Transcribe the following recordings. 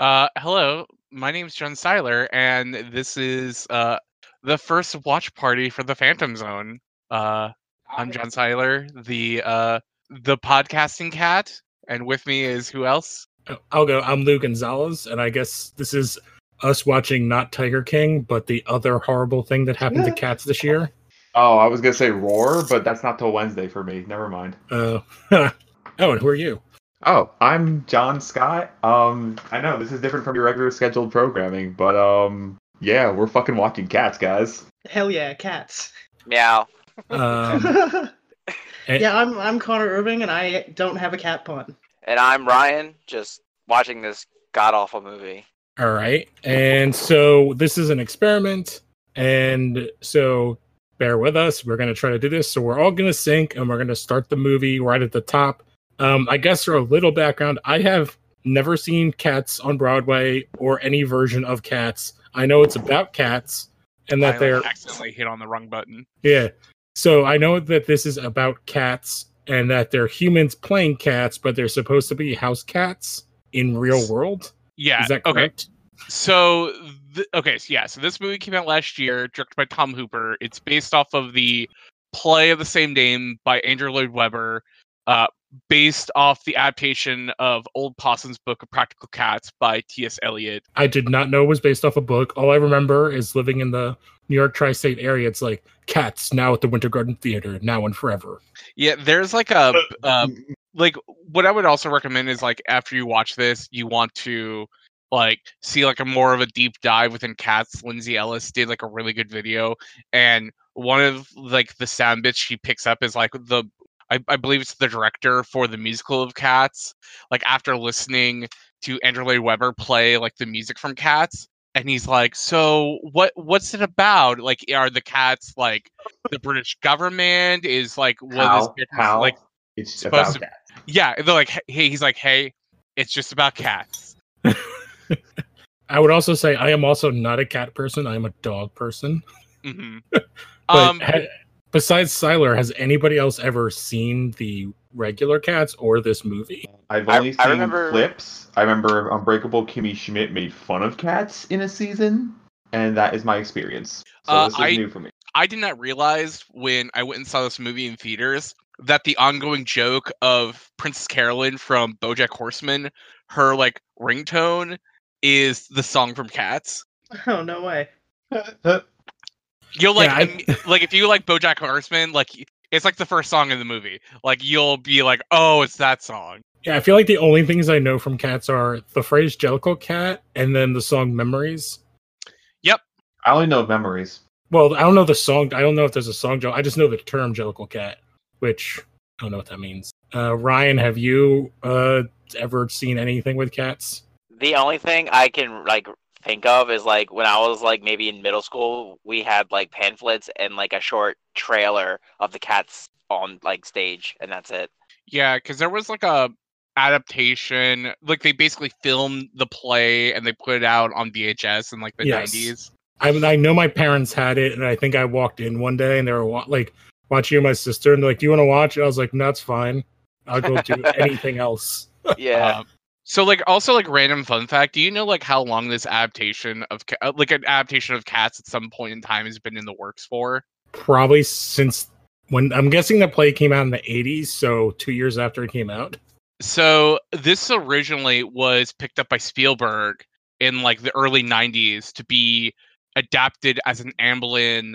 Uh, hello, my name's Jen Seiler, and this is uh, the first watch party for the Phantom Zone. Uh, I'm Jen Seiler, the uh, the podcasting cat, and with me is who else? I'll go. I'm Lou Gonzalez, and I guess this is us watching not Tiger King, but the other horrible thing that happened to cats this year. Oh, I was gonna say roar, but that's not till Wednesday for me. Never mind. Uh, oh, and who are you? Oh, I'm John Scott. Um, I know this is different from your regular scheduled programming, but um, yeah, we're fucking watching cats, guys. Hell yeah, cats. Meow. Um, eh, and- yeah, I'm I'm Connor Irving, and I don't have a cat pun. And I'm Ryan, just watching this god awful movie. All right. And so this is an experiment. And so bear with us. We're going to try to do this. So we're all going to sync and we're going to start the movie right at the top. Um, I guess for a little background, I have never seen Cats on Broadway or any version of Cats. I know it's about cats and that I, they're like, accidentally hit on the wrong button. yeah. So I know that this is about cats and that they're humans playing cats, but they're supposed to be house cats in real world. Yeah. Is that okay. correct? So, th- okay, so yeah, so this movie came out last year, directed by Tom Hooper. It's based off of the play of the same name by Andrew Lloyd Webber, uh, based off the adaptation of Old Possum's Book of Practical Cats by T.S. Eliot. I did not know it was based off a book. All I remember is living in the New York tri-state area. It's like cats now at the Winter Garden Theater, now and forever. Yeah, there's like a uh, like what I would also recommend is like after you watch this, you want to like see like a more of a deep dive within cats. Lindsay Ellis did like a really good video, and one of like the sound bits she picks up is like the I, I believe it's the director for the musical of Cats. Like after listening to Andrew Lloyd Webber play like the music from Cats, and he's like, "So what? What's it about? Like, are the cats like the British government? Is like what is How? it- How? like it's supposed to- about cats. yeah, and they're like, hey, he's like, hey, it's just about cats. I would also say I am also not a cat person. I am a dog person. hmm But um, ha- besides Siler, has anybody else ever seen the regular cats or this movie? I've I- only I seen remember- clips. I remember Unbreakable Kimmy Schmidt made fun of cats in a season, and that is my experience. So Uh, this is I- new for me. I did not realize when I went and saw this movie in theaters that the ongoing joke of Princess Carolyn from BoJack Horseman, her like ringtone, is the song from Cats. Oh no way. You'll like, Yeah, I- imme- like if you like BoJack Horseman, like it's like the first song in the movie. Like you'll be like, oh, it's that song. Yeah, I feel like the only things I know from cats are the phrase "Jellicle Cat" and then the song "Memories." I only know memories. Well, I don't know the song. I don't know if there's a song. Jell- I just know the term "Jellicle Cat," which I don't know what that means. Uh, Ryan, have you uh, ever seen anything with cats? The only thing I can like think of is like when I was like maybe in middle school, we had like pamphlets and like a short trailer of the cats on like stage, and that's it. Yeah, because there was like a adaptation, like they basically filmed the play and they put it out on VHS in like the Yes. nineties. I mean, I know my parents had it, and I think I walked in one day and they were wa- like watching my sister, and they're like, "Do you want to watch?" I was like, "No, it's fine. I'll go do anything else." Yeah. um, so like also like random fun fact, do you know like how long this adaptation of Ca- uh, like an adaptation of Cats at some point in time has been in the works for? Probably since when I'm guessing the play came out in the '80s, so two years after it came out. So this originally was picked up by Spielberg in like the early nineties to be adapted as an Amblin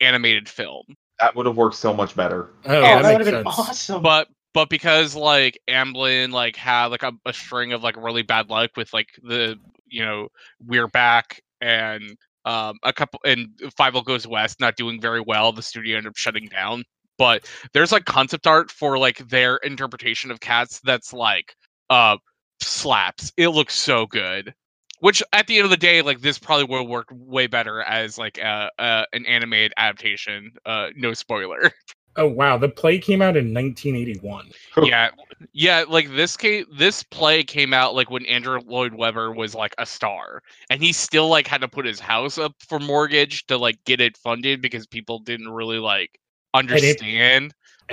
animated film. That would have worked so much better. Oh, oh, that, that would makes have been sense. awesome. but but because like Amblin like had like a, a string of like really bad luck with like the you know we're back and um a couple and Five O Goes West not doing very well, the studio ended up shutting down. But there's like concept art for like their interpretation of cats that's like uh slaps. It looks so good. Which at the end of the day, like this probably would have worked way better as like uh, uh, an animated adaptation. Uh, no spoiler. Oh wow, the play came out in 1981. Cool. yeah yeah like this came this play came out like when andrew lloyd webber was like a star and he still like had to put his house up for mortgage to like get it funded because people didn't really like understand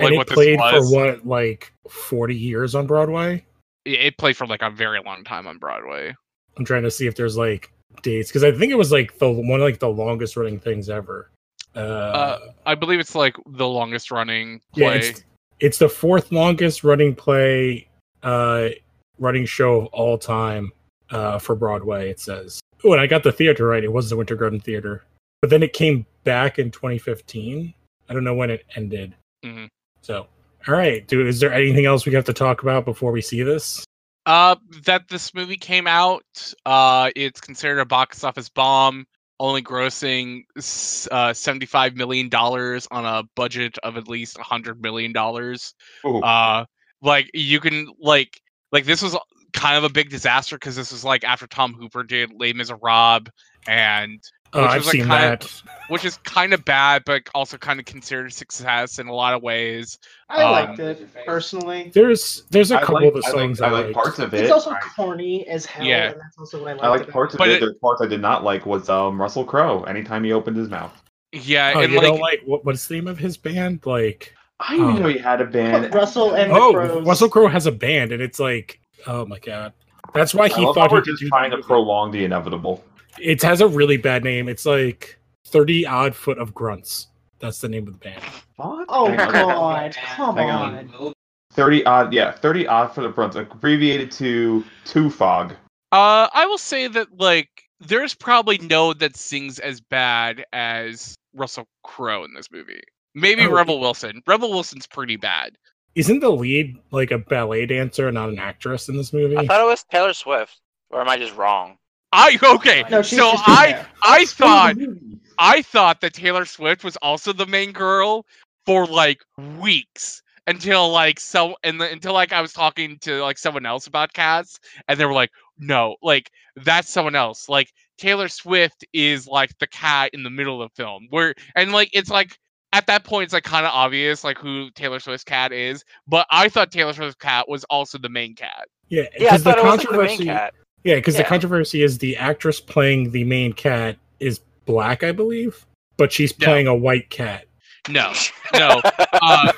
And Like it what this played was? for what, like 40 years on Broadway? it, it played for like a very long time on broadway I'm trying to see if there's like dates because I think it was like the one of like the longest running things ever. Uh, I believe it's like the longest running yeah, play. it's, it's the fourth longest running play, uh, running show of all time uh, for Broadway. It says. Oh, and I got the theater right. It was the Winter Garden Theater, but then it came back in 2015. I don't know when it ended. Mhm. So, all right, dude. Is there anything else we have to talk about before we see this? Uh, that this movie came out. Uh, it's considered a box office bomb, only grossing s- uh, seventy-five million dollars on a budget of at least hundred million dollars. Ooh. Uh, like you can like like this was kind of a big disaster because this was like after Tom Hooper did Les Miserables and Oh, Which I've was, like, seen kinda- that. which is kind of bad, but also kind of considered a success in a lot of ways. I Um, liked it personally. There's there's a I couple like, of the I songs like, I like liked. parts of it. It's also I, corny as hell, Yeah. and that's also what I liked. I like about parts of But it. it- The parts I did not like was um, Russell Crowe. Anytime he opened his mouth, Yeah, Oh, and you like, don't like what, what's the name of his band? Like I Oh. knew he had a band. Russell and the oh, Crows. Russell Crowe has a band, and it's like oh my god, that's why I he love thought how he we're could just do trying that to movie. prolong the inevitable. It has a really bad name. It's like thirty odd foot of grunts. That's the name of the band. What? Oh Hang on. God! Come Hang on. on. Thirty odd, yeah, thirty odd for the Bruns, abbreviated to two fog. uh, I will say that like there's probably no one that sings as bad as Russell Crowe in this movie. Maybe Oh, Rebel Wilson. Rebel Wilson's pretty bad. Isn't the lead like a ballet dancer, not an actress in this movie? I thought it was Taylor Swift, or am I just wrong? I okay. No, she's so just I I thought Dude, I thought that Taylor Swift was also the main girl for like weeks until like so and the, until like I was talking to like someone else about cats and they were like, no, like that's someone else. Like Taylor Swift is like the cat in the middle of the film where and like it's like at that point it's like kind of obvious like who Taylor Swift's cat is, but I thought Taylor Swift's cat was also the main cat. yeah, Yeah, I because thought the it was like, the controversy. main cat. Yeah, because Yeah. the controversy is the actress playing the main cat is black, I believe, but she's No. playing a white cat. No, no. Uh,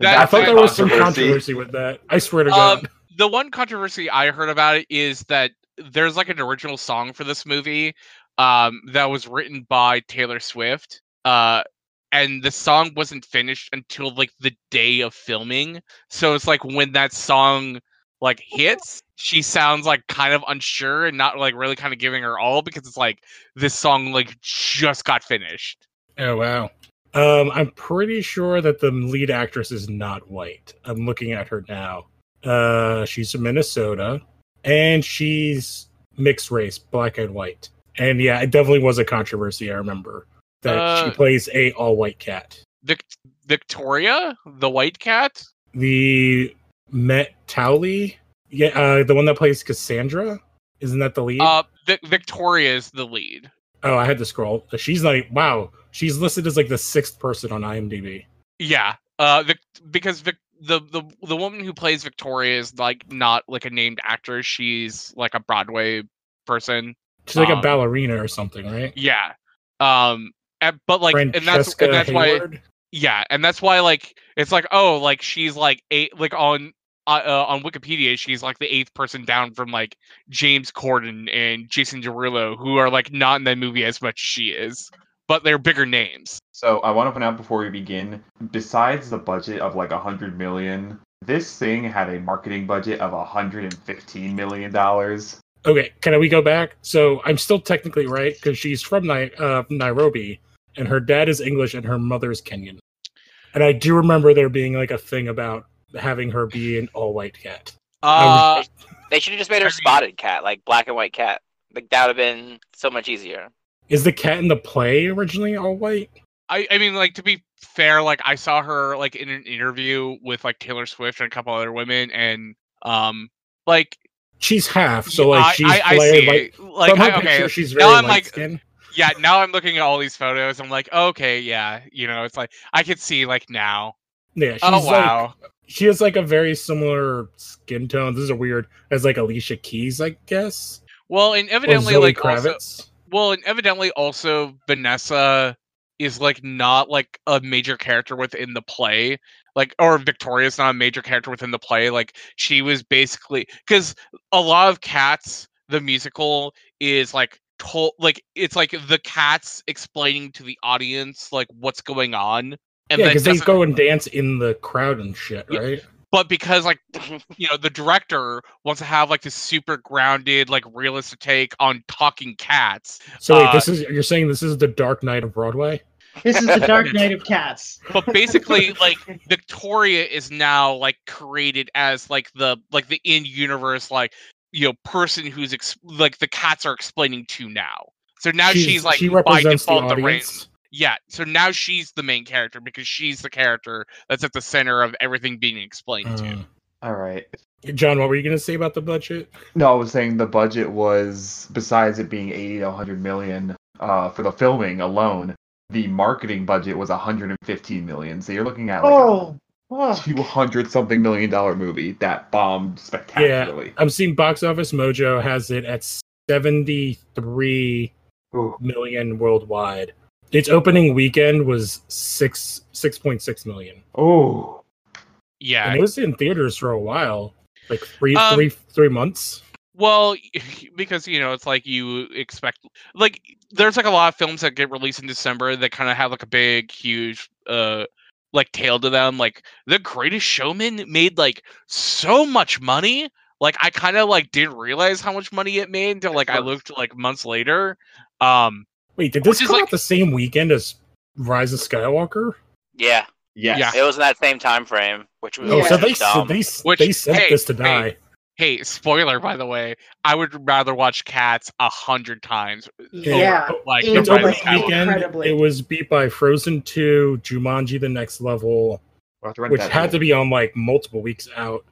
that, I thought That's there was some controversy. controversy with that. I swear to Um, God. the one controversy I heard about it is that there's like an original song for this movie um, that was written by Taylor Swift, uh, and the song wasn't finished until like the day of filming. So it's like when that song like hits, she sounds like kind of unsure and not like really kind of giving her all because it's like this song like just got finished. Oh wow. Um, I'm pretty sure that the lead actress is not white. I'm looking at her now. Uh, she's from Minnesota, and she's mixed race, black and white. And yeah, it definitely was a controversy. I remember that Uh, she plays a all white cat. Vic- Victoria, the white cat. The Met Towley, yeah, uh, the one that plays Cassandra, isn't that the lead? Uh, Vic- Victoria is the lead. oh, I had to scroll. She's not. e- Wow, she's listed as like the sixth person on IMDb. Yeah. Uh, Vic- because Vic- the the the woman who plays Victoria is like not like a named actress. She's like a Broadway person. She's like Um, a ballerina or something, right? Yeah. Um. and- but like, and that's Francesca and that's why. Hayward. Yeah, and that's why like it's like oh like she's like eight like on. Uh, uh, on Wikipedia, she's like the eighth person down from like James Corden and Jason Derulo, who are like not in that movie as much as she is, but they're bigger names. So I want to point out before we begin, besides the budget of like a hundred million, this thing had a marketing budget of hundred and fifteen million dollars. Okay, can we go back? So I'm still technically right because she's from Ni- uh, Nairobi, and her dad is English, and her mother's Kenyan. And I do remember there being like a thing about having her be an all-white cat. Uh, They should have just made I her mean- spotted cat, like black and white cat. Like that would have been so much easier. Is the cat in the play originally all-white? I, I mean, like to be fair, like I saw her like in an interview with like Taylor Swift and a couple other women, and um, like She's half, so y- like I- she's I, I, played see like. it. like from her I- okay, picture, she's now very I'm, light like, skinned. yeah. Now I'm looking at all these photos. I'm like, okay, yeah, you know, it's like I could see like now. Yeah, she's oh like wow, she has like a very similar skin tone. This is a weird as like Alicia Keys, I guess. well, and or evidently Oh, Zoe like also, Kravitz. well, and evidently also Vanessa is like not like a major character within the play like or victoria's not a major character within the play like she was basically because a lot of cats the musical is like told like it's like the cats explaining to the audience like what's going on and yeah, then because they doesn't- go and dance in the crowd and shit, Yeah. right? but because like you know the director wants to have like this super grounded like realistic take on talking cats So wait, Uh, this is you're saying this is the Dark Knight of Broadway? This is the Dark Knight of Cats. but basically like victoria is now like created as like the like the in universe like you know person who's ex- like the cats are explaining to now so now she's, like she by represents default the the reign audience. yeah so now she's the main character because she's the character that's at the center of everything being explained to Mm. All right. Uh, John, what were you gonna say about the budget? No, I was saying the budget was besides it being 80 to 100 million uh, for the filming alone, the marketing budget was 115 million. So you're looking at like Oh, a oh. 200 something million dollar movie that bombed spectacularly. I'm seeing Box Office Mojo has it at 73 Ooh. million worldwide. Its opening weekend was six six point six million, Oh. yeah and it was in theaters for a while, like three Um, three three months. Well, because you know, it's like you expect like there's like a lot of films that get released in December that kind of have like a big, huge, uh, like tail to them. Like The Greatest Showman made like so much money. Like I kind of like didn't realize how much money it made until like I Sure. looked like months later. Um, Wait, did which this is come out like- the same weekend as Rise of Skywalker? yeah, Yes. Yeah. it was in that same time frame, which was Oh, Yeah. so also they dumb. they Which- they sent hey, this to hey. die. hey, spoiler by the way, I would rather watch Cats a hundred times. over, Yeah. like it The oh, Rise of It's Its opening almost Skywalker. weekend, incredibly. it was beat by Frozen 2, Jumanji: The Next Level, We'll have to rent which that had later. to be on like multiple weeks out.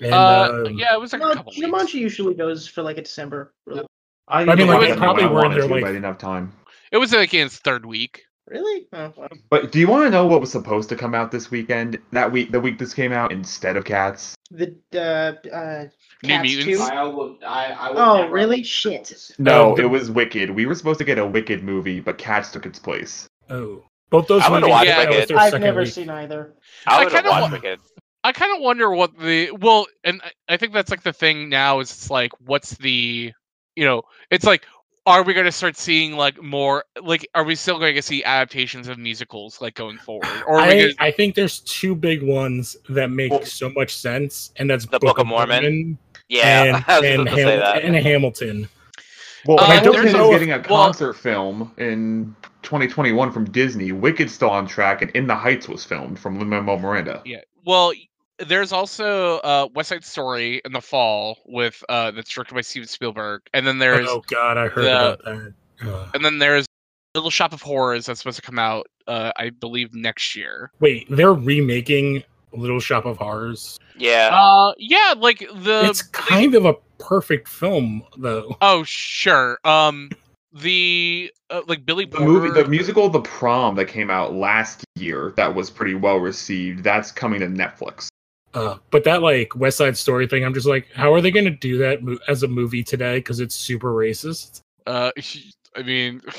And Uh, um, yeah, it was like No, a couple. weeks. Jumanji usually goes for like a December. Really? I, mean, didn't like, watch they it probably when I were in wanted their, to, like- but I didn't have time. It was like in its third week. Really? Oh, wow. But do you want to know what was supposed to come out this weekend? That week, the week this came out, instead of Cats. The uh, uh, New Cats Mutants? two? I would. I, I would Oh, never- really? Shit. No, Um, the- Oh, it was Wicked. We were supposed to get a Wicked movie, but Cats took its place. oh, both those. I wanna movies, watch that was Wicked. their I've second never week. seen either. I I would have kinda watched wa- Wicked. I kind of wonder what the well, and I- I think that's like the thing now is it's like, what's the, you know, it's like, are we going to start seeing like more, like, are we still going to see adaptations of musicals like going forward, or are we I, gonna, I think there's two big ones that make Well- so much sense, and that's The Book of Mormon. Yeah, I and, was and, about to say Ham- that. and Hamilton. Well, Uh, Hamilton there's is no- getting a well- concert film in 2021 from Disney. Wicked's still on track, and In the Heights was filmed from Lin Manuel Miranda. yeah, well, y- there's also uh West Side Story in the fall with uh that's directed by Steven Spielberg, and then there's Oh God, I heard the- about that. Ugh. and then there's Little Shop of Horrors that's supposed to come out, uh I believe next year. Wait, they're remaking Little Shop of Horrors. Yeah, Oh, Uh, yeah, like the it's kind of a perfect film, though. Oh sure. Um, the uh, like Billy The movie, the Porter- musical, The Prom, that came out last year, that was pretty well received. That's coming to Netflix. Uh, but that like West Side Story thing, I'm just like, how are they going to do that mo- as a movie today? Because it's super racist. Uh, I mean,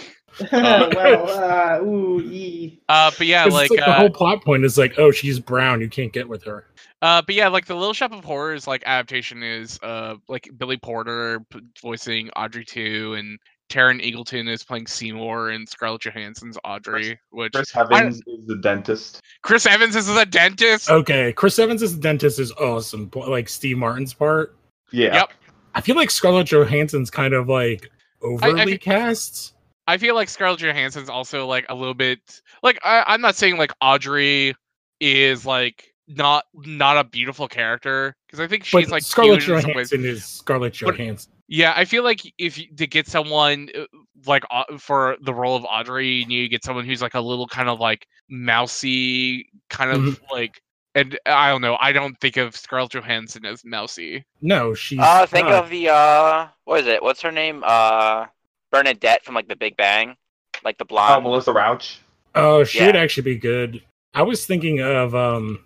Oh. well, uh, ooh, yee. uh, but yeah, 'Cause it's like, the uh, whole plot point is like, oh, she's brown, you can't get with her. uh, but yeah, like the Little Shop of Horrors like adaptation is uh like Billy Porter p- voicing Audrey too, and Taryn Eagleton is playing Seymour, and Scarlett Johansson's Audrey, which Chris Evans Evans is the dentist. Chris Evans is a dentist. Okay, Chris Evans as the dentist is awesome. pl- Like Steve Martin's part, Yeah. Yep. I feel like Scarlett Johansson's kind of like overly think- cast. I feel like Scarlett Johansson's also like a little bit like I, I'm not saying like Audrey is like not not a beautiful character because I think she's but like Scarlett cute in some ways. Johansson is Scarlett But- Johansson. Yeah, I feel like if you, to get someone uh, like Au- for the role of Audrey, you need to get someone who's like a little kind of like mousy, kind of Mhm. like. And uh, I don't know. I don't think of Scarlett Johansson as mousy. No, she's. Uh, think not. of the uh, what is it? What's her name? Uh, Bernadette from like The Big Bang, like the Oh, blonde. Melissa Rauch. Oh, she would Yeah. actually be good. I was thinking of um,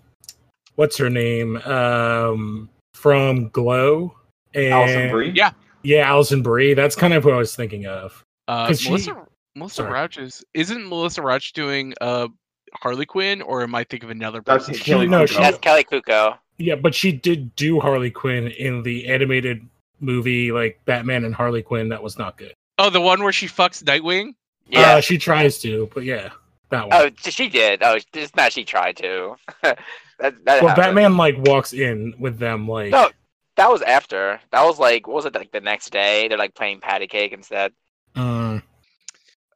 what's her name? Um, from Glow and Allison Brie. Yeah. Yeah, Allison Brie. That's kind of who I was thinking of. Uh, 'Cause Melissa she- Melissa sorry. Rauch is isn't Melissa Rauch doing uh Harley Quinn, or am I thinking of another That's person? She- no, Kelly she- Kuko. Oh, That's Kelly Kuko. Yeah, but she did do Harley Quinn in the animated movie like Batman and Harley Quinn that was not good. Oh, the one where she fucks Nightwing. Yeah. Uh, she tries to, but yeah, that one. oh, t- she did. Oh, just not she tried to. that that well, happened. Batman like walks in with them like No. That was after. That was like what was it like the next day? They're like playing patty cake instead. mm,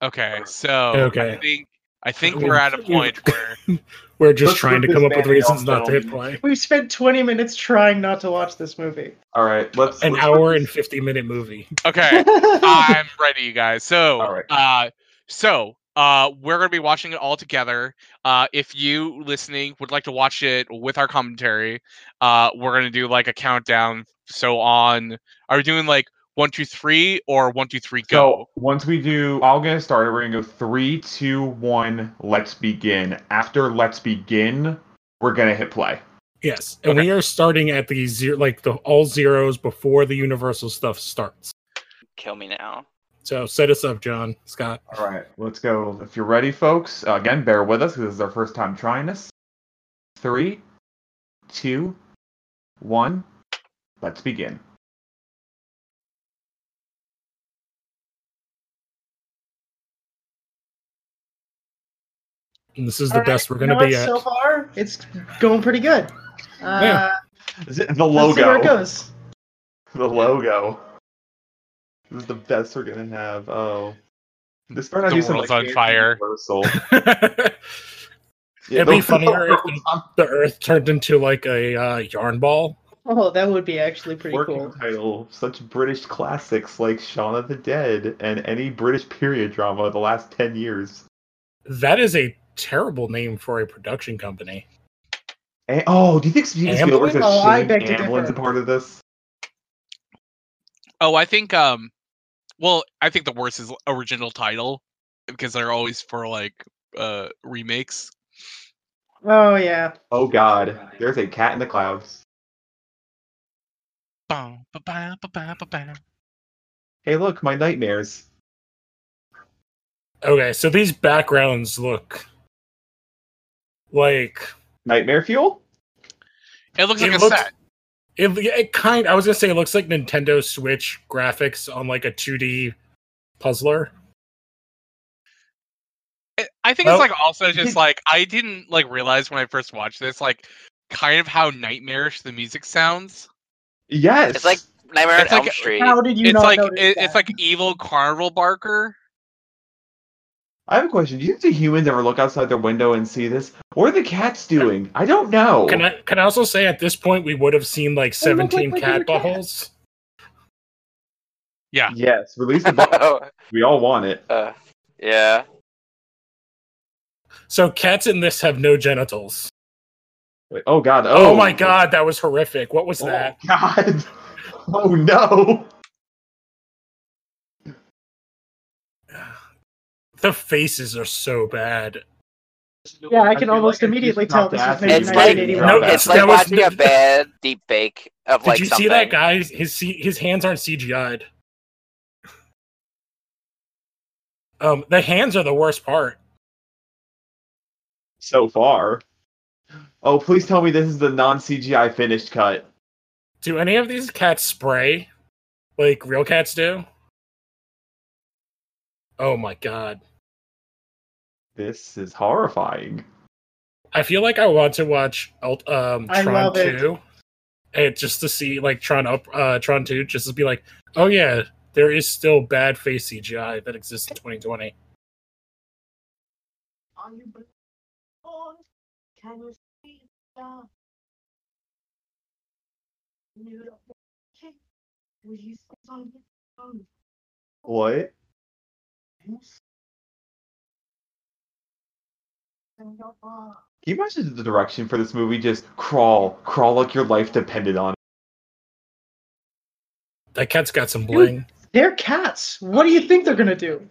Okay, so Okay. I think I think we're at a point where we're just Let's trying put to come this up with man reasons on not to film. hit play. We've spent 20 minutes trying not to watch this movie. All right, let's An let's- hour and fifty minute movie. okay, I'm ready, you guys. So, All right. uh, so uh, we're gonna be watching it all together. Uh, if you listening would like to watch it with our commentary, uh, we're gonna do like a countdown. So on, are we doing like one, two, three, or one, two, three, go? So once we do, I'll get it started. We're gonna go three, two, one. Let's begin. After let's begin, we're gonna hit play. Yes, and we are starting at the zero, like the all zeros before the universal stuff starts. Kill me now. So set us up, John Scott. All right, let's go. If you're ready, folks, uh, again, bear with us 'cause this is our first time trying this. Three, two, one. Let's begin. And this is the All right, best we're you going to know be what? at. So far, it's going pretty good. Uh, Is it- The let's see where it logo. goes. The logo. This is the best we're gonna have. Oh, this better not The be some, world's like, on fancy fire. Universal. It'd the- be funnier if world's on the Earth turned into like a uh, yarn ball. Oh, that would be actually pretty working cool. title such british classics like shaun of the dead and any british period drama of the last 10 years That is a terrible name for a production company. and, oh do you think steven Amblin? spielberg's a Oh, I Shane beg to Amblin's a differ. part of this Oh, I think um, well, I think the worst is original title because they're always for like uh remakes. Oh yeah. oh god there's a cat in the clouds Bum, ba-bam, ba-bam, ba-bam. hey look my nightmares Okay, so these backgrounds look like nightmare fuel It looks like It a looks- set. it, it kind. I was gonna say it looks like Nintendo Switch graphics on like a 2D puzzler. I- I think Well, it's like also did- just like I didn't like realize when I first watched this like kind of how nightmarish the music sounds. yes It's like Nightmare on It's like- Elm Street. How did you it's not like notice it, that? it's like evil carnival barker. i have a question do you think the humans ever look outside their window and see this what are the cats doing i don't know Can I can I also say at this point we would have seen like They look like 17 cat regular cats. buttholes? Yeah. yes release the ball we all want it Uh, yeah. So cats in this have no genitals. Wait, oh god Oh, my god, that was horrific. What was Oh, that? God. Oh no. The faces are so bad. Yeah, I I can feel almost like I immediately just tell dropped this acid is made in in It's like 1981. no, no, that it's like was watching a the- bad deep fake of Did like you something. see that guy? His se- his hands aren't CGI'd. Um, the hands are the worst part. So far. Oh, please tell me this is the non CGI finished cut. Do any of these cats spray like real cats do? Oh my god. This is horrifying. I feel like I want to watch Ult- um, I Tron love it. 2 and just to see like Tron up uh, Tron 2 just to be like, "Oh yeah, there is still bad face CGI that exists in 2020." What? Can you imagine the direction for this movie? Just crawl, crawl like your life depended on it. That cat's got some bling. They're cats. What do you think they're gonna do?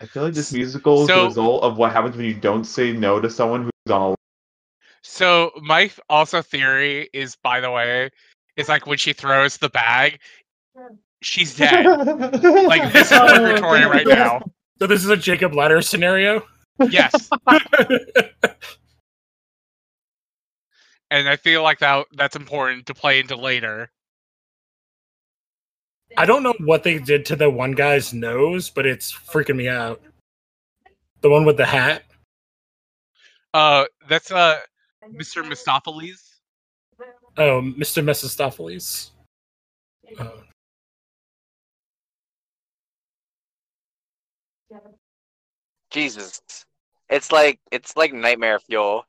I feel like this musical is the So- result of what happens when you don't say no to someone who's on a. So my th- also theory is by the way is like when she throws the bag she's dead. Like this is Oh, what we're touring right now. So this is a Jacob Ladder scenario. Yes, and I feel like that that's important to play into later. I don't know what they did to the one guy's nose, but it's freaking me out. The one with the hat. Uh, that's uh Mr. Mistopheles. Oh, Mr. Mephistopheles. Oh. Jesus, it's like it's like nightmare fuel.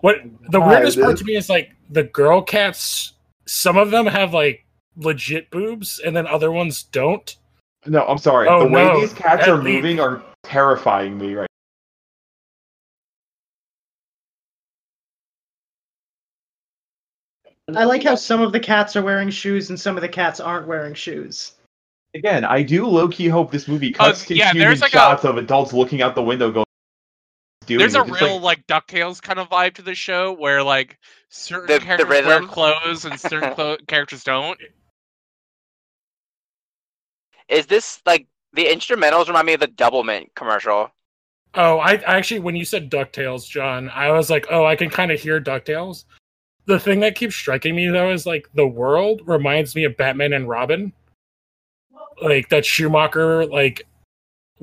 What the Hi, weirdest part dude. to me is like the girl cats. Some of them have like legit boobs, and then other ones don't. No, I'm sorry. Oh, the way no. these cats That are leaves- moving are terrifying me right I like how some of the cats are wearing shoes and some of the cats aren't wearing shoes. Again, I do low key hope this movie cuts to Uh, yeah, human there's like a- shots of adults looking out the window going. Doing There's a it. It's real E, like, like, DuckTales kind of vibe to the show where like certain The- the characters wear rhythm. clothes and certain clo- characters don't. Is this like the instrumentals remind me of the Doublemint commercial? Oh, I I actually, when you said Ducktales, John, I was like, oh, I can kind of hear Ducktales. The thing that keeps striking me though is like the world reminds me of Batman and Robin. Like that Schumacher, like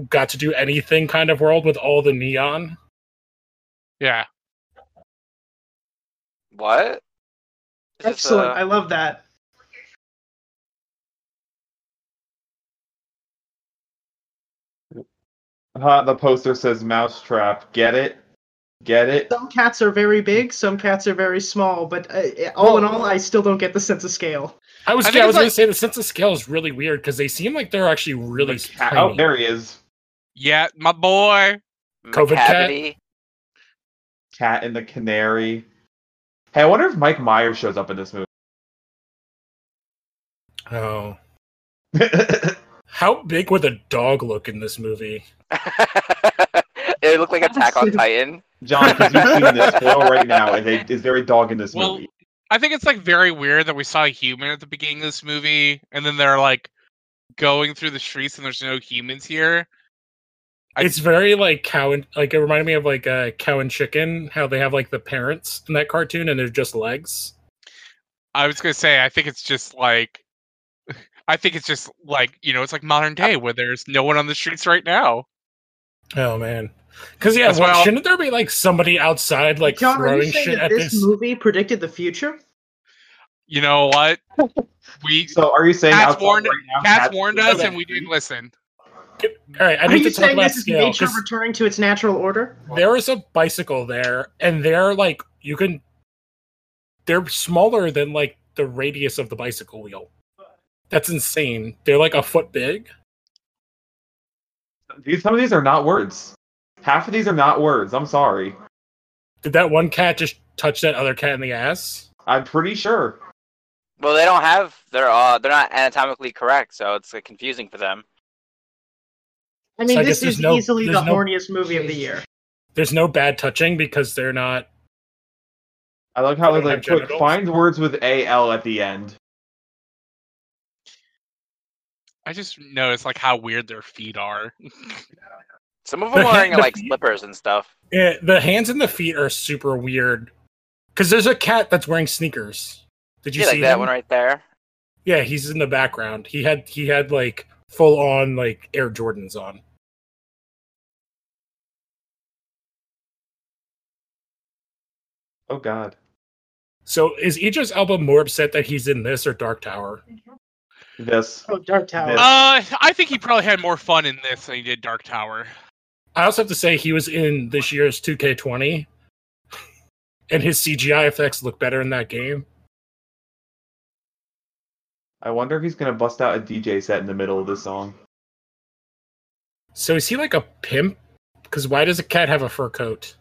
got to do anything kind of world with all the neon. Yeah, What? Is this, Excellent. uh, I love that. huh, Uh-huh, the poster says "Mousetrap." Get it? Get it? Some cats are very big, some cats are very small, but uh, all in all, I still don't get the sense of scale. I was I I, think it's was gonna like- say the sense of scale is really weird because they seem like they're actually really The cat- tiny. oh, there he is. yeah, my boy. COVID cat? Macavity? Cat and the Canary. Hey, I wonder if Mike Myers shows up in this movie. Oh. How big would the dog look in this movie? it looked like Attack on Titan. John, because you've seen this spoil right now. Is, a, is there a dog in this Well, movie? I think it's like very weird that we saw a human at the beginning of this movie, and then they're like going through the streets and there's no humans here. I- it's very like cow and like it reminded me of like uh, cow and chicken how they have like the parents in that cartoon and they're just legs I was gonna say I think it's just like I think it's just like you know it's like modern day where there's no one on the streets right now. oh man because yeah As well, well- shouldn't there be like somebody outside like John, are throwing you saying shit that at this, this, movie predicted the future? You know what? We So, are you saying Cats outside warned- right now, cats warned us and we didn't did listen. all right i Are need you to talk saying about this is scale nature 'cause returning to its natural order? there is a bicycle there and they're like you can they're smaller than like the radius of the bicycle wheel that's insane they're like a foot big Dude, some of these are not words. Half of these are not words. I'm sorry. did that one cat just touch that other cat in the ass I'm pretty sure. Well, they don't have. They're uh, they're not anatomically correct, so it's uh, confusing for them. I mean, I this guess there's is no- easily there's the no- horniest movie of the year. there's no bad touching because they're not I love how They it's don't have like quick, genitals? find words with A L at the end. I just noticed like how weird their feet are. Some of them The are wearing hand- the like feet- slippers and stuff. Yeah, the hands and the feet are super weird. Cause there's a cat that's wearing sneakers. Did you Yeah, see like that him? one right there. Yeah, he's in the background. He had he had like full on like Air Jordans on. Oh God, So is Idris Elba more upset that he's in this or Dark Tower? this. Oh, Dark Tower. This- Uh, I think he probably had more fun in this than he did Dark Tower. I also have to say he was in this year's 2K20, and his CGI effects look better in that game. I wonder if he's gonna bust out a DJ set in the middle of this song. So is he like a pimp? Because why does a cat have a fur coat?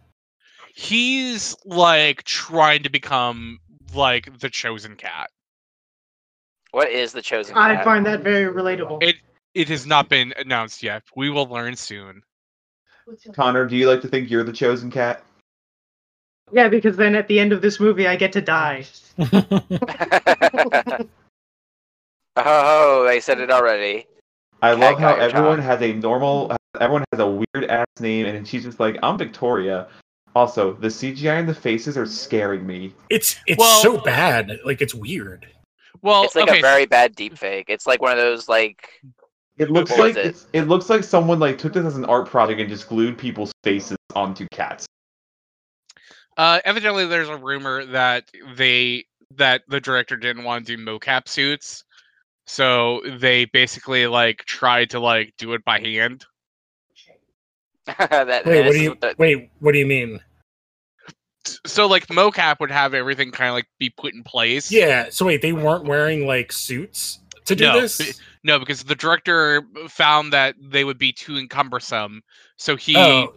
He's like trying to become like the chosen cat. What is the chosen? I cat? find that very relatable. It- It has not been announced yet. We will learn soon. Connor, do you like to think you're the chosen cat? yeah, because then Oh, at the end of this movie, I get to die. Oh, they said it already. I Cat love got how your everyone child. has a normal, everyone has a weird ass name, and she's just like, I'm Victoria. Also, the CGI and the faces are scaring me. It's it's Well- so bad. Like it's weird. Well, it's like Oh, okay, a very bad deep fake. It's like one of those like It looks What like was it? it's- it looks like someone like took this as an art project and just glued people's faces onto cats. Uh, evidently, there's a rumor that they that the director didn't want to do mocap suits, so they basically like tried to like do it by hand. Wait, that. this what do is you the- wait? What do you mean? S- So like mocap would have everything kind of like be put in place. Yeah. So wait, they weren't wearing like suits to do No, b- this. No, because the director found that they would be too encumbersome, so he Oh,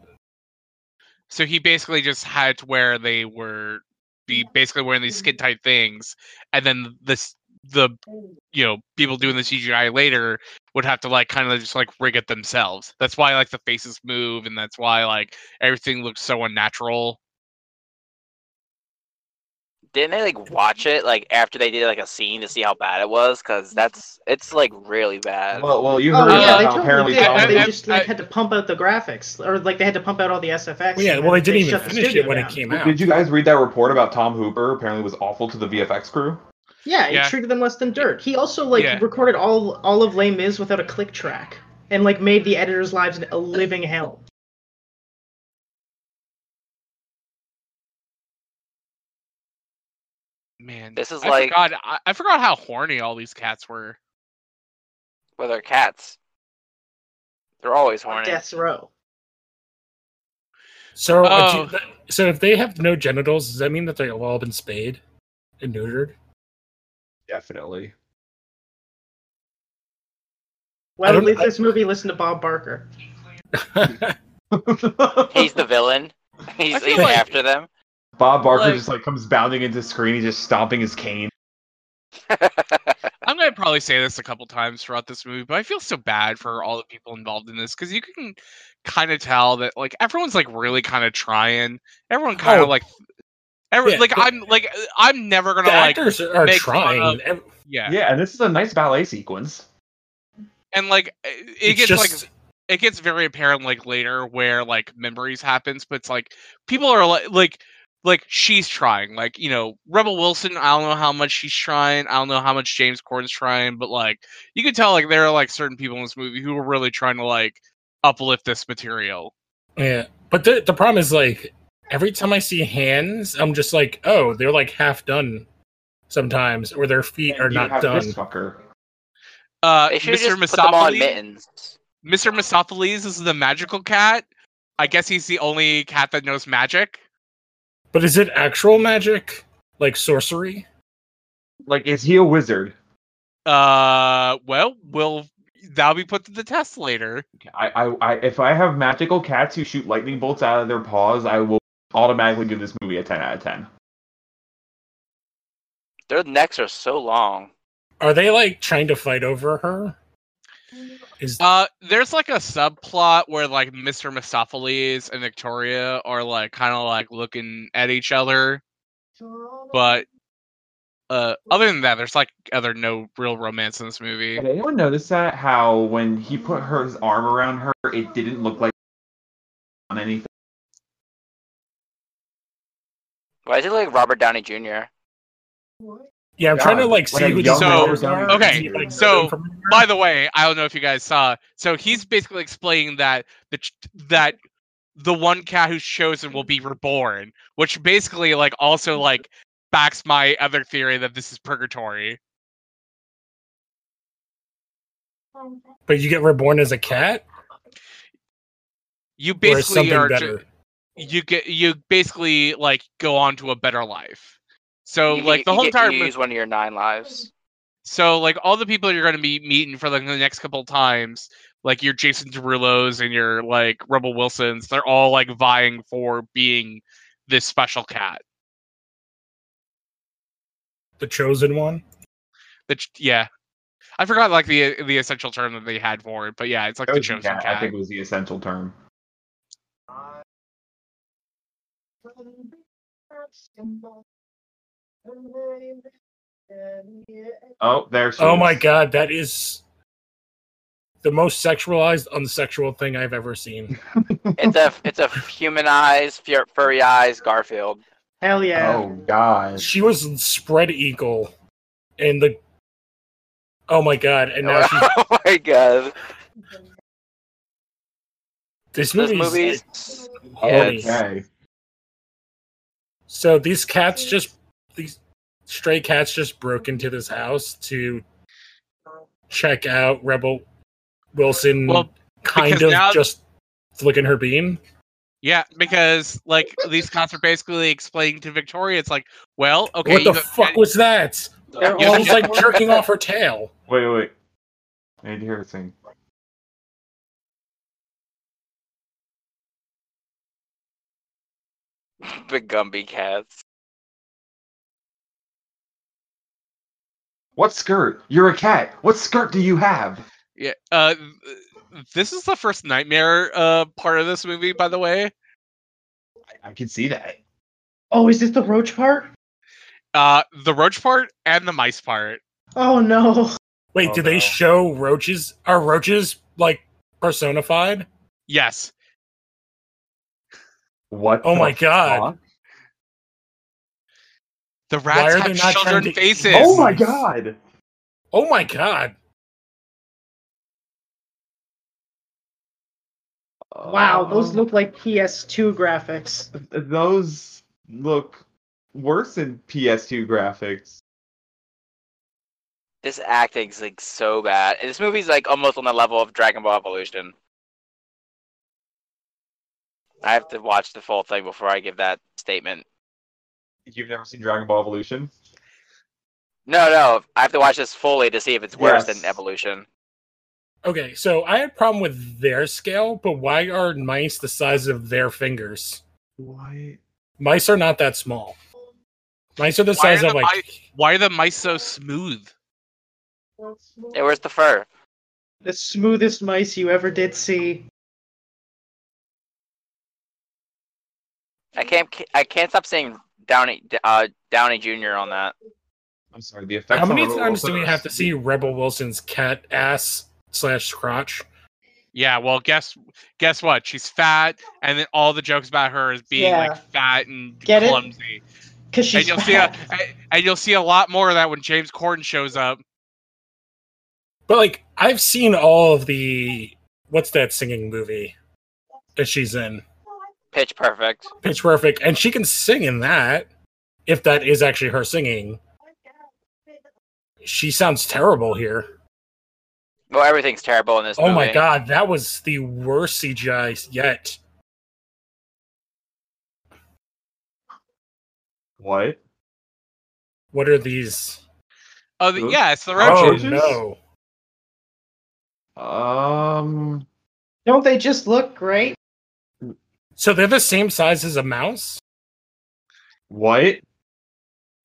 so he basically just had to where they were be basically wearing Mm-hmm. these skin tight things and then this the you know people doing the cgi later would have to like kind of just like rig it themselves that's why like the faces move and that's why like everything looks so unnatural Didn't they like watch it like after they did like a scene to see how bad it was? Because that's it's like really bad. Well, well, you Oh heard yeah, about they how totally apparently did. Tom- They Dominic- just like had to pump out the graphics, or like they had to pump out all the SFX. well, yeah. and Well, they then didn't even shut the finish it studio when it down. came out. Did you guys read that report about Tom Hooper? Apparently, was awful to the VFX crew. Yeah, he Yeah. treated them less than dirt. He also like Yeah. recorded all all of Les Mis without a click track, and like made the editors' lives a living hell. man This is I like- forgot, I, I forgot how horny all these cats were Well, they're cats. They're always on horny. Death's row. So, uh, Oh. do you- so if they have no genitals, does that mean that they've all been spayed and neutered? Definitely. I Well, don't- leave I- this movie. Listen to Bob Barker. He's the villain. He's, feel he's like- after them. Bob Barker Like- just like comes bounding into the screen. He's just stomping his cane. i'm gonna probably say this a couple times throughout this movie but i feel so bad for all the people involved in this because you can kind of tell that like everyone's like really kind of trying everyone kind Oh. of like every, Yeah, like the- i'm like uh, i'm never gonna the like actors are make fun trying. of- Ev- yeah. Yeah. and this is a nice ballet sequence. and like uh, it it's gets just, like it gets very apparent like later where like memories happens but it's like people are like like like she's trying like you know rebel wilson i don't know how much she's trying i don't know how much james corden's trying but like you can tell like there are like certain people in this movie who are really trying to like uplift this material yeah. But the the problem is like every time I see hands, I'm just like, oh, they're like half done sometimes, or their feet are And you not have done. This fucker. uh They should mr just put them on Mistopheles, mittens. mr Mistopheles is the magical cat i guess he's the only cat that knows magic But is it actual magic, like sorcery? Like, is he a wizard? uh well we'll that'll be put to the test later I, I, I, if I have magical cats who shoot lightning bolts out of their paws, I will automatically give this movie a ten out of ten. Their necks are so long. Are they like trying to fight over her? Is Uh, there's like a subplot where like Mr. Mistopheles and Victoria are like kind of like looking at each other, but uh, other than that, there's like other no real romance in this movie. Did anyone notice that? How when he put her, his arm around her, it didn't look like on anything. Why is it like Robert Downey Jr.? yeah, I'm trying to God, like what see a who young these So- actors are. okay, Is he, like, so from- By the way, I don't know if you guys saw. So he's basically explaining that the ch- that the one cat who's chosen will be reborn, which basically like also like backs my other theory that this is purgatory. but you get reborn as a cat You or as basically something are ju- better. you get you basically like go on to a better life. So You- Oh, like the you whole get- entire you mo- use one of your nine lives. so like all the people you're gonna be meeting for like the next couple times, like your Jason Derulos and your like Rebel Wilsons, they're all like vying for being this special cat. the chosen one. The ch- yeah, I forgot like the uh, the essential term that they had for it, but yeah, it's like the chosen Cat, cat. I think was the essential term. Oh, there she Oh is. my god, that is the most sexualized, unsexual thing I've ever seen. It's a it's a humanized, fur- furry eyes Garfield. Hell yeah. Oh god. She was in spread eagle, and the oh my god, and now she's oh my god, this this movie's movie's horny. yes. Okay. So these cats just these stray cats just broke into this house to check out Rebel Wilson, Well, kind because of now- just flicking her bean. Yeah, because like these cats are basically explaining to Victoria, it's like, well, okay, what you the go- fuck was that? They're You She's all- like jerking off her tail. Wait, wait. I need to hear this thing. the Gumby cats. What skirt? You're a cat. What skirt do you have? yeah. Uh, th- this is the first nightmare uh part of this movie, by the way. I, I can see that. Oh, is this the roach part? Uh, the roach part and the mice part. Oh no. Wait, Oh, do they no. show roaches? Are roaches like personified? Yes, What? Oh the my god! fuck? the Why rats are they have not trying children to eat- faces. Oh my god! Oh my god! Wow, those Um, look like PS2 graphics. those look worse than PS2 graphics. This acting's like so bad. And this movie's like almost on the level of Dragon Ball Evolution. I have to watch the full thing before I give that statement. You've never seen Dragon Ball Evolution? No, no, I have to watch this fully to see if it's worse Yes. than Evolution. Okay, so I had a problem with their scale, but why are mice the size of their fingers? What? Mice are not that small. Mice are the Why are size of the like Why are the mice so smooth? Hey, where's the fur? The smoothest mice you ever did see. I can't. I can't stop saying Downey uh, Downey Jr. on that. I'm sorry. The effects. how on many Rebel times do we Wilson are have to see Rebel Wilson's cat ass slash crotch? Yeah, well, guess guess what? She's fat, and then all the jokes about her is being Yeah. like fat and Get it? clumsy. Cause she's and you'll see a, fat. and- and you'll see a lot more of that when James Corden shows up. But like I've seen all of the what's that singing movie that she's in? Pitch Perfect. Pitch Perfect, and she can sing in that. If that is actually her singing, she sounds terrible here. Well, everything's terrible in this Oh movie. my god, that was the worst CGI yet. What? What are these? Oh, the, Oops. yeah, it's the Oh roaches. no! Um. Don't they just look great? So they're the same size as a mouse. What?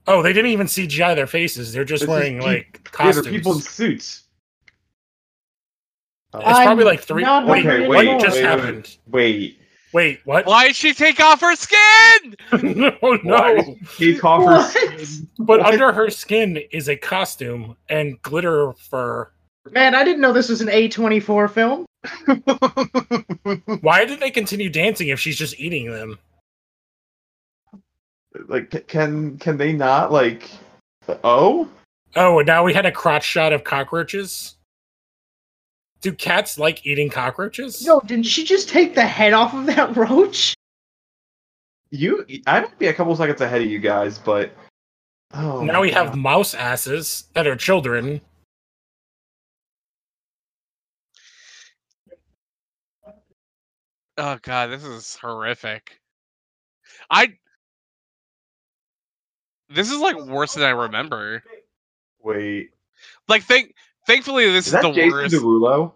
Oh, they didn't even CGI their faces. They're just This is wearing peop- like Yeah, costumes. they're people in suits. It's probably I'm like three. not Wait, hungry Okay, what wait, just wait, wait. happened? Wait. Wait, what? Oh, Why did she take off her skin? no, Why? no. Kate Coffer's But What? under her skin is a costume and glitter fur. Man, I didn't know this was an A24 film. Why did they continue dancing if she's just eating them? like c- can can they not like oh Oh, and now we had a crotch shot of cockroaches. Do cats like eating cockroaches? Yo, didn't she just take the head off of that roach? you i might be a couple seconds ahead of you guys but oh now we have mouse asses that are children. Oh god, this is horrific. I. This is like worse than I remember. wait Like, thank thankfully this is is, that the jason worst. derulo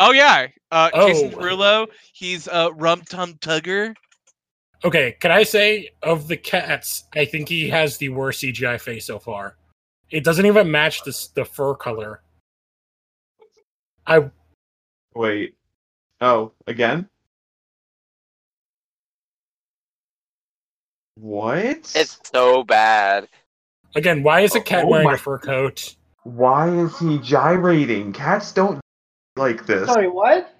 Oh yeah, uh, Jason Oh. Derulo. He's uh, Rum Tum Tugger. Okay, can I say of the cats, I think he has the worst CGI face so far. It doesn't even match the s- the fur color. I wait oh again what It's so bad. Again, why is a cat Oh wearing my- a fur coat? Why is he gyrating? Cats don't like this. Sorry, what?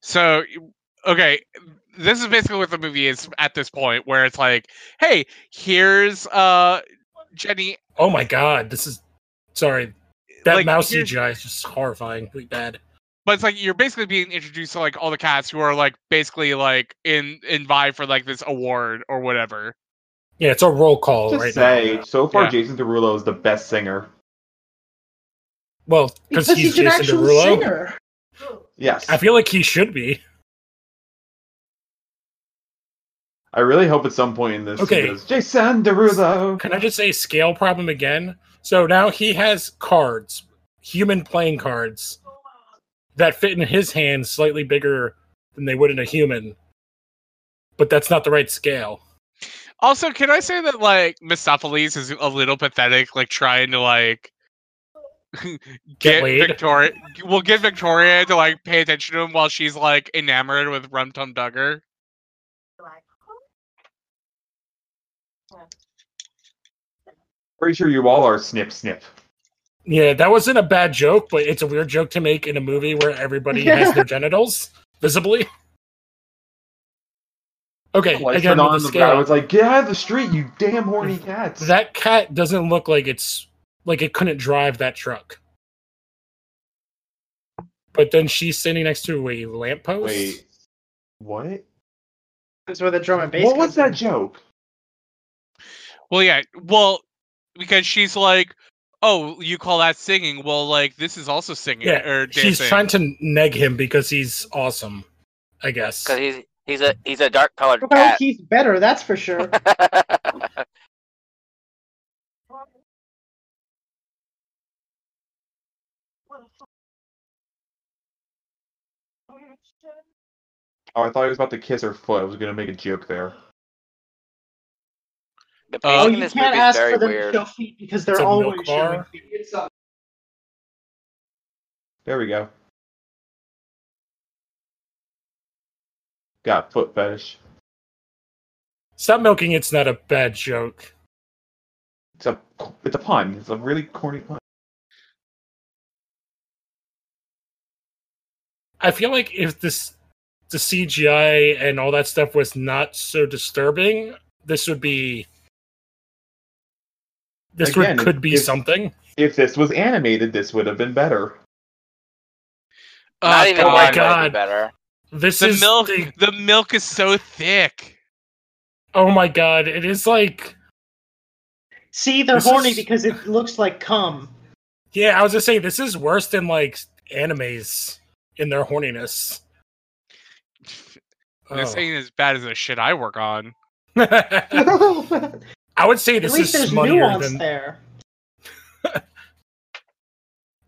So, okay, this is basically what the movie is at this point, where it's like, hey, here's uh Jenny. Oh my god, this is sorry. That like, mouse here's- CGI is just horrifyingly bad. But it's like you're basically being introduced to like all the cats who are like basically like in in vie for like this award or whatever. Yeah, it's a roll call Just right say, now. so far Yeah. Jason Derulo is the best singer. Well, Because because he's he's an Jason actual Derulo. singer. Yes. I feel like he should be. I really hope at some point in this, he Okay. goes, Jason Derulo. Can I just say scale problem again? So now he has cards, human playing cards, that fit in his hand slightly bigger than they would in a human. But that's not the right scale. Also, can I say that like Mistopheles is a little pathetic, like trying to like get, laid? Victoria, well, get Victoria to like pay attention to him while she's like enamored with Rum Tum Duggar. Pretty sure you all are snip snip. Yeah, that wasn't a bad joke, but it's a weird joke to make in a movie where everybody has their genitals visibly. Okay, Lights again, went with on, the the guy scale. was like, get out of the street, you damn horny cats. that cat doesn't look like it's like it couldn't drive that truck. But then she's standing next to a lamppost. Wait. What? That's where the drum and bass. What was comes in. that joke? Well, yeah. Well, because she's like, oh, you call that singing? Well, like this is also singing Yeah, or dancing. She's trying to neg him because he's awesome, I guess. because he's he's a he's a dark colored Well, cat. he's better, that's for sure. Oh, I thought he was about to kiss her foot. I was gonna make a joke there. the pacing Oh, oh, in you this can't movie is ask very for them weird. to show feet because It's they're a milk always showing bar. feet. There we go. Got foot fetish. Stop milking, it's not a bad joke. It's a it's a pun. It's a really corny pun. I feel like if this the CGI and all that stuff was not so disturbing, this would be this Again, would, could be if- something. If this was animated, this would have been better. Oh, Not even oh my one would be God. better. This The is milk. the The milk is so thick. Oh my god, it is like See, they're This horny is- because it looks like cum. yeah, I was just saying this is worse than like animes in their horniness. This Oh. ain't as bad as the shit I work on. I At would say this least is there's smuttier nuance than there.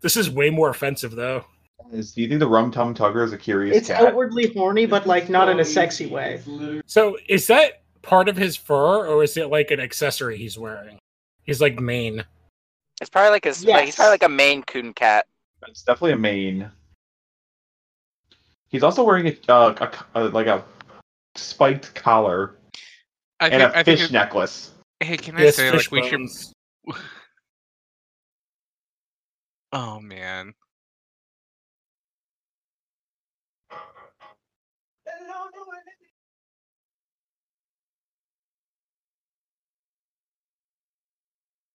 this is way more offensive though. Is- do you think the Rum Tum Tugger is a curious It's cat? outwardly horny, but like not in a sexy way. So is that part of his fur or is it like an accessory he's wearing? He's like mane. It's probably like a s- like, he's Yes. probably like a Maine Coon cat. It's definitely a mane. He's also wearing a, uh, a co- uh, like a spiked collar I and think. a I think. fish it- necklace. Hey, can He I has say like fish we should? bones. Oh man.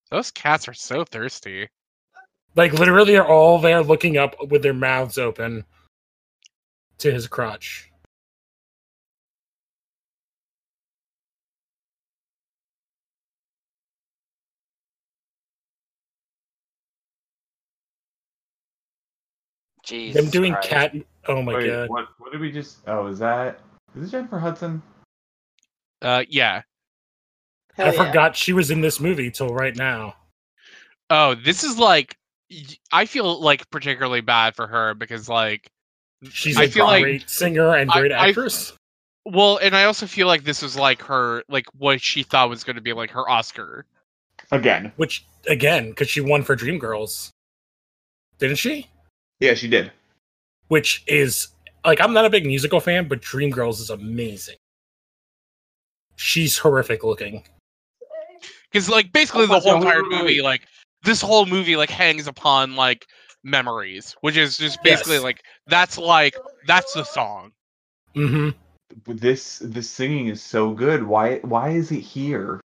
Those cats are so thirsty. like literally are all there looking up with their mouths open to his crotch. Jesus. Them doing Christ. cat oh my Wait, god. what? What did we just? Oh, is that? Is this Jennifer Hudson? Uh, yeah. Hell I yeah. forgot she was in this movie till right now. Oh, this is like. y- I feel like particularly bad for her because like She's a I feel like- great singer and I- great I- actress. Well, and I also feel like this was like her, like what she thought was going to be like her Oscar. Again? which again, because she won for Dreamgirls, didn't she? Yeah, she did. Which is like I'm not a big musical fan, but Dreamgirls is amazing. She's horrific looking. because like basically Oh, the wait, whole no, wait, entire wait, wait. movie, like this whole movie, like hangs upon like memories, which is just basically Yes. like that's like that's the song. Mm-hmm. This the singing is so good. Why why is it here?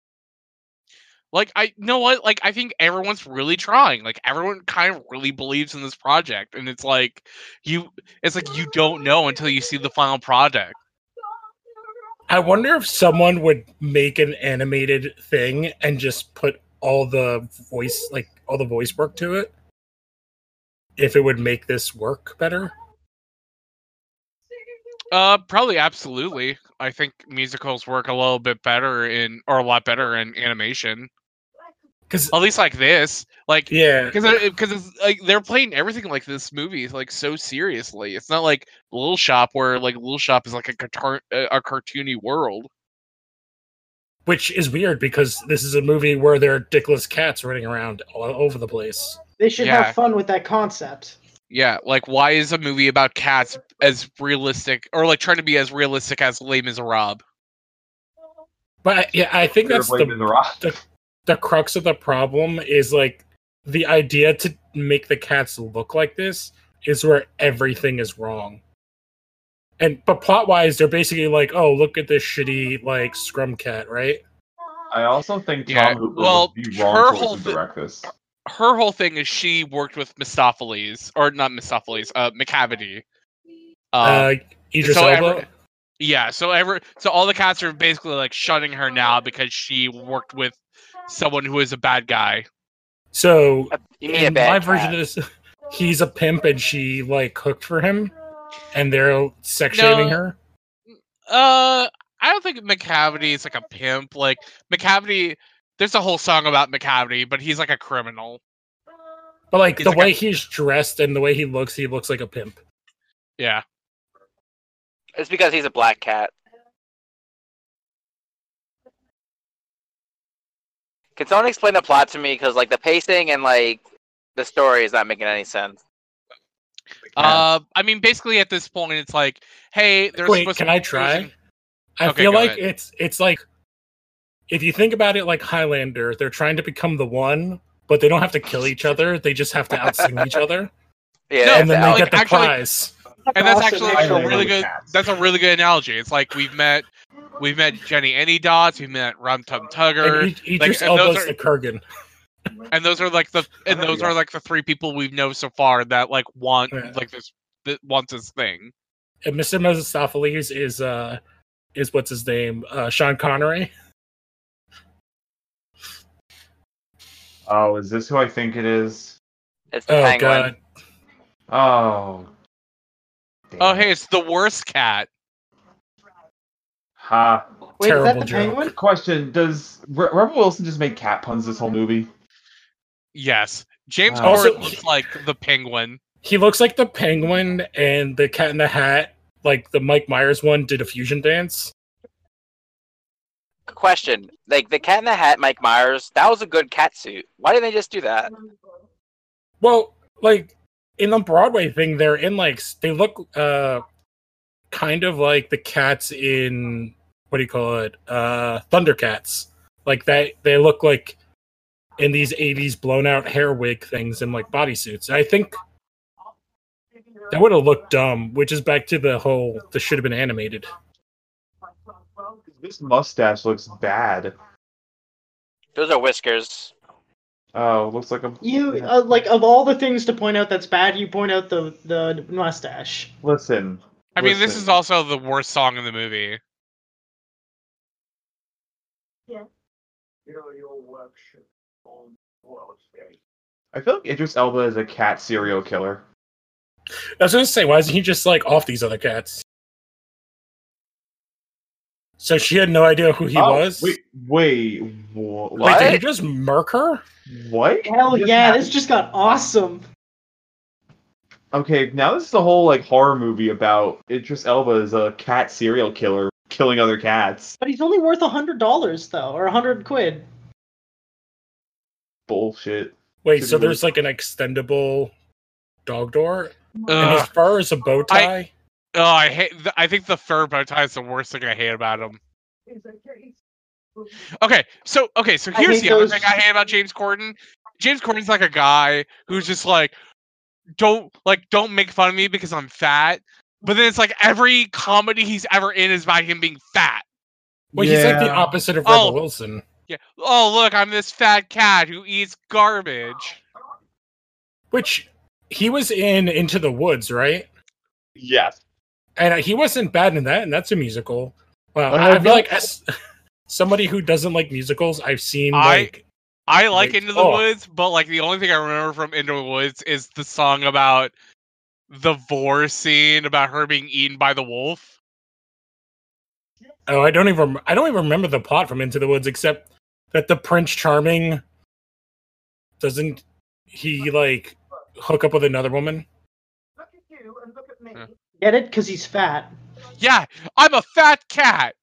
Like I you know what like I think everyone's really trying. Like everyone kind of really believes in this project, and it's like you, it's like you don't know until you see the final product. I wonder if someone would make an animated thing and just put all the voice, like all the voice work to it. If it would make this work better. Uh, probably absolutely. I think musicals work a little bit better in, or a lot better in animation. 'Cause- at least like this, like Yeah. because because it's like they're playing everything like this movie is like so seriously. It's not like Little Shop where like Little Shop is like a cartoon a cartoony world. Which is weird because this is a movie where there are dickless cats running around all over the place. They should Yeah. have fun with that concept. Yeah, like why is a movie about cats as realistic or like trying to be as realistic as Les Miserables? But I- yeah, I think They're that's blaming the, the rock. the crux of the problem is like the idea to make the cats look like this is where everything is wrong. And but plot wise, they're basically like, oh, look at this shitty like scrum cat, right? I also think Tom Yeah, Hooper well, was the wrong her choice whole to thi- direct this. Her whole thing is she worked with Mistopheles or not Mistopheles, uh, McCavity. Um, uh, Idris so Elba. every- Yeah, so ever so all the cats are basically like shunning her now because she worked with someone who is a bad guy. so A- Uh, You mean a in bad my cat. version of this, he's a pimp and she like cooked for him, and they're sex No. shaming her. Uh I don't think McCavity is like a pimp. Like McCavity there's a whole song about McCavity, but he's like a criminal. But like He's the like a- way he's dressed and the way he looks, he looks like a pimp. Yeah. It's because he's a black cat. Can someone explain the plot to me? Because like the pacing and like the story is not making any sense. Uh I mean basically at this point it's like, hey, there's Wait, can I try? I Okay, feel go like ahead. it's it's like if you think about it like Highlander, they're trying to become the one, but they don't have to kill each other. They just have to outsing each other, Yeah, No, and that- then they like, get the actually- prize. And that's Awesome. actually I like, a really really like good cats. that's a really good analogy. It's like we've met we've met Jenny Any Dots, we've met Rum Tum Tugger. And he, like, just and those elbows are- the Kurgan. and those are like the and there we those go. are like the three people we know so far that like want Yeah. like this that wants this thing. And Mr. Mosestopheles is uh is what's his name? Uh Sean Connery. Oh, is this who I think it is? it's the Oh penguin. god. Oh. damn Oh it. hey, it's the worst cat. Ha. Wait, is that Terrible the joke. penguin? Question: Does Re- Rebel Wilson just make cat puns this whole movie? Yes, James Wow. Corden Also- looks like the penguin. He looks like the penguin and the cat in the hat, like the Mike Myers one did a fusion dance. Question: Like the Cat in the Hat, Mike Myers, that was a good cat suit. Why didn't they just do that? Um, Well, like in the Broadway thing, they're in like s- they look uh kind of like the cats in what do you call it? Uh Thundercats. Like that they look like in these 80s blown out hair wig things and like bodysuits. I think that would have looked dumb, which is back to the whole this should have been animated. This mustache looks bad. Those are whiskers. Oh, looks like a You uh, like of all the things to point out that's bad, you point out the the mustache. listen. I mean, this is listen. also the worst song in the movie. I feel like Idris Elba is a cat serial killer. I was gonna say, why isn't he just like off these other cats? So she had no idea who he Oh, was. Wait, wait, wha- Wait, did What? he just murk her? what? Hell This yeah, happened- this just got awesome. Okay, now this is the whole like horror movie about Idris Elba is a cat serial killer killing other cats. But he's only worth a hundred dollars though, or a hundred quid. Bullshit. Wait, Should so we re- there's like an extendable dog door, and his Ugh. fur is a bow tie. Oh, I hate. th- I think the fur bow tie is the worst thing I hate about him. Okay, so okay, so I here's think the other those- thing I hate about James Corden. James Corden's like a guy who's just like, don't like, don't make fun of me because I'm fat. But then it's like every comedy he's ever in is about him being fat. Well, he's like the Yeah. opposite of Oh. Rebel Wilson. Yeah. Oh look, I'm this fat cat who eats garbage. which he was in Into the Woods, right? Yes. And uh, he wasn't bad in that, and that's a musical. Well, I I, I have feel no- like as somebody who doesn't like musicals, I've seen I- like I like Like, Into the oh. Woods, but like the only thing I remember from Into the Woods is the song about the vor scene about her being eaten by the wolf. oh, I don't even I don't even remember the plot from Into the Woods except that the Prince Charming doesn't he like hook up with another woman? Look at you and look at me. Yeah. Hmm. Get it? Because he's fat. Yeah, I'm a fat cat.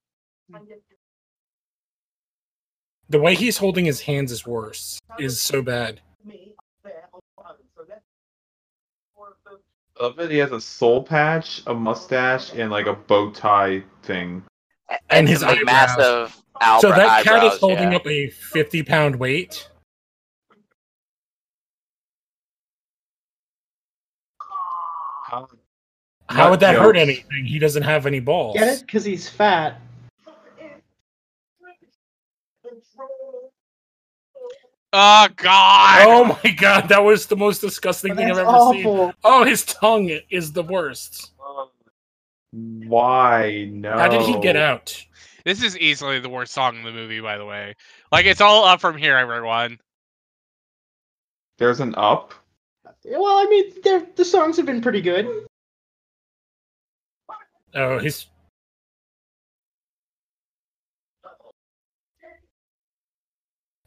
The way he's holding his hands is worse. Is so bad. I love that he has a soul patch, a mustache, and like a bow tie thing. And his some, like eyebrows. massive Albert so that cat eyebrows, is holding yeah. up a fifty pound weight. How- How would that hurt Nuts. anything? He doesn't have any balls. Get it? Because he's fat. Oh God. Oh my god, that was the most disgusting thing I've That's ever seen. awful. Oh, his tongue is the worst. Why no? How did he get out? This is easily the worst song in the movie, by the way. Like it's all up from here, everyone. There's an up. Well, I mean, they're- the songs have been pretty good. Oh, his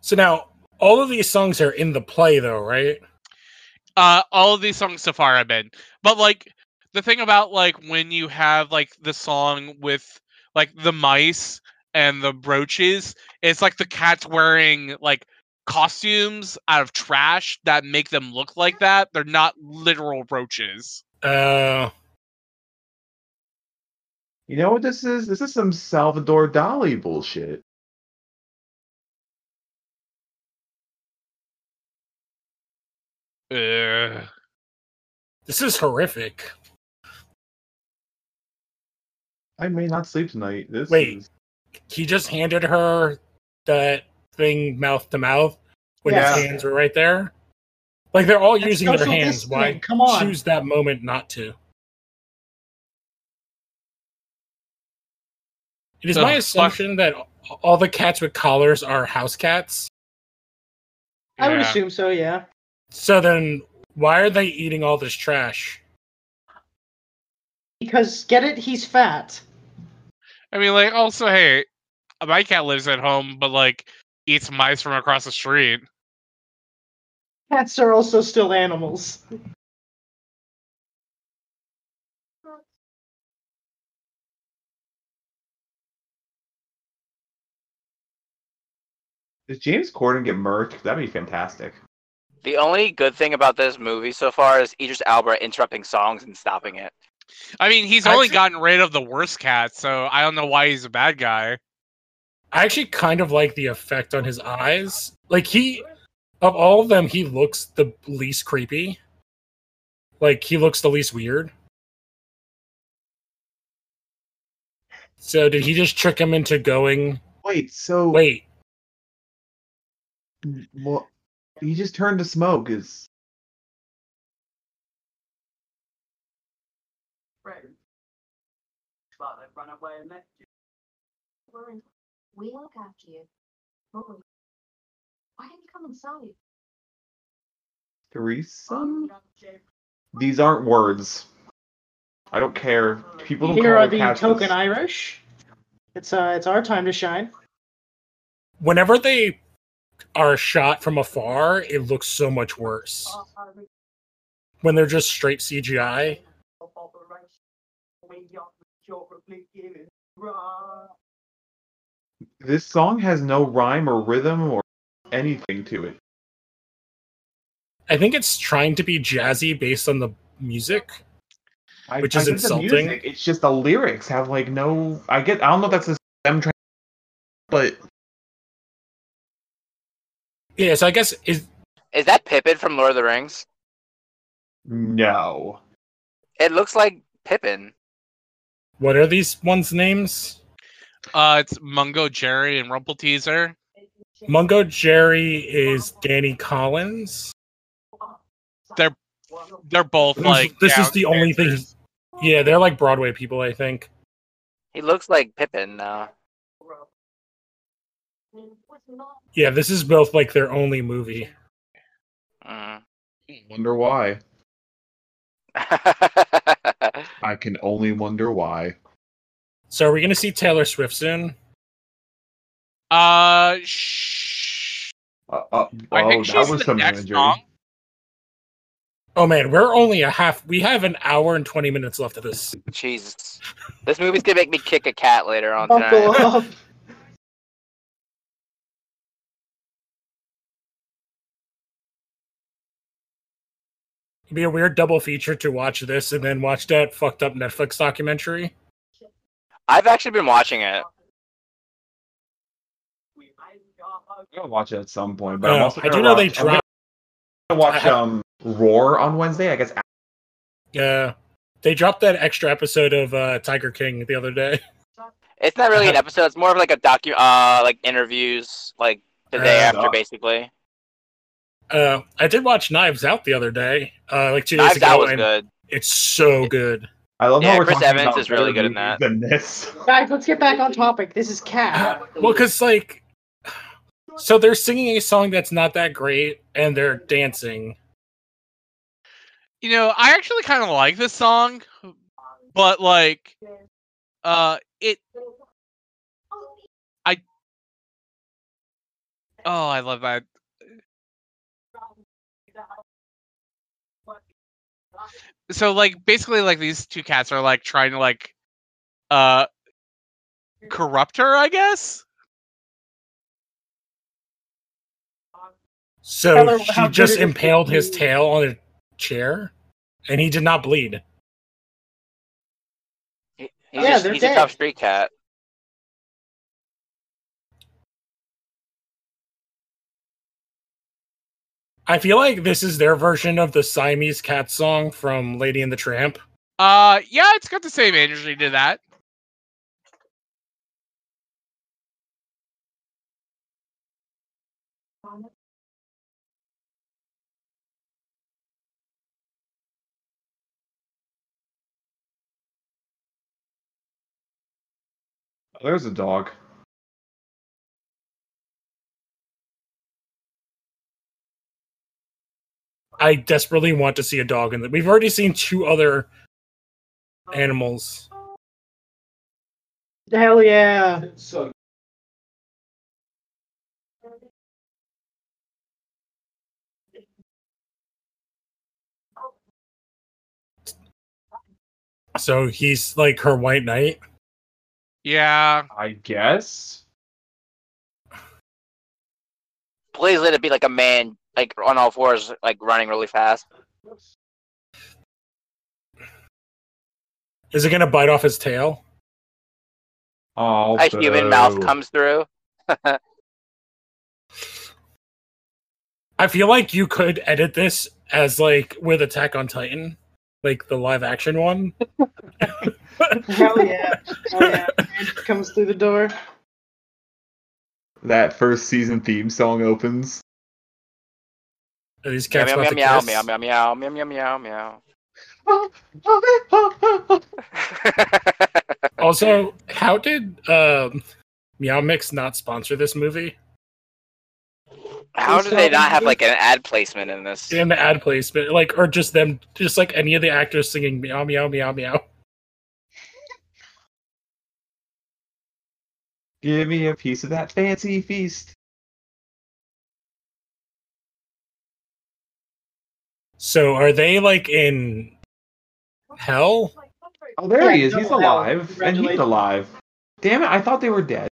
So now all of these songs are in the play though, right? Uh, all of these songs so far have been, but like the thing about like when you have like the song with like the mice and the brooches, it's like the cats wearing like costumes out of trash that make them look like that. They're not literal brooches. Uh You know what this is? This is some Salvador Dali bullshit. Ugh. this is horrific. I may not sleep tonight. This Wait. is He just handed her that thing mouth to mouth when Yeah. his hands were right there. Like they're all That's using their social hands. distancing, Why come on. choose that moment not to? It is Ugh, my fuck. assumption that all the cats with collars are house cats. I would Yeah. assume so, yeah. So then, why are they eating all this trash? Because, get it? He's fat. I mean, like also, hey, my cat lives at home, but like eats mice from across the street. Cats are also still animals. Does James Corden get murked? That'd be fantastic. The only good thing about this movie so far is Idris Alba interrupting songs and stopping it. I mean, he's I only think- gotten rid of the worst cat, so I don't know why he's a bad guy. I actually kind of like the effect on his eyes. Like he, of all of them, he looks the least creepy. Like he looks the least weird. So did he just trick him into going? Wait, so Wait, Well, he just turned to smoke. Is Lauren, we look after you. Lauren, why don't you come inside? threesome? These aren't words. I don't care. People don't Here call are it the catches. token Irish. It's uh, it's our time to shine. whenever they are shot from afar, it looks so much worse. When they're just straight CGI, This song has no rhyme or rhythm or anything to it. I think it's trying to be jazzy based on the music. I, Which I is get the insulting. music, It's just the lyrics have like no. I get. I don't know if that's just them trying, but Yeah, so I guess is Is that Pippin from Lord of the Rings? No. It looks like Pippin. what are these ones' names? Uh, it's Mungo Jerry and Rumple Teaser. Mungo Jerry is Danny Collins. They're they're both This is- like this is down the only thing- characters. Yeah, they're like Broadway people, I think. He looks like Pippin now. Yeah, this is both like their only movie. Mm. Wonder why. I can only wonder why. So are we gonna see Taylor Swift soon? Uh, sh- Uh, uh, I oh, think that she's was the some next imagery. song. Oh man, we're only a half. We have an hour and twenty minutes left of this. Jesus. This movie's gonna make me kick a cat later on Buckle tonight. up. It'd be a weird double feature to watch this and then watch that fucked up Netflix documentary. I've actually been watching it. I'm gonna watch it at some point, but I'm Uh, also I gonna do know they watch- I'm dropped. gonna watch um Roar on Wednesday. I guess Yeah, they dropped that extra episode of uh, Tiger King the other day. It's not really an episode. It's more of like a docu, uh, like interviews, like the day Uh, after, doc. basically. Uh, I did watch Knives Out the other day, uh, like two days Knives ago, Out was and good. it's so good. I love Yeah, how we're Chris talking Evans about is really better good in movies that. Than this. Guys, let's get back on topic. This is Cat. well, because like, so they're singing a song that's not that great, and they're dancing. You know, I actually kind of like this song, but like, uh, it. Oh, I love that. So like, basically, like these two cats are like trying to like, uh, corrupt her. I guess. Tell So her how she good just it is. impaled his tail on a chair, and he did not bleed. He- He's, Yeah, a, they're he's a tough dead. street cat. I feel like this is their version of the Siamese cat song from Lady and the Tramp. Uh, yeah, it's got the same energy to that. There's a dog. I desperately want to see a dog in that. We've already seen two other animals. Hell yeah. So he's like her white knight. Yeah. I guess. Please let it be like a man, like on all fours, like running really fast. Is it gonna bite off his tail? Oh, a human mouth boo. comes through. I feel like you could edit this as like with Attack on Titan, like the live action one. Hell yeah. Hell yeah. And comes through the door. That first season theme song opens. Are these Meow cats meow about meow to meow kiss? meow meow meow meow meow meow meow. Also, how did um, Meow Mix not sponsor this movie? How It's do they not not have good. like an ad placement in this? In the ad placement, like, or just them, just like any of the actors singing meow meow meow meow. Give me a piece of that fancy feast. So are they like in hell? Oh, there he Yeah, is. He's no, alive. And he's congratulations. alive. Damn it! I thought they were dead.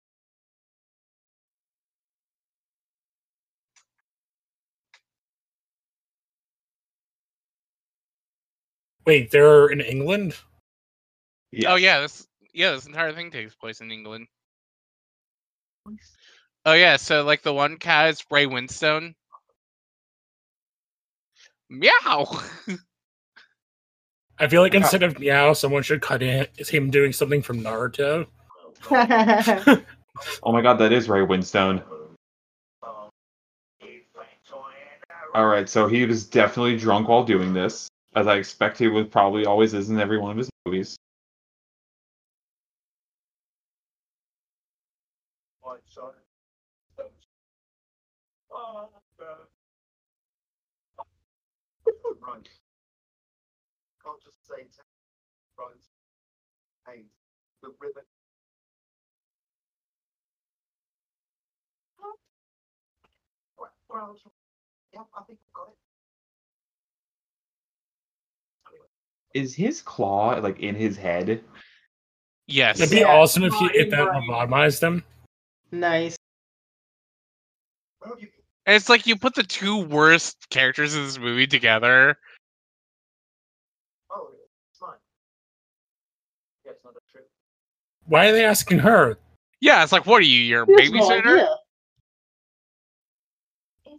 Wait, they're in England? Yeah. Oh yeah, this yeah, this entire thing takes place in England. Oh yeah, so like the one cat is Ray Winstone. Meow. I feel like instead of meow, someone should cut in it's him doing something from Naruto. Oh my god, that is Ray Winstone. Alright, so he was definitely drunk while doing this, as I expect he would probably always is in every one of his movies. Is his claw like in his head? yes. It'd be Yeah. awesome if he if that anonymized them. nice. And it's like you put the two worst characters in this movie together. Oh, Why are they asking her? Yeah, it's like, what are you, your He has no babysitter? idea.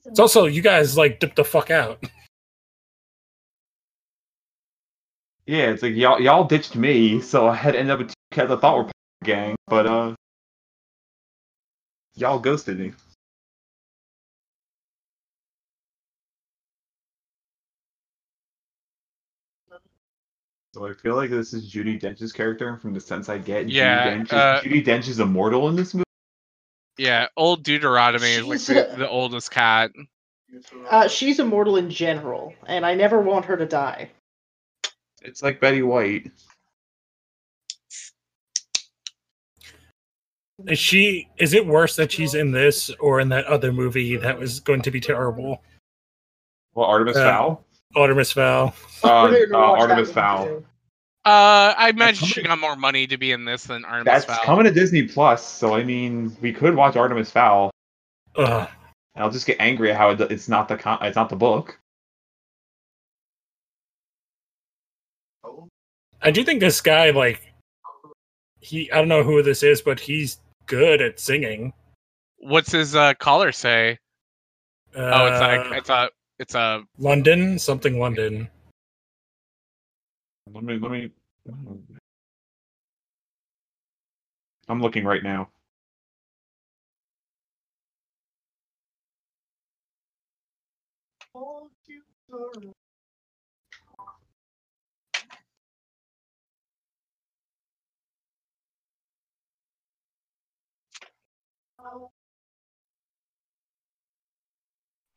It's also you guys like dip the fuck out. Yeah, it's like y'all y'all ditched me, so I had to end up with two cats I thought were part of the gang, but uh y'all ghosted me. So I feel like this is Judy Dench's character from the sense I get. Yeah, Judy Dench, is, uh, Judi Dench is immortal in this movie. Yeah, old Deuteronomy is like She's the, a- the oldest cat. Uh, she's immortal in general, and I never want her to die. It's like Betty White. Is she is it worse that she's in this or in that other movie that was going to be terrible? Well, Artemis Uh, Fowl. Artemis Fowl. Uh, We're gonna uh, watch that Artemis one, Fowl. too. Uh, I imagine she coming- got more money to be in this than Artemis That's Fowl. coming to Disney Plus, so I mean, we could watch Artemis Fowl. Ugh. And I'll just get angry at how it, it's not the con- it's not the book. I do think this guy like he I don't know who this is, but he's good at singing. What's his uh, caller say? Uh, oh, it's like it's a it's a London, something London. Let me let me. I'm looking right now.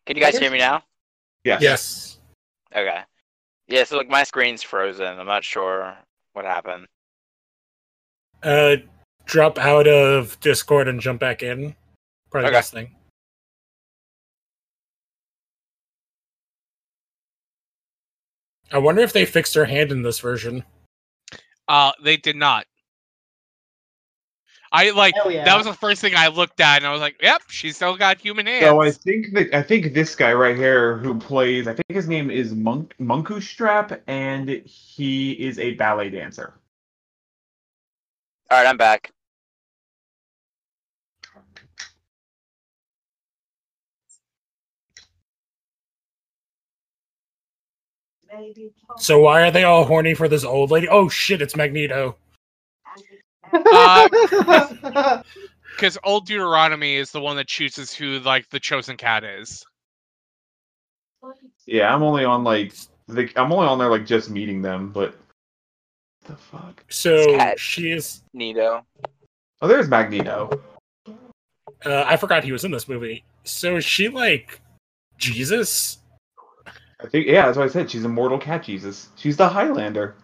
Can you guys hear me now? Yes. Yes. Okay. Yeah, so like my screen's frozen. I'm not sure what happened. Uh drop out of Discord and jump back in. Probably Okay. this thing. I wonder if they fixed her hand in this version. uh they did not. I like Hell yeah. that was the first thing I looked at and I was like, Yep, she's still got human hands. So I think that I think this guy right here who plays I think his name is Monk Monku Strap and he is a ballet dancer. All right, I'm back. So why are they all horny for this old lady? Oh shit, it's Magneto. Uh, Because old Deuteronomy is the one that chooses who like the chosen cat is. Yeah, I'm only on like the, I'm only on there like just meeting them, but the fuck. So Cat. she is Nito. Oh, there's Magneto. uh, I forgot he was in this movie. So is she like Jesus? I think yeah, that's what I said. She's immortal cat Jesus. She's the Highlander.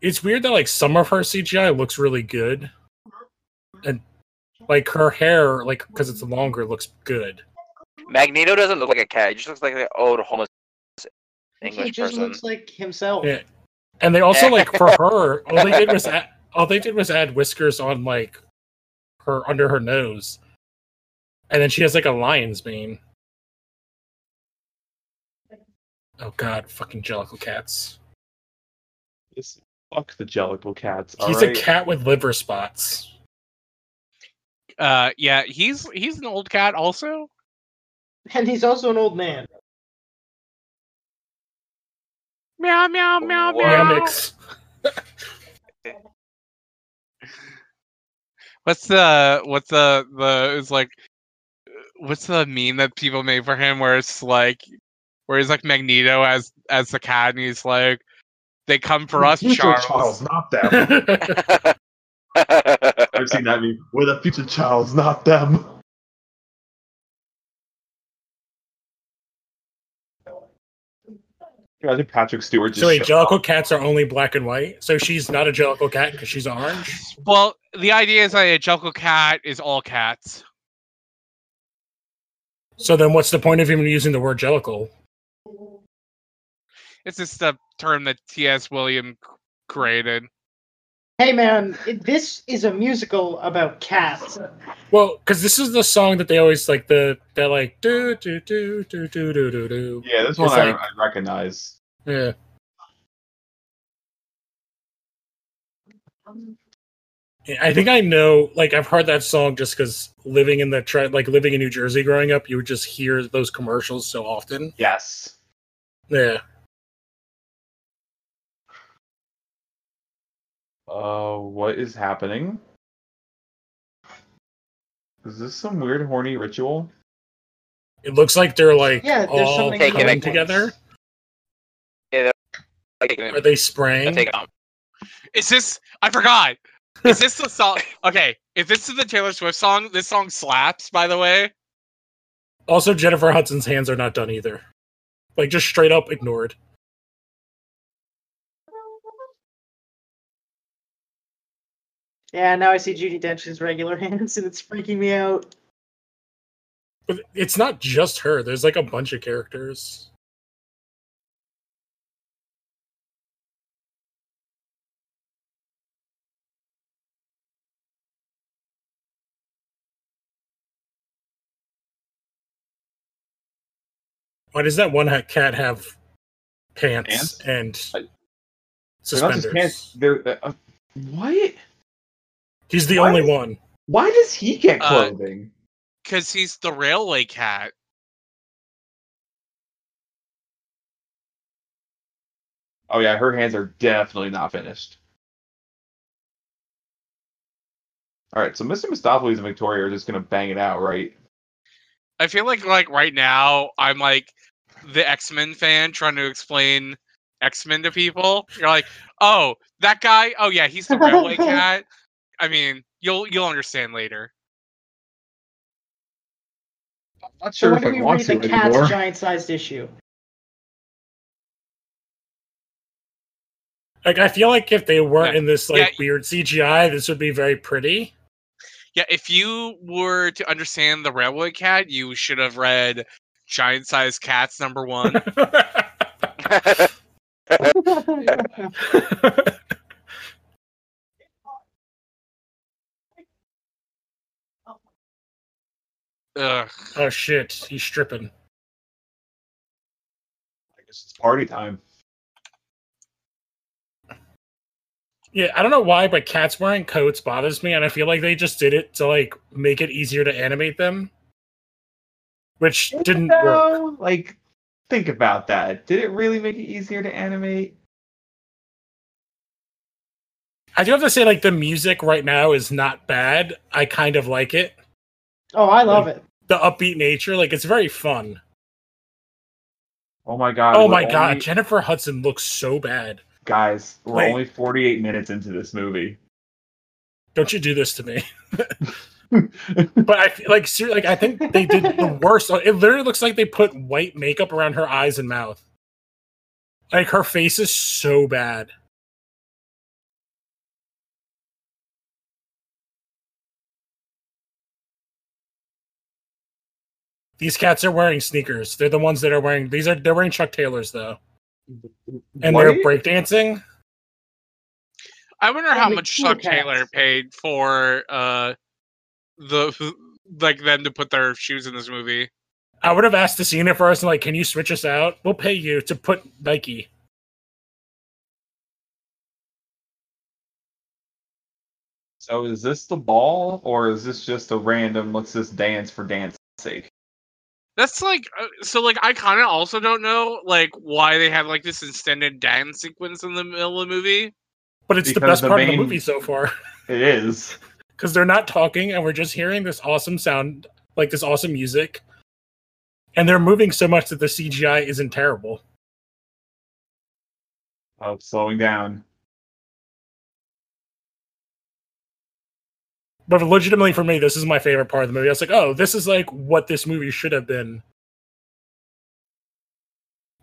It's weird that like some of her CGI looks really good, and like her hair, like because it's longer, looks good. Magneto doesn't look like a cat. He just looks like an old homeless he English just person. looks like himself. Yeah. And they also like for her, all they did was add, all they did was add whiskers on like her under her nose, and then she has like a lion's mane. Oh God, fucking Jellicle cats. This fuck the Jellicle cats. He's alright? a cat with liver spots. Uh, yeah, he's he's an old cat also. And he's also an old man. Meow meow meow Wow. meow. Remix. What's the what's the the is like what's the meme that people make for him where it's like where he's like Magneto as as the cat and he's like they come for us, future Charles. Charles, not them. That's I've seen that meme. We're the future Charles, not them. Imagine Patrick Stewart just. So wait, shows Jellicle cats are only black and white. So she's not a Jellicle cat because she's orange. Well, the idea is that a Jellicle cat is all cats. So then, what's the point of even using the word Jellicle? It's just a term that T.S. William c- created. Hey man, it- this is a musical about cats. Well, because this is the song that they always like the they're like do do do do do do do do. Yeah, this It's one I, like- I recognize. Yeah. I think I know. Like I've heard that song just because living in the tri- like living in New Jersey growing up, you would just hear those commercials so often. Yes. Yeah. Uh, what is happening? Is this some weird horny ritual? It looks like they're like Yeah, there's all something Taking coming it- together. Are Take they spraying? on. Is this? I forgot. Is this the song? Okay, if this is the Taylor Swift song, this song slaps. By the way, Also, Jennifer Hudson's hands are not done either. Like just straight up ignored. Yeah, now I see Judy Dench's regular hands and it's freaking me out. But it's not just her. There's like a bunch of characters. Why does that one ha- cat have pants, Pants? I- and They're not just suspenders? pants, They're, they're, uh, what? He's the Why only does- one. Why does he get Uh, clothing? because he's the railway cat. oh yeah, her hands are definitely not finished. All right, so Mr. Mistopheles and Victoria are just gonna bang it out, right? I feel like like right now I'm like the X Men fan trying to explain X Men to people. You're like, oh, that guy. Oh yeah, he's the railway cat. I mean, you'll you'll understand later. I'm not So sure when do if I we want read to the cat's anymore. giant sized issue? Like I feel like if they weren't Yeah. in this like weird CGI, this would be very pretty. Yeah, if you were to understand the railway cat, you should have read Giant Sized Cats number one. Oh, Ugh. Oh shit, he's stripping. I guess it's party time. Yeah, I don't know why, but cats wearing coats bothers me, and I feel like they just did it to like make it easier to animate them, which didn't work. No, like think about that. Did it really make it easier to animate? I do have to say, like the music right now is not bad. I kind of like it. Oh, I love it. The upbeat nature, like it's very fun. Oh my god. Oh we're my only- god, Jennifer Hudson looks so bad. guys, we're Wait. only 48 minutes into this movie. Don't you do this to me? But I feel like, ser- like I think they did the worst. It literally looks like they put white makeup around her eyes and mouth. Like her face is so bad. These cats are wearing sneakers. They're the ones that are wearing these are they're wearing Chuck Taylors though. And What? they're breakdancing. I wonder how Only much two Chuck cats. Taylor paid for uh the like them to put their shoes in this movie. I would have asked the Cena first and like, can you switch us out? We'll pay you to put Nike. So is this the ball, or is this just a random? Let's just dance for dance sake. That's like uh, so. Like I kind of also don't know like why they have like this extended dance sequence in the middle of the movie. But it's the Because best the part of main- the movie so far It is. because they're not talking and we're just hearing this awesome sound, like this awesome music, and they're moving so much that the CGI isn't terrible. Oh, slowing down. But legitimately for me, this is my favorite part of the movie. I was like, oh, this is like what this movie should have been.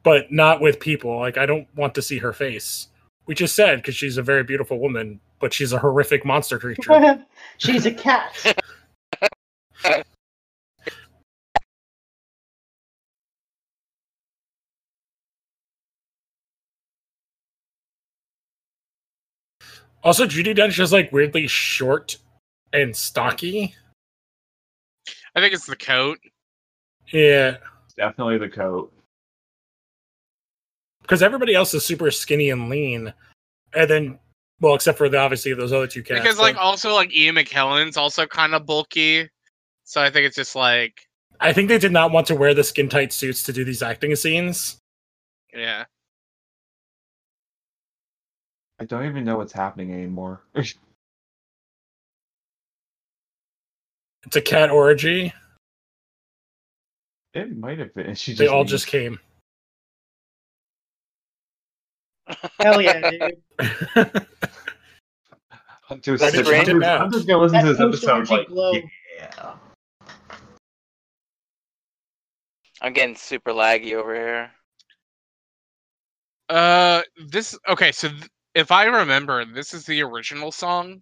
But not with people. Like, I don't want to see her face, which is sad because she's a very beautiful woman, but she's a horrific monster creature. She's a cat. also, Judy Dench is like weirdly short and stocky. I think it's the coat. Yeah. It's Definitely the coat. Because everybody else is super skinny and lean. And then, well, except for the, obviously those other two cats. because like but also like Ian McKellen's also kind of bulky, so I think it's just like I think they did not want to wear the skin tight suits to do these acting scenes. yeah. I don't even know what's happening anymore. It's a cat orgy. it might have been. She just They all leaves. just came. Hell yeah, dude. Hunter's That's sitting- Hunter's- random now. Hunter's gonna listen That to this episode. post-orgy Like, glow. yeah. I'm getting super laggy over here. Uh, this okay. So th- if I remember, this is the original song.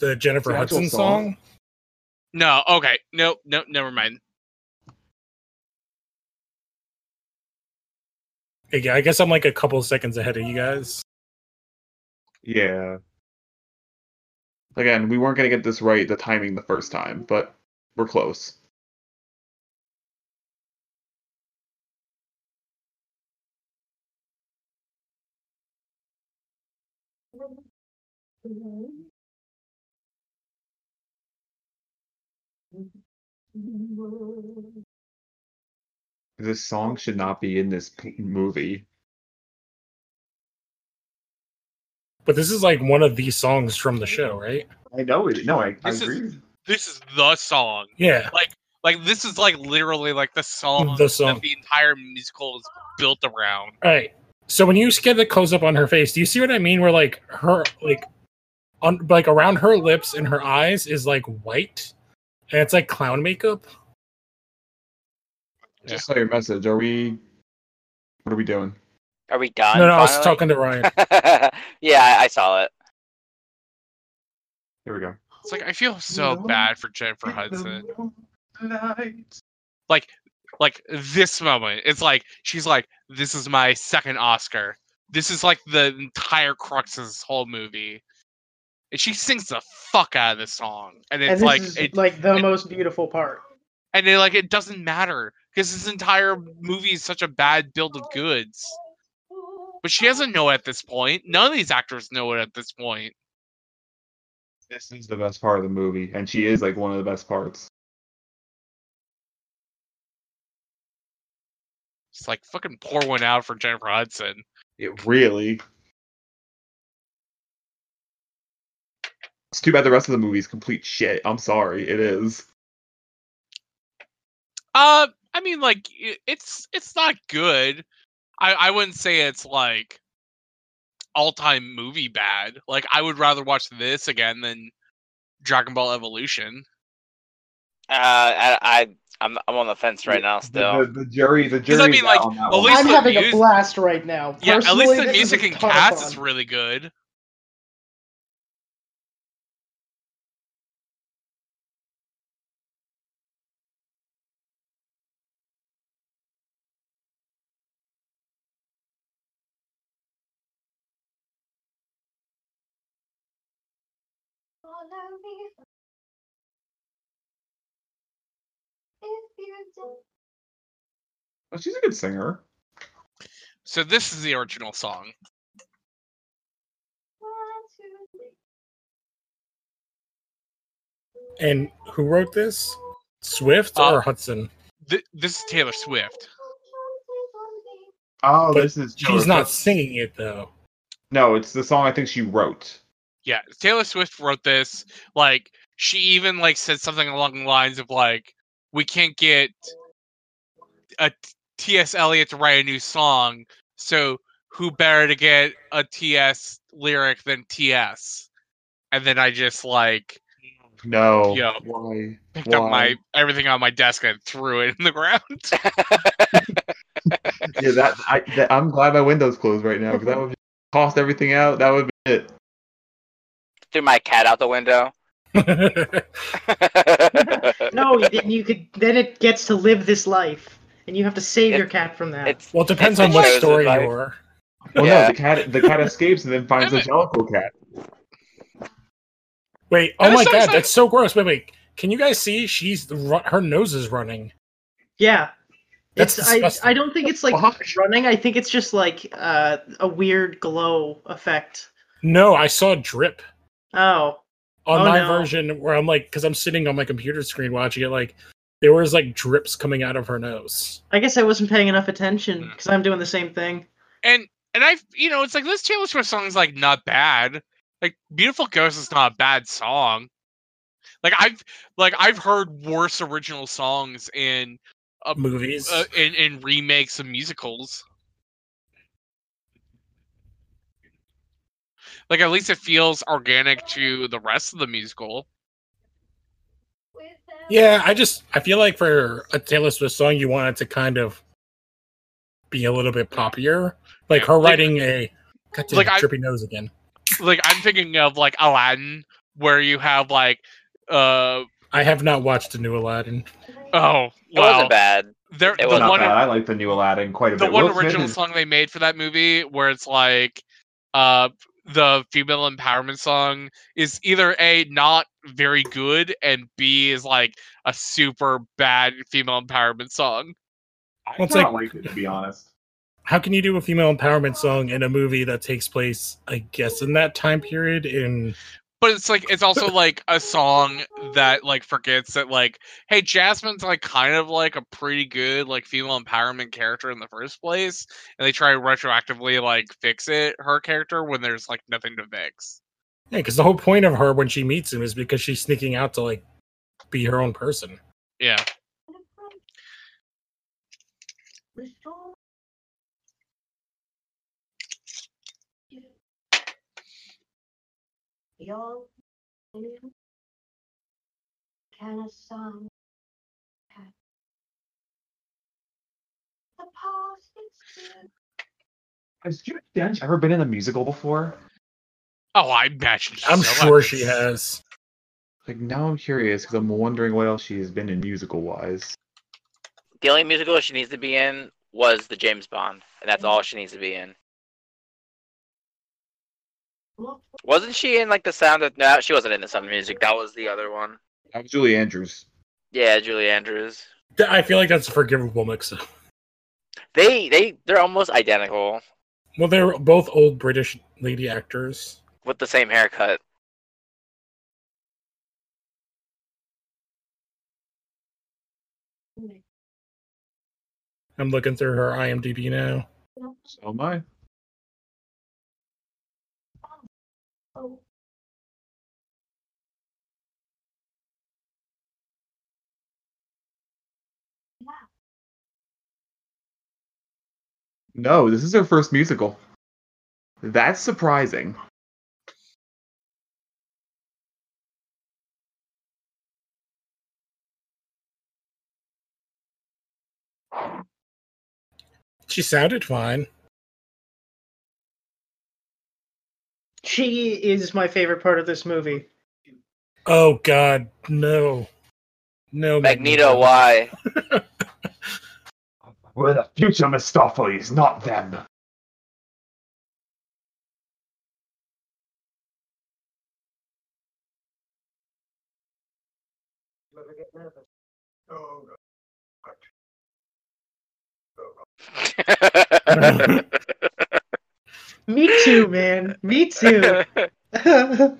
the Jennifer It's an actual Hudson song. song. No, okay, no, no, never mind. Yeah, I guess I'm like a couple seconds ahead of you guys. Yeah. Again, we weren't gonna get this right the timing the first time, but we're close. This song should not be in this p- movie. But this is like one of the songs from the show, right? I know it. No, I, I This is- agree. This is the song. Yeah. Like this is like literally like the song, The song. that the entire musical is built around. All right. So when you get the close up on her face, do you see what I mean? Where like her like on like around her lips and her eyes is like white, and it's like clown makeup. Just saw your message. Are we? What are we doing? Are we done? no, no, I was finally? talking to Ryan. yeah, I, I saw it. Here we go. It's like I feel so No. bad for Jennifer Hudson. Like, like this moment, it's like she's like, "This is my second Oscar." This is like the entire crux of this whole movie, and she sings the fuck out of this song, and And it's this like is it, like the it- most beautiful part. and it like it doesn't matter because this entire movie is such a bad build of goods. But she doesn't know at this point. None of these actors know it at this point. This is the best part of the movie, and she is like one of the best parts. It's like fucking pour one out for Jennifer Hudson. It really. It's too bad the rest of the movie is complete shit. I'm sorry, it is. Uh, I mean, like i- it's it's not good. I I wouldn't say it's like all time movie bad. Like I would rather watch this again than Dragon Ball Evolution. Uh, I, I, I'm, I'm on the fence right now. The- Still, the, the jury, the 'Cause I jury. mean, like, on that at one. least I'm the having a mus- blast right now. Yeah, at Personally, least the this is music a in ton of Cats is fun. really good. Well, Oh, she's a good singer. So this is the original song. And who wrote this? Swift Uh, or Hudson? Th- this is Taylor Swift. Oh, But this is She's not singing it though. No, it's the song I think she wrote. Yeah, Taylor Swift wrote this. Like she even like said something along the lines of like, "We can't get a T- T.S. Eliot to write a new song, so who better to get a T.S. lyric than T.S." And then I just like No. Yeah. Why? picked up my everything on my desk and threw it in the ground. Yeah, that, I, that I'm glad my window's closed right now because that would cost everything out. That would be it. Threw my cat out the window. No, then you could. Then it gets to live this life, and you have to save It- your cat from that. it's well, it depends It's on the what chosen story you life. are. Well, no, Yeah. the cat the cat escapes and then finds Damn a it. jellicle cat. Wait, And oh my it's so god, exciting. that's so gross. Wait, wait. Can you guys see? She's ru- her nose is running. yeah. That's it's, disgusting. I, I don't think it's like Fuck. running. I think it's just like uh, a weird glow effect. No, I saw a drip Oh, on Oh, my no. version where I'm like, because I'm sitting on my computer screen watching it, like there was like drips coming out of her nose. I guess I wasn't paying enough attention Hmm. because I'm doing the same thing. and and I you know it's like this Taylor Swift song is like not bad. Like Beautiful Ghost is not a bad song. Like I've like I've heard worse original songs in uh, Movies. uh, in in remakes of musicals. Like at least it feels organic to the rest of the musical. Yeah, I just I feel like for a Taylor Swift song, you want it to kind of be a little bit poppier. Like her Like- writing a goddamn Like I- drippy nose again. Like I'm thinking of like Aladdin, where you have like uh I have not watched the new Aladdin. oh It wow wasn't bad. there It the wasn't one Not bad. I like the new Aladdin quite a the bit. one Will Smith original is- song they made for that movie where it's like uh the female empowerment song is either a not very good and b is like a super bad female empowerment song I Well, it's not like it to be honest. How can you do a female empowerment song in a movie that takes place, I guess, in that time period? In but it's like it's also like a song that like forgets that like hey jasmine's like kind of like a pretty good like female empowerment character in the first place and they try to retroactively like fix it her character when there's like nothing to fix yeah, because the whole point of her when she meets him is because she's sneaking out to like be her own person. yeah Can a song the past is good. Has Judy Dench ever been in a musical before? oh i imagine she I'm so sure has. she has. Like now, I'm curious because I'm wondering what else she has been in musical wise. The only musical she needs to be in was the James Bond, and that's all she needs to be in. What Wasn't she in like the Sound of No? She wasn't in the Sound of Music. That was the other one. That was Julie Andrews. Yeah, Julie Andrews. Th- I feel like that's a forgivable mix. They they they're almost identical Well, they're both old British lady actors. with the same haircut. the- I'm looking through her IMDb now. So am I. Oh, No, this is her first musical. That's surprising. She sounded fine. She is my favorite part of this movie. Oh God, no, no. Magneto, why? We're the future Mistopheles, not them. Me too, man. Me too.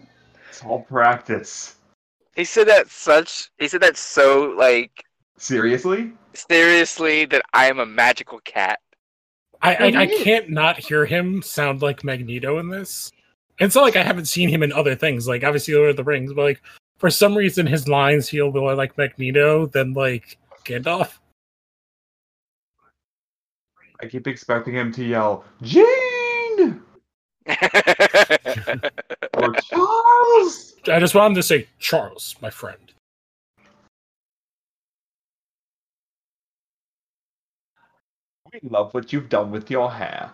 It's all practice. he said that such. He said that so like Seriously? seriously that I am a magical cat. I, What do I, I you mean? can't not hear him sound like Magneto in this. It's not like I haven't seen him in other things, like obviously Lord of the Rings, but like for some reason his lines feel more like Magneto than like Gandalf. I keep expecting him to yell, Jane! Or Charles! I just want him to say Charles, my friend. We love what you've done with your hair.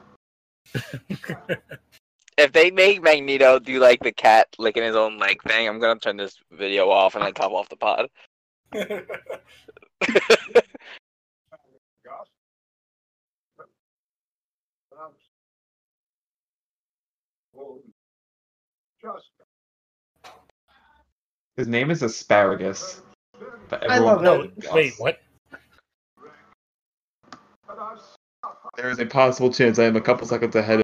if they make Magneto do like the cat licking his own leg thing, I'm gonna turn this video off and like hop off the pod. His name is Asparagus. but I love everyone- no, it. wait, what? There is a possible chance I am a couple seconds ahead of.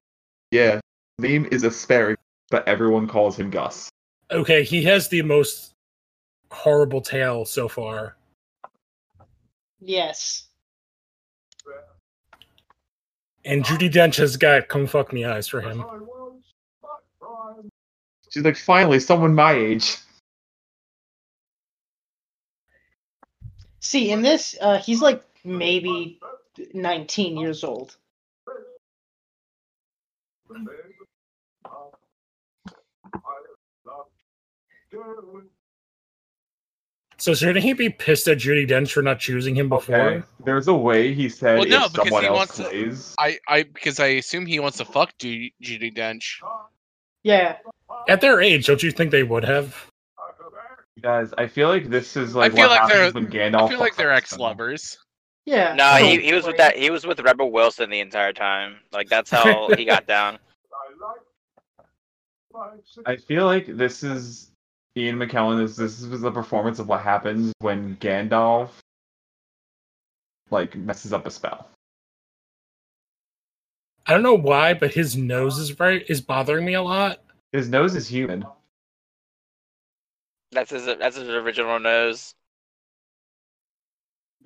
Yeah. His name is Asparagus, but everyone calls him Gus. Okay, he has the most horrible tale so far. yes. And Judy Dench has got come fuck me eyes for him. She's like, finally, someone my age. See, in this, uh, he's like maybe 19 years old. So shouldn't he be pissed at Judy Dench for not choosing him before? Okay. There's a way he said Well, no, if because someone he else wants to- plays. I, I because I assume he wants to fuck Ju- Judy Dench. Yeah. At their age, don't you think they would have? Guys, I feel like this is like feel what like they're- happens when Gandalf. I feel like fucks they're up ex someone. lovers. Yeah. no, he, he was with that. He was with Rebel Wilson the entire time. Like that's how he got down. I feel like this is Ian McKellen. This this is the performance of what happens when Gandalf like messes up a spell. I don't know why, but his nose is very is bothering me a lot. His nose is human. That's his. That's his original nose.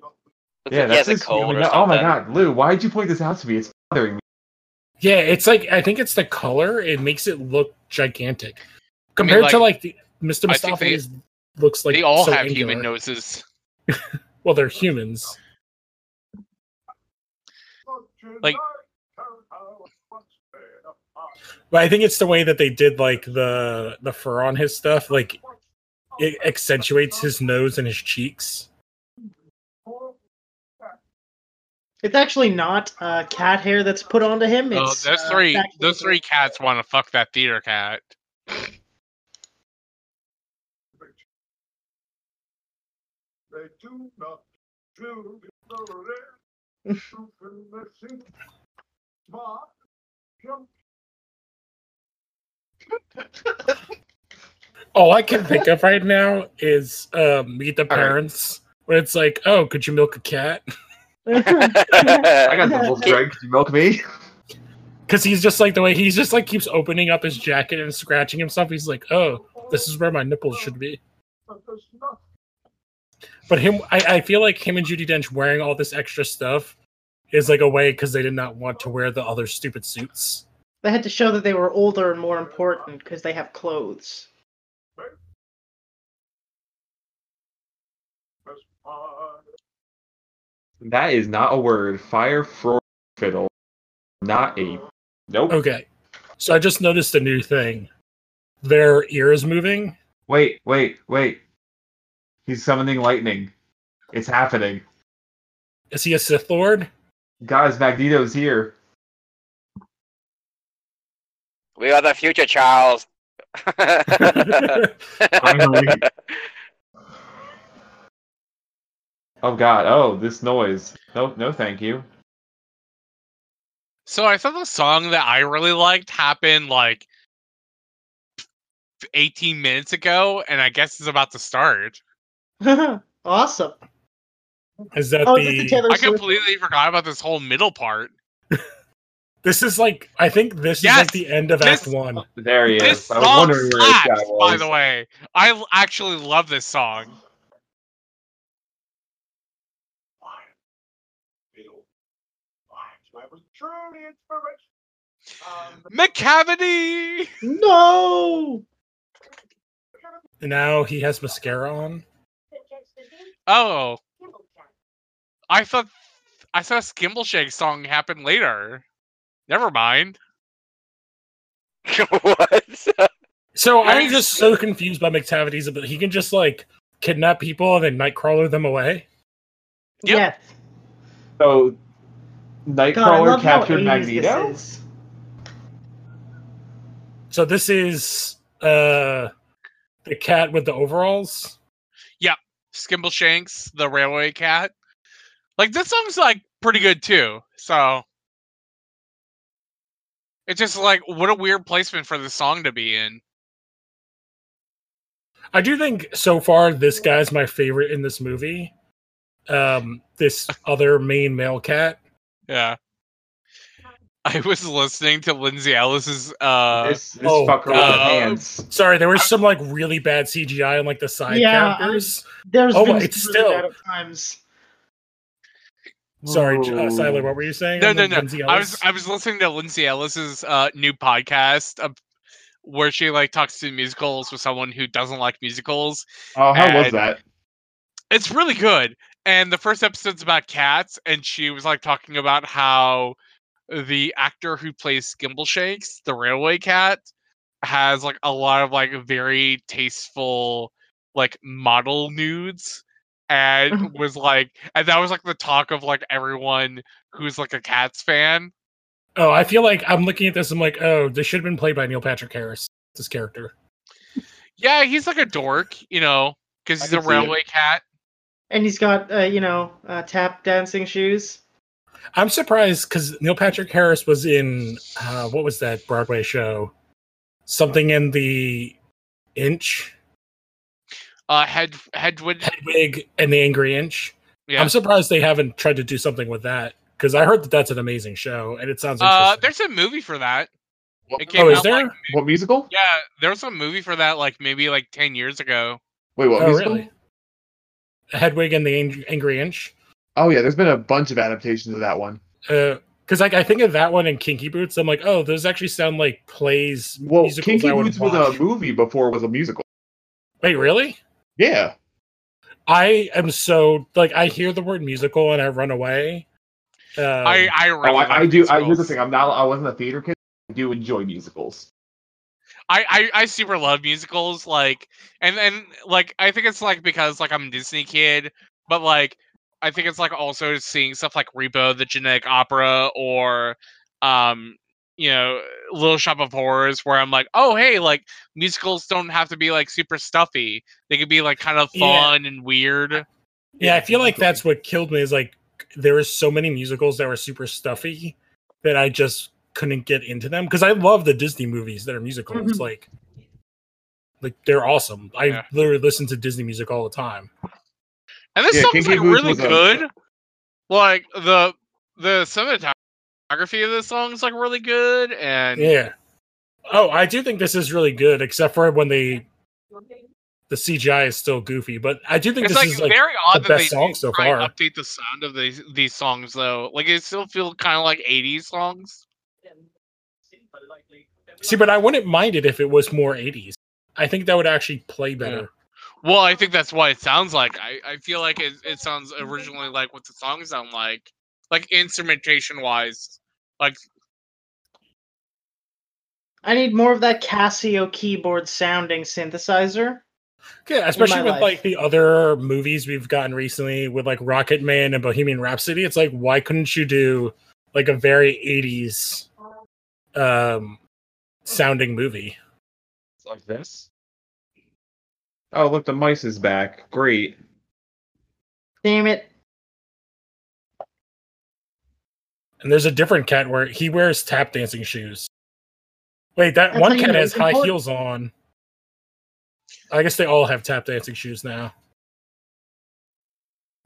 Looks yeah, like he has that's a his cold human. or no- something. oh my god, Lou, why did you point this out to me? It's bothering me. Yeah, it's like I think it's the color. It makes it look gigantic compared to like the, Mr. I think they- Mistopheles looks like they all so have angular. human noses. Well, they're humans. Like- But I think it's the way that they did like the the fur on his stuff. Like it accentuates his nose and his cheeks. It's actually not uh, cat hair that's put onto him. Oh, It's those uh, three, back- those three cats want to fuck that theater cat. All I can think of right now is uh, Meet the right. Parents, where it's like, oh, could you milk a cat? I got the wolf drink. Could you milk me? Because he's just like the way he's just like keeps opening up his jacket and scratching himself. He's like, oh, this is where my nipples should be. But him, I, I feel like him and Judy Dench wearing all this extra stuff is like a way because they did not want to wear the other stupid suits. They had to show that they were older and more important because they have clothes. That is not a word. Fire frog fiddle. Not a nope. Okay, so I just noticed a new thing. Their ears moving. Wait, wait, wait. He's summoning lightning. It's happening. Is he a Sith Lord? Guys, Magneto's here. we are the future, Charles. Finally. Oh god, oh, this noise. No no thank you. So I thought the song that I really liked happened like 18 minutes ago, and I guess it's about to start. awesome. Is that Oh, is this the? Oh, the Taylor I Swift? completely forgot about this whole middle part. This is like I think this is Yes! like the end of This- Act One. There he This is. I was song wondering where this guy slaps, was. by the way. I l- actually love this song. McCavity! No. And now he has mascara on. Oh, I thought I saw a Skimble Shake song happen later. Never mind. what? So I'm Nice. just so confused by McTavity's ability. He can just like kidnap people and then Nightcrawler them away. Yep. Yeah. So, God, I Nightcrawler love how captured 80s Magneto. this is. So this is uh the cat with the overalls. Skimble Shanks, the Railway Cat. Like this song's like pretty good too. So it's just like what a weird placement for the song to be in. I do think so far this guy's my favorite in this movie. Um, this other main male cat. Yeah. I was listening to Lindsay Ellis's uh this this oh, fucker with uh, the hands. Sorry, there was some like really bad CGI and like the side Yeah, characters. There's Oh, been it's some still- really bad times. Sorry, J- Ooh. uh, Siler, what were you saying? No, on no, the no. Lindsay I was Ellis? I was listening to Lindsay Ellis's uh, new podcast uh, where she like talks to musicals with someone who doesn't like musicals, Oh, how was and- that? it's really good. And the first episode's about cats, and she was like talking about how the actor who plays Skimble Shakes, the railway cat, has like a lot of like very tasteful like model nudes Uh-huh. and was like and that was like the talk of like everyone who's like a cats fan. Oh, I feel like I'm looking at this. I'm like, oh, this should have been played by Neil Patrick Harris. This character. Yeah, he's like a dork, you know, because I he's a can see it. railway cat. And he's got, uh, you know, uh, tap dancing shoes. I'm surprised because Neil Patrick Harris was in uh, what was that Broadway show? Something in the Inch, Uh head Hedwig. Hedwig, and the Angry Inch. Yeah. I'm surprised they haven't tried to do something with that because I heard that that's an amazing show and it sounds Uh interesting. there's a movie for that. What, It came oh, is out, there? like, what musical? Yeah, there was a movie for that like maybe like 10 years ago. Wait, what oh, musical? really? Hedwig and the Ang- Angry Inch. Oh yeah, there's been a bunch of adaptations of that one. because Uh, like I think of that one and Kinky Boots, I'm like, oh, those actually sound like plays. Well, musicals Kinky I would Boots watch. was a movie before it was a musical. Wait, really? Yeah. I am so like I hear the word musical and I run away. Um, I I Oh, really I, I like do. I, here's the musicals. thing. I'm not. I wasn't a theater kid. I do enjoy musicals. I, I I super love musicals like and and like I think it's like because like I'm a Disney kid, but like I think it's like also seeing stuff like Repo the Genetic Opera or um you know Little Shop of Horrors where I'm like, "Oh, hey, like musicals don't have to be like super stuffy. They could be like kind of Yeah. fun and weird." yeah, I feel like that's what killed me is like there were so many musicals that were super stuffy that I just couldn't get into them because I love the Disney movies that are musicals. Mhm. Like, like they're awesome. I Mm-hmm. Yeah. literally listen to Disney music all the time. And this Yeah, song's Kinky like Boots really was um, a- good. Like the the cinematography of this song's like really good and Yeah. Oh, I do think this is really good, except for when they the CGI is still goofy, but I do think it's this like, is like very the odd that best they song so try and far. update the sound of these these songs though. Like it still feel kind of like '80s songs. See, but I wouldn't mind it if it was more 80s. I think that would actually play better. Well, I think that's why it sounds like. I, I feel like it, it sounds originally like what the songs sound like, like instrumentation wise. Like I need more of that Casio keyboard sounding synthesizer. Yeah, especially my with life. like the other movies we've gotten recently with like Rocket Man and Bohemian Rhapsody. It's like why couldn't you do like a very 80s um sounding movie? Like this. Oh look, the mice is back. Great. Damn it. And there's a different cat where he wears tap dancing shoes. Wait, that That's how one you cat know has it's high important. heels on. I guess they all have tap dancing shoes now.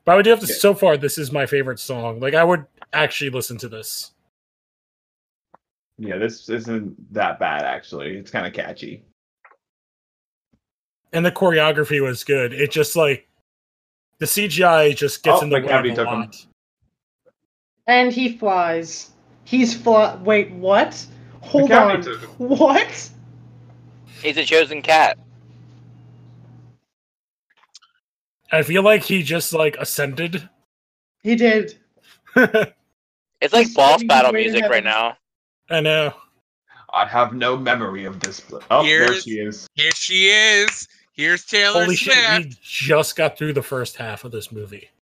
But I would do have to. Yeah. So far, this is my favorite song. Like I would actually listen to this. Yeah, this isn't that bad actually. It's kind of catchy. and the choreography was good. It just like the CGI just gets Oh, in the like way Abby of a took 'em. lot. And he flies. He's fly. Wait, what? Hold Academy on. took him. What? He's a chosen cat. I feel like he just like ascended. He did. I It's like He's boss sitting battle way to music right heaven. now. know. I have no memory of this. pla- Oh, there Here's- she is. Here she is. Here's Taylor Holy Swift. shit, we just got through the first half of this movie.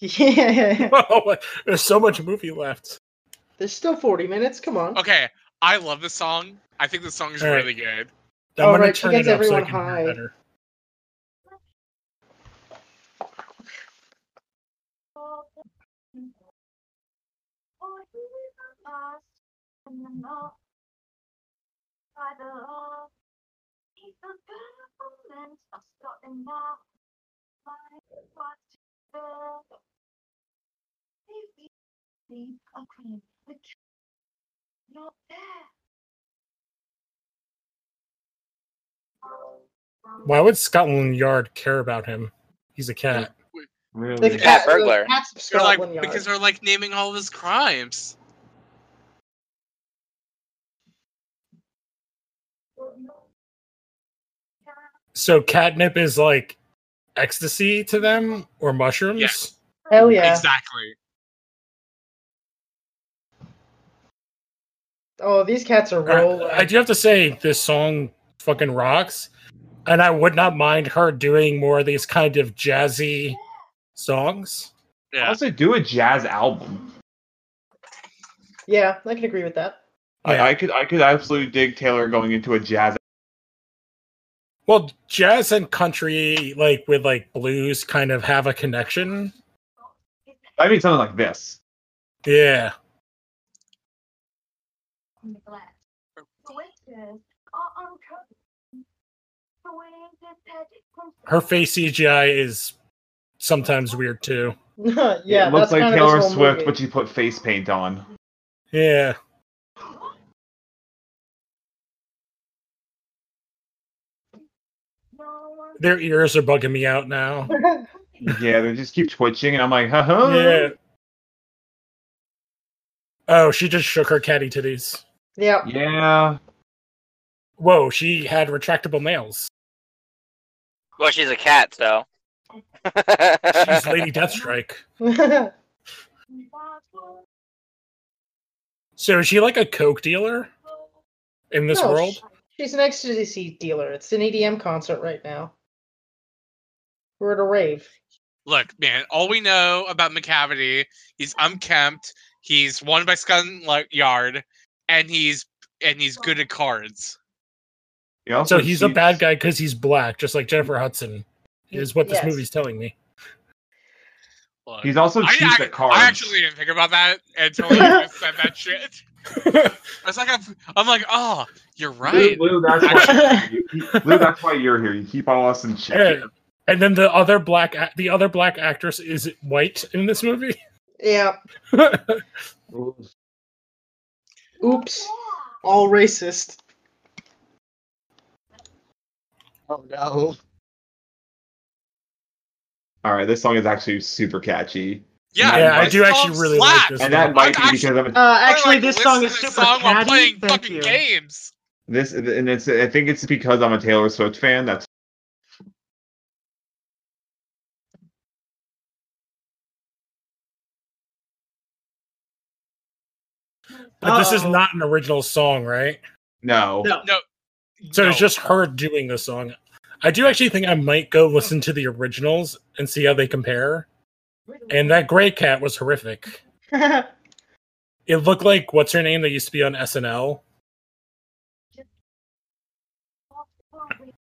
Yeah. There's so much movie left. There's still 40 minutes. Come on. Okay, I love this song. I think this song is All right. really good. I'm Oh, gonna right, she turn gets it up so I everyone can hear high. it better. Not there. Why would Scotland Yard care about him? He's a cat. The Really? Yeah. cat burglar. The cat's of They're like Scotland Yard. because they're like naming all of his crimes. So catnip is like ecstasy to them or mushrooms? Yes. Hell yeah. Exactly. Oh, these cats are rolling. I, I do have to say this song fucking rocks, and I would not mind her doing more of these kind of jazzy songs. Yeah. Also, do a jazz album. Yeah, I can agree with that. Yeah. I, I could, I could absolutely dig Taylor going into a jazz. Well, jazz and country, like with like blues, kind of have a connection. I mean, something like this. Yeah, neglect. The witches are uncovering the witches' head. her face CGI is sometimes weird too. yeah, it looks that's like kind Taylor of this whole Swift, movie. but she put face paint on. Yeah, No one their ears are bugging me out now. Yeah, they just keep twitching, and I'm like, ha ha. Yeah. Oh, she just shook her catty titties. yeah, Yeah. Whoa, she had retractable nails. Well, she's a cat, so. She's Lady Deathstrike. So is she like a coke dealer in this No, world? sh- She's an ecstasy dealer. It's an EDM concert right now. We're at a rave. Look, man. All we know about McCavity, he's unkempt. He's won by Scotland Yard, and he's and he's good at cards. He also so he's a cheats- bad guy because he's black, just like Jennifer Hudson. Is what this Yes. movie's telling me. Look, He's also I, cheats I, at cards. I actually didn't think about that until you just said that shit. I was like, I'm, I'm like, oh, you're right. Lou, Lou, that's why you, Lou, that's why you're here. You keep all us in check. Yeah. And then the other black, ac- the other black actress is white in this movie. Yeah. Oops. All racist. Oh no. All right, this song is actually super catchy, Yeah, Yeah, I this do song actually really like slaps. this and that I'm might be actually- because I'm a, Uh, I actually, like this listen song to is this super song while catty. playing Thank fucking you. games. this, and it's. I think it's because I'm a Taylor Swift fan. That's But this is Uh-oh. not an original song, right? no. No. So No. it's just her doing the song. I do actually think I might go listen to the originals and see how they compare. And that gray cat was horrific. It looked like what's her name that used to be on SNL.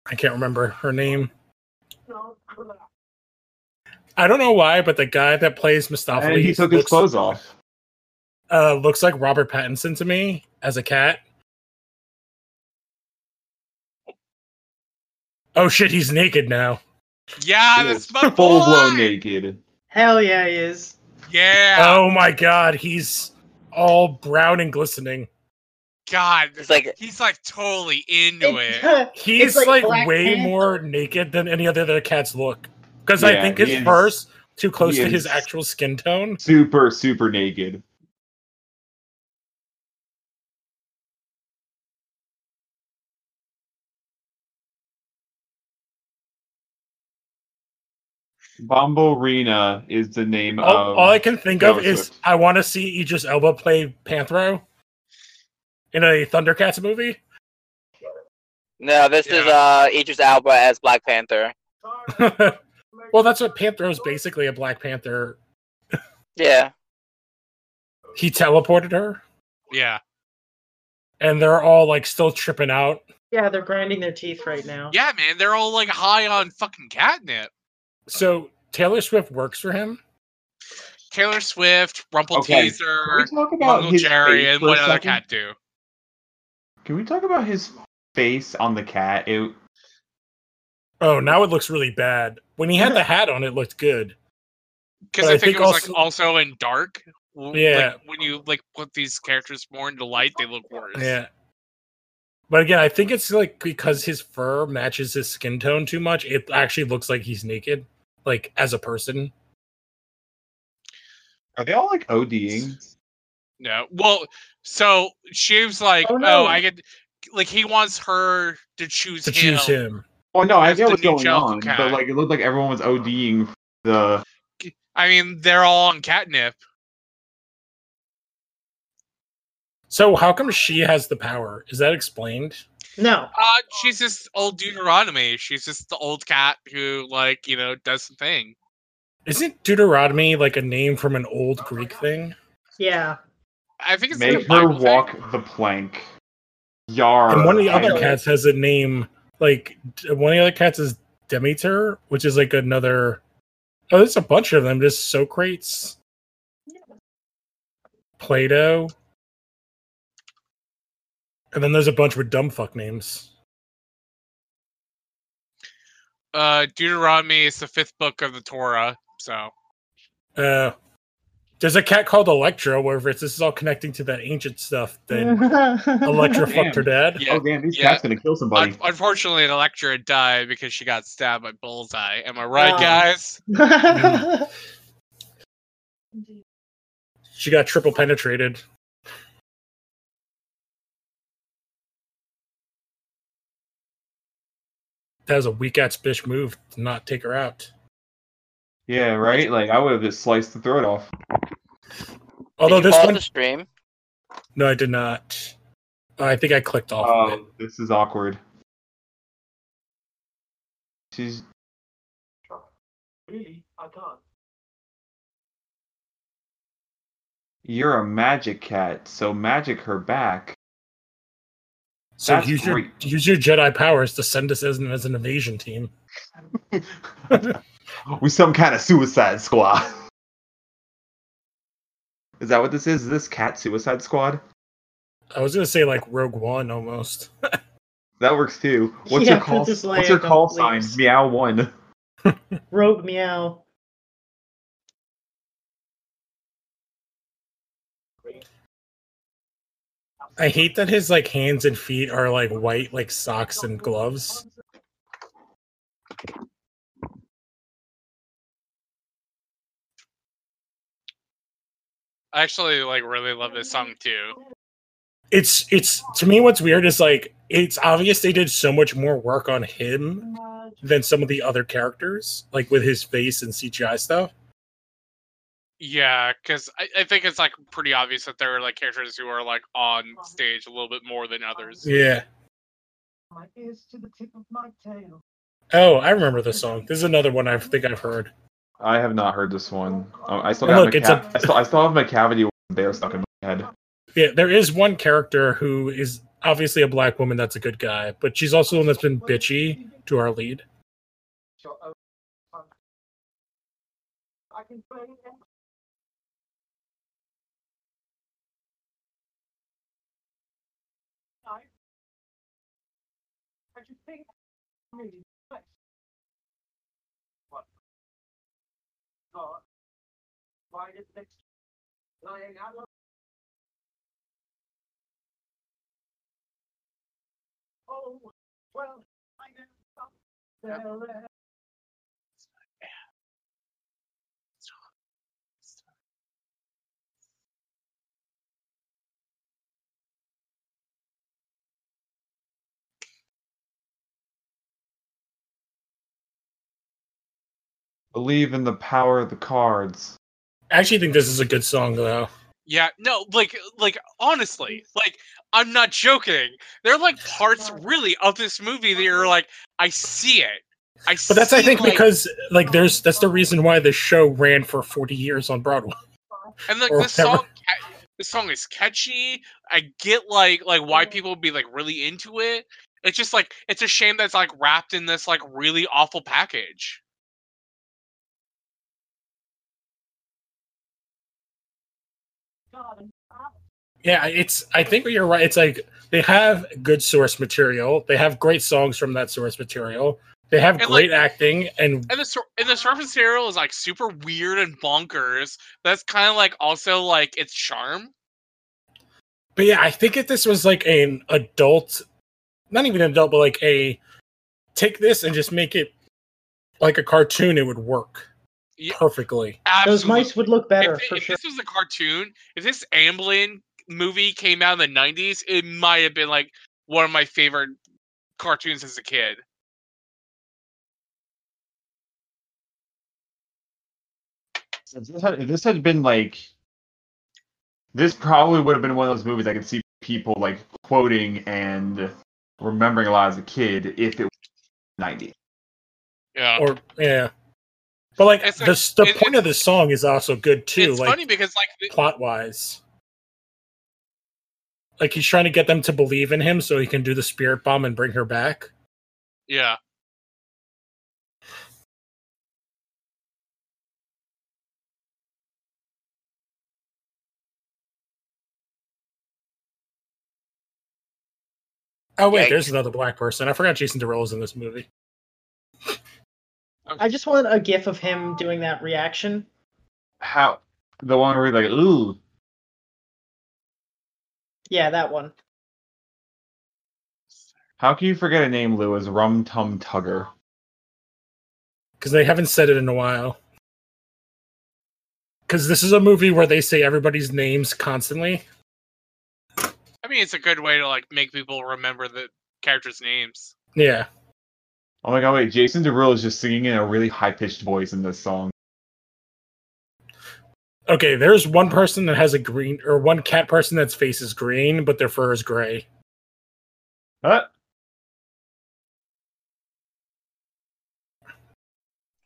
I can't remember her name. I don't know why, but the guy that plays Mistopheles And he took his looks- clothes off. Uh, looks like Robert Pattinson to me as a cat. Oh shit, he's naked now. yeah, He that's is my full boy. blown naked. Hell yeah, he is. Yeah, Oh my god, he's all brown and glistening. god, It's like he's like totally into it. He's like like, Black way Panther. more naked than any of the other cats look. Because I Yeah, think he his is- fur's too close he to his is. actual skin tone. Super, super naked. Bomborina is the name all, of. all I can think Taylor of is Swift. I want to see Idris Elba play Panthro in a Thundercats movie. no, this is Yeah. uh Idris Alba as Black Panther. well, that's what Panthro is basically a Black Panther. Yeah, He teleported her, Yeah. and they're all like still tripping out. Yeah, they're grinding their teeth right now. Yeah, man, they're all like high on fucking catnip. So Taylor Swift works for him. Taylor Swift, Rumple Okay. Can we Teaser, talk about Bungle his Jerry, face and for a what other second? cat do? Can we talk about his face on the cat? It, Oh, now it looks really bad. When he had the hat on, it looked good. Because But I, I think, think it was also- like also in dark. w- Yeah. Like, when you like put these characters more into light, they look worse. Yeah. But again, I think it's like because his fur matches his skin tone too much, it actually looks like he's naked, like as a person. are they all like ODing? No. Well, so Shiv's like, oh, Oh, no. I could like he wants her to choose To him. choose him. Well, no, I That's get the what's new going Joker on, cat. but like it looked like everyone was ODing the. I mean, they're all on catnip. So how come she has the power? Is that explained? No. Uh, she's just old Deuteronomy. She's just the old cat who, like, you know, does the thing. Isn't Deuteronomy like a name from an old Greek thing? Yeah. I think it's like a Make her Bible thing. walk the plank. Yar. And one of the other Really? cats has a name like d- one of the other cats is Demeter, which is like another. Oh, there's a bunch of them. Just Socrates, Plato, and then there's a bunch with dumb fuck names. Uh, Deuteronomy is the fifth book of the Torah. So Uh, there's a cat called Electra. Where if it's, this is all connecting to that ancient stuff, then Electra fucked her dad. yeah, Oh damn, these Yeah. cat's gonna kill somebody. un- unfortunately, Electra died because she got stabbed by Bullseye. Am I right, Oh. guys? Indeed. She got triple penetrated. That was a weak ass bitch move to not take her out. Yeah, right. Like I would have just sliced the throat off. Although Did you this pause one, the stream. no, I did not. I think I clicked off. of it. Oh, this is awkward. She's Really? I can't. you're a magic cat, so magic her back. So that's use your great. use your Jedi powers to send us as an, as an invasion team. we some kind of suicide squad. Is that what this is? Is this cat suicide squad? I was gonna say like Rogue One almost. That works too. What's Yeah, your call? Princess Leia What's your call don't sign? leaves. Meow one. Rogue meow. I hate that his like hands and feet are like white, like socks and gloves. I actually like really love this song too. it's it's to me what's weird is like it's obvious they did so much more work on him than some of the other characters like with his face and cgi stuff Yeah, because I, I think it's like pretty obvious that there are like characters who are like on stage a little bit more than others. yeah My ears to the tip of my tail. oh i remember this song this is another one i think i've heard I have not heard this one. Um, I still And got look, it's a- my ca- I still I still have my cavity bear stuck in my head. yeah there is one character who is obviously a black woman that's a good guy but she's also one that's been bitchy to our lead I can play it. I just think I'm really nice. What? God. Why is next lying out of Oh, Believe in the power of the cards. I actually think this is a good song though. Yeah, no, like, like honestly, like I'm not joking. There are like parts really of this movie that you're like, I see it. I But that's I see, think like- because like there's that's the reason why the show ran for 40 years on Broadway. and like or the song, whatever. ca- the song is catchy. I get like like why people would be like really into it. It's just like it's a shame that's like wrapped in this like really awful package. Yeah, it's I think you're right. It's like they have good source material. They have great songs from that source material. They have And, great like- acting and And the sur- and the surface material is like super weird and bonkers. That's kind of like also like its charm. But yeah, I think if this was like an adult, not even an adult, but like a take this and just make it like a cartoon, it would work Yeah. perfectly. Those mice would look better if, for if sure. this was a cartoon, if this Amblin movie came out in the '90s, it might have been like one of my favorite cartoons as a kid. If this had, if this had been like, this probably would have been one of those movies I could see people like quoting and remembering a lot as a kid if it was 90. Yeah, Or yeah, but like Uh, It's the like- s the it- point of the song is also good too, it's funny like because like the- plot wise. Like he's trying to get them to believe in him so he can do the spirit bomb and bring her back. yeah, Oh wait, Yikes. there's another black person. I forgot Jason Derulo's in this movie. I just want a gif of him doing that reaction. How the one where he's like, ooh, Yeah, that one. how can you forget a name, Lou? Is Rum Tum Tugger? because they haven't said it in a while. Because this is a movie where they say everybody's names constantly. I mean it's a good way to like make people remember the characters' names. Yeah, Oh my god, wait, Jason Derulo is just singing in a really high pitched voice in this song. Okay, there's one person that has a green or one cat person that's face is green, but their fur is gray. Huh?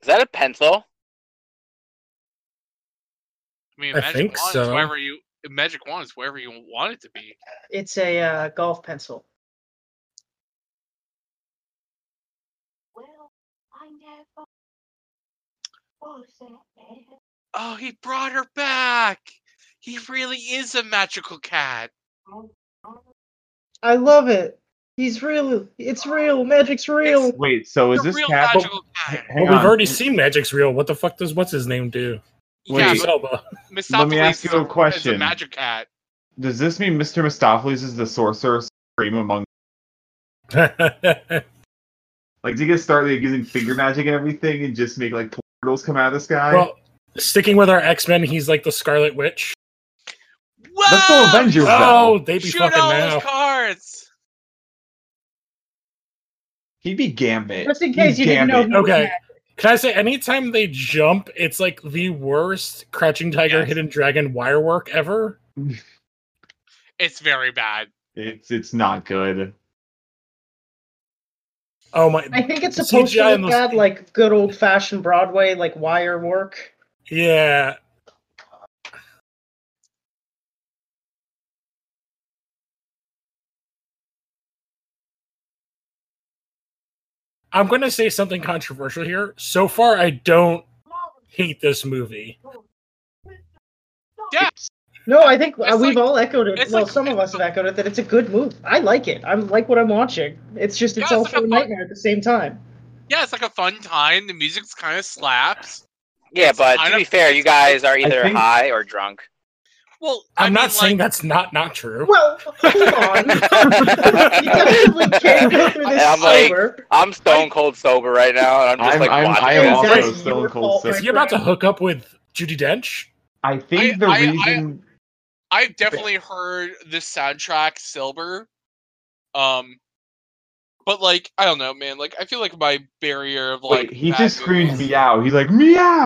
Is that a pencil? I mean, I Magic think Wand is so. wherever you Magic Wand is wherever you want it to be. It's a uh, golf pencil. Well, I never was that bad. Oh, he brought her back. He really is a magical cat. I love it. He's real. It's real. Magic's real. Wait, so is He's a this real cat? magical cat. Hang well, we've on. already seen Magic's real. What the fuck does what's his name do? Yeah, but Wait. Zelda. Mistopheles ask is you a is question. magic cat. Does this mean Mr. Mistopheles is the sorcerer supreme among? Like, do you guys start like using finger magic and everything, and just make like portals come out of the sky? well, sticking with our X Men, he's like the Scarlet Witch. Whoa! Let's go avenge yourself. Oh, they be Shoot fucking all now. those cards. He'd be Gambit. Just in case you He's didn't know. Gambit. who was Okay. that. Can I say anytime they jump, it's like the worst Crouching Tiger, Yes. Hidden Dragon wire work ever. It's very bad. It's it's not good. Oh my! I think it's The supposed CGI to in look those- bad, like good old fashioned Broadway, like wire work. Yeah. I'm going to say something controversial here. So far, I don't hate this movie. No, I think uh, It's like- we've all echoed it. it's Well, like- some of us have echoed it that it's a good move. I like it. I like what I'm watching. It's just it's Yeah, it's also like a a fun- nightmare at the same time. Yeah, it's like a fun time. The music's kind of slaps. Yeah, It's but kind to be of- fair, you guys are either think- high or drunk. Well, I'm I not mean, saying like, that's not not true. Well, hold on. you definitely can't go through this I'm like- sober. I'm stone cold sober right now, and I'm just I'm- like I'm- watching I am this. also That's Stone your Cold fault, my Is he about to friend. hook up with Judy Dench? I think I- the I- I- reason I've definitely heard this soundtrack silver. Um but like I don't know, man. Like I feel like my barrier of like Wait, he bad just screamed movies- meow. He's like meow.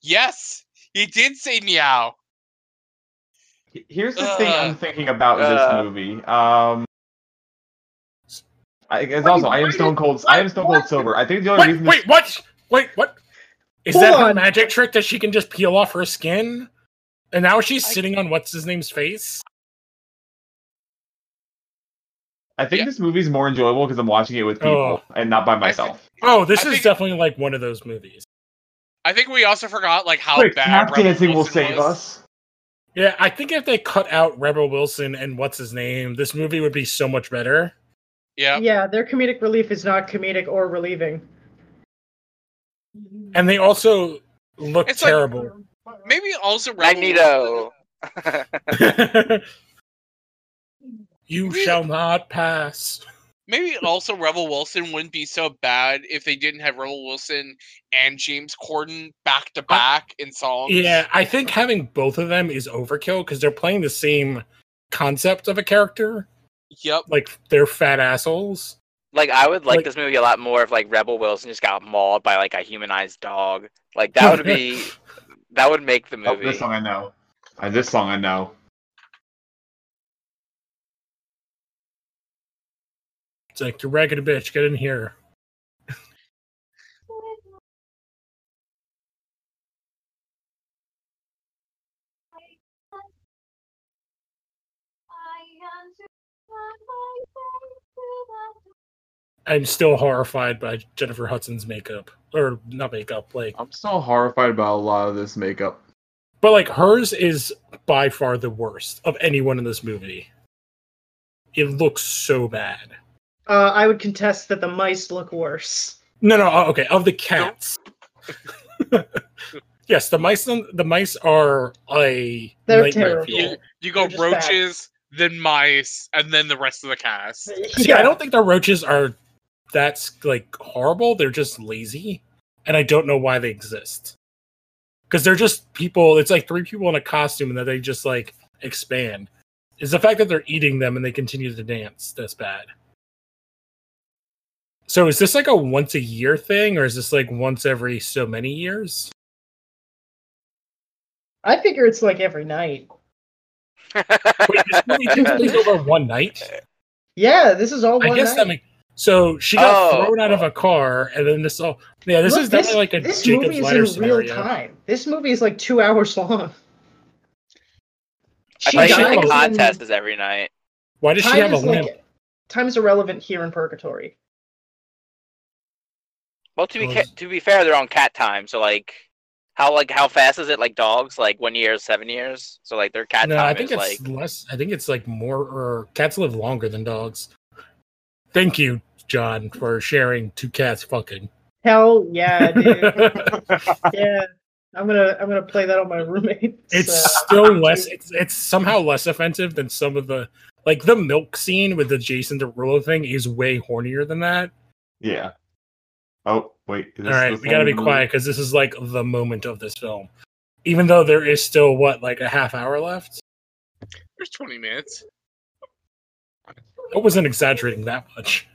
Yes, he did say meow. Here's the thing I'm Ugh. thinking about Uh. this movie. Um, I guess Wait, also I am wait, Stone Cold. I am Stone Cold what? sober. I think Oh, the only Wait, reason wait, what? Wait, what? Is Hold that her on. magic trick that she can just peel off her skin? And now she's I- sitting on what's his name's face. I think Yeah. this movie's more enjoyable because I'm watching it with people and not by myself. Oh, this I is think- definitely like one of those movies. I think we also forgot like how Quick, bad tap Rebel dancing will Wilson save was. us. Yeah, I think if they cut out Rebel Wilson and what's his name, this movie would be so much better. Yeah. Yeah, their comedic relief is not comedic or relieving. And they also look It's like- terrible. Maybe also Rebel Magneto. you Really? shall not pass. Maybe also Rebel Wilson wouldn't be so bad if they didn't have Rebel Wilson and James Corden back to back in songs. Yeah, I think having both of them is overkill because they're playing the same concept of a character. Yep. Like they're fat assholes. like I would like, Like- this movie a lot more if like Rebel Wilson just got mauled by like a humanized dog. Like that would be that would make the Oh, movie. this song I know. Uh, this song I know. It's like you're ragged bitch, get in here. I'm still horrified by Jennifer Hudson's makeup. Or not makeup, like I'm still horrified about a lot of this makeup. but like hers is by far the worst of anyone in this movie. It looks so bad. Uh, I would contest that the mice look worse. No, no, oh, okay. Of the cats, yes, the mice. The mice are a They're nightmare terrible. fuel. You, you go They're just bad. roaches, then mice, and then the rest of the cast. See, I don't think the roaches are that's like horrible. They're just lazy, and I don't know why they exist. Because they're just people. It's like three people in a costume, and that they just like expand. Is the fact that they're eating them and they continue to dance that's bad. So is this like a once a year thing, or is this like once every so many years? I figure it's like every night. Wait, this movie takes place over one night. Yeah, this is all. I one guess that night. makes. So she got Oh. thrown out of a car, and then this all. Yeah, this Look, is definitely like a this Jacob's movie ladder is in real scenario. time. This movie is like two hours long. I She think dies the in- contest is every night. Why does she have a is like- limp? time's irrelevant here in Purgatory. Well, to be Oh, ca- is- to be fair, they're on cat time, so like how like how fast is it? Like dogs, like one year, seven years. So like their cat no, time I think is it's like less. I think it's like more. Or cats live longer than dogs. Thank you, John, for sharing two cats fucking. Hell yeah, dude. it's yeah. I'm gonna I'm gonna play that on my roommate. still less. It's it's somehow less offensive than some of the like the milk scene with the Jason Derulo thing is way hornier than that. Yeah. Oh wait. Is All right, the we gotta be same- quiet because this is like the moment of this film. Even though there is still what like a half hour left, There's 20 minutes. I wasn't exaggerating that much.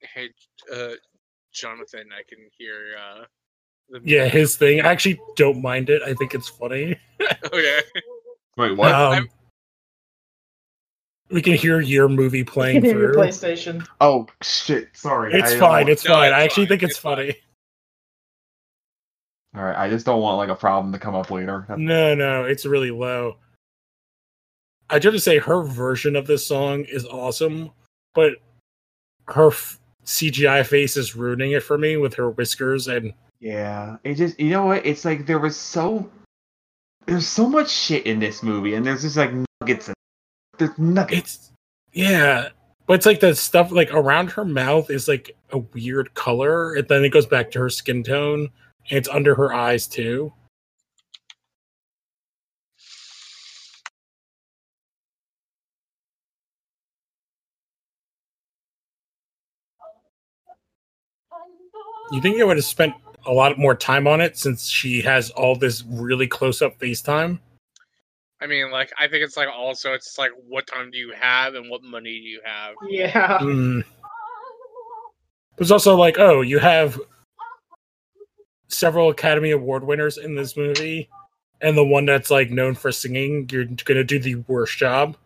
Hey, uh, Jonathan, I can hear. Uh, the Yeah, his thing. I actually don't mind it. I think it's funny. Okay. Wait, what? Um, we can hear your movie playing Playing your through. PlayStation. Oh shit! Sorry. It's I, uh, fine. It's No, fine. it's I actually fine, think it's, it's fine. funny. All right, I just don't want like a problem to come up later. That's- No, no, it's really low. I just have to say her version of this song is awesome, but her f- CGI face is ruining it for me with her whiskers and Yeah, it just you know what? It's like there was so there's so much shit in this movie, and there's just like nuggets. And, there's nuggets. it's yeah, but it's like the stuff like around her mouth is like a weird color, and then it goes back to her skin tone, and it's under her eyes too. You think they would have spent a lot more time on it since she has all this really close up FaceTime? I mean, like, I think it's like also it's like what time do you have and what money do you have? Yeah. Hmm. There's also like, oh, you have several Academy Award winners in this movie, and the one that's like known for singing, you're gonna do the worst job.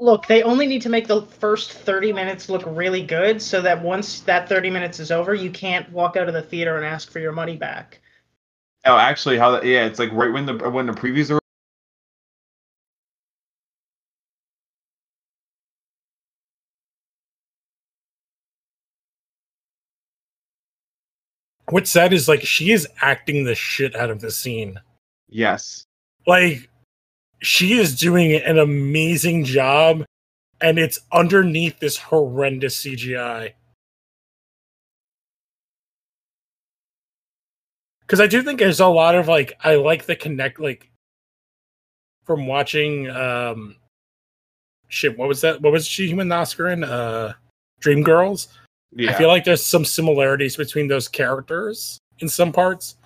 Look, they only need to make the first 30 minutes look really good so that once that 30 minutes is over, you can't walk out of the theater and ask for your money back. Oh, actually, how that? Yeah, it's like right when the when the previews are. What's sad is like she is acting the shit out of this scene. Yes. Like she is doing an amazing job, and it's underneath this horrendous CGI. Because I do think there's a lot of like I like the connect like from watching um shit, what was that? What was she human Oscar in? Uh Dream Girls? Yeah. I feel like there's some similarities between those characters in some parts,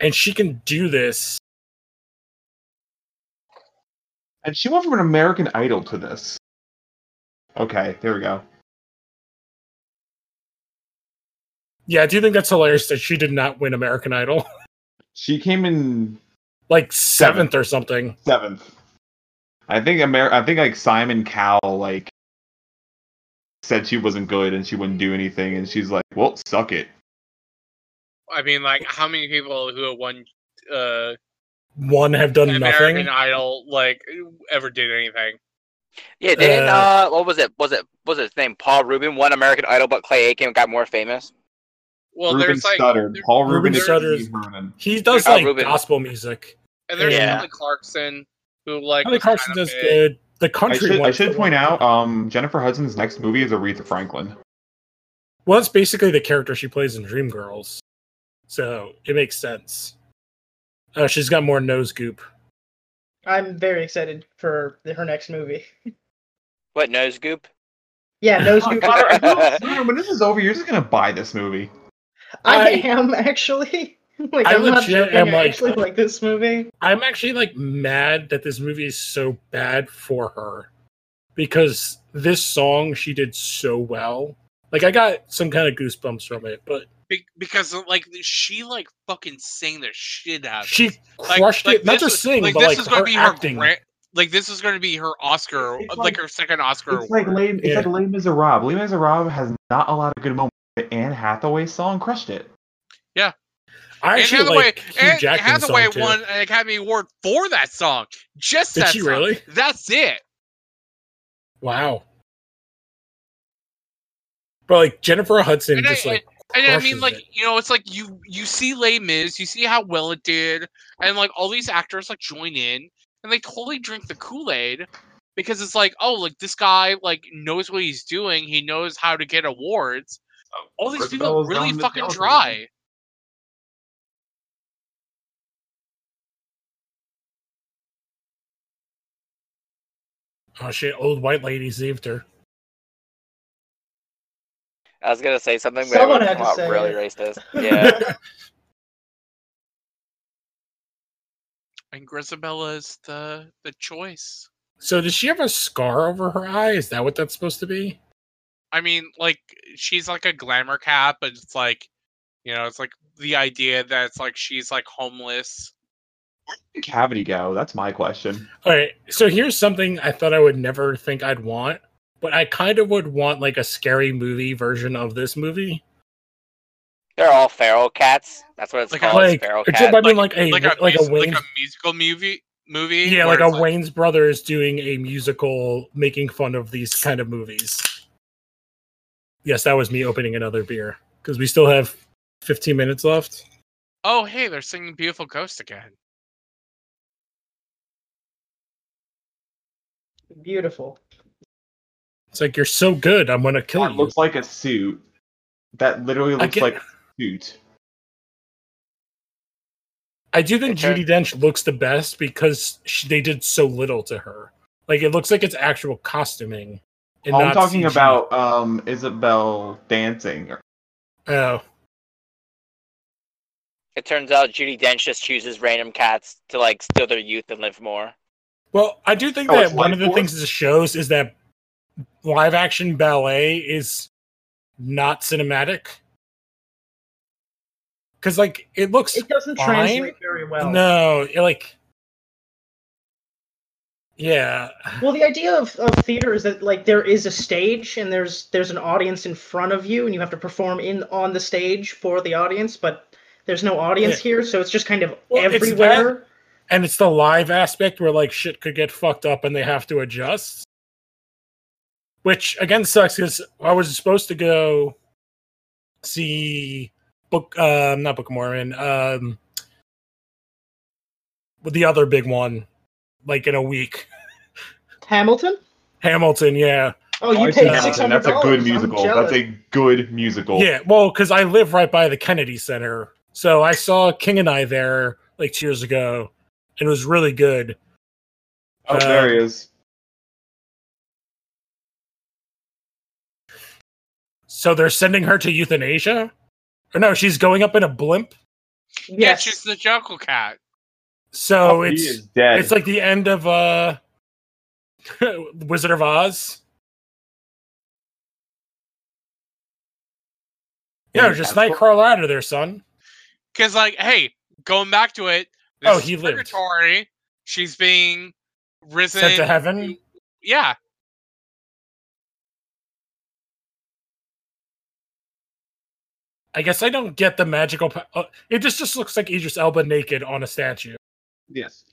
and she can do this. and she went from an American Idol to this. Okay, there we go. Yeah, I do think that's hilarious that she did not win American Idol, She came in like seventh or something. seventh. I think Amer- I think like Simon Cowell like said she wasn't good and she wouldn't do anything, and she's like, "Well, suck it." I mean, like, how many people who have won uh, One have done American nothing. Idol like ever did anything? Yeah, didn't Uh, uh, what was it? Was it was it his name? Paul Rubin won American Idol, but Clay Aiken got more famous. Well, Ruben there's like, stuttered. there- Paul Ruben Ruben, is stuttered. Steve Vernon. He does Oh, like Ruben. gospel music. and there's Yeah. Kelly Clarkson who like Kelly was Clarkson kinda does big. good. The I country. should, I one's should the one- point out, um, Jennifer Hudson's next movie is Aretha Franklin. Well, that's basically the character she plays in Dreamgirls, so it makes sense. Uh, she's got more nose goop. I'm very excited for the- her next movie. What nose goop? Yeah, Nose Oh, Goop. Connor, Eh. I know- Connor, when this is over, you're just gonna buy this movie. I I- am actually. Like, I I'm not legit joking. am, I like- actually like this movie. I'm actually like mad that this movie is so bad for her because this song she did so well. Like I got some kind of goosebumps from it, but Be- because like she like fucking sang the shit out. of it. she Like- crushed like it. Not this just was- sing, like, but this like is gonna her be acting. Her gran- like this is going to be her Oscar, It's like, like- her second Oscar. It's like award. lame. It's Yeah. like Les Miserables. Les Miserables has not a lot of good moments. But Anne Hathaway's song crushed it. I Anne actually Hathaway, like Hugh Anne Jackman's Hathaway song too. won an Academy Award for that song. Just Did that she song. really? That's it. Wow. But like Jennifer Hudson And I- just like And I mean, crushes like it. you know, it's like you you see Les Mis, you see how well it did, and like all these actors like join in and they totally drink the Kool Aid because it's like, oh, like this guy like knows what he's doing. He knows how to get awards. All these Kristen people are Bell's really down the fucking mountain. dry. oh shit, old white lady saved her. I was gonna say something, but Someone it had would come to out say really it. racist. Yeah, And Grisabella's the the choice. so does she have a scar over her eye? Is that what that's supposed to be? I mean, like she's like a glamour cat, but it's like, you know, it's like the idea that it's like she's like homeless. Where did Cavity go? That's my question. All right, so here's something I thought I would never think I'd want, but I kind of would want like a scary movie version of this movie. They're all feral cats. That's what it's Like, called. like, feral it's- I cat. mean, like, a, like like, a, a mus- Wayne's, like a musical movie movie. yeah, where like a it's Wayne's Brothers doing a musical, making fun of these kind of movies. Yes, that was me opening another beer because we still have 15 minutes left. Oh, hey, they're singing "Beautiful Ghost" again. Beautiful. It's like you're so good, I'm gonna kill That you. looks like a suit. That literally looks get- like a suit. I do think Okay. Judy Dench looks the best because she, they did so little to her. Like it looks like it's actual costuming. and I'm not talking CG. about um Isabel dancing. Oh, It turns out Judy Dench just chooses random cats to like steal their youth and live more. well, I do think Oh, that it's one of the Lifeforce? things this shows is that live action ballet is not cinematic. Because like it looks It doesn't Fine. translate very well. no, it, like yeah, Well, the idea of, of theater is that like there is a stage and there's there's an audience in front of you and you have to perform in on the stage for the audience, but there's no audience here, so it's just kind of Well, it's everywhere. and it's the live aspect where like shit could get fucked up and they have to adjust which again sucks because i was supposed to go see book um not book of mormon um with the other big one like in a week Hamilton? hamilton yeah Oh, you I see paid Hamilton, six Hamilton, hundred That's a dollars. good musical. That's a good musical. yeah well because i live right by the kennedy center so i saw king and i there like two years ago and it was really good Oh, Uh, there he is. so they're sending her to euthanasia or no she's going up in a blimp Yeah, yes. she's the Jackal Cat. So Oh, he oh, it's is dead. it's like the end of uh Wizard of Oz. Yeah, Yeah, just that's Nightcrawler out of there, son. Because like, hey, going back to it. Oh, is he lived. purgatory. She's being risen Sent to heaven. Yeah, I guess I don't get the magical. Po- uh, it just just looks like Idris Elba naked on a statue, yes.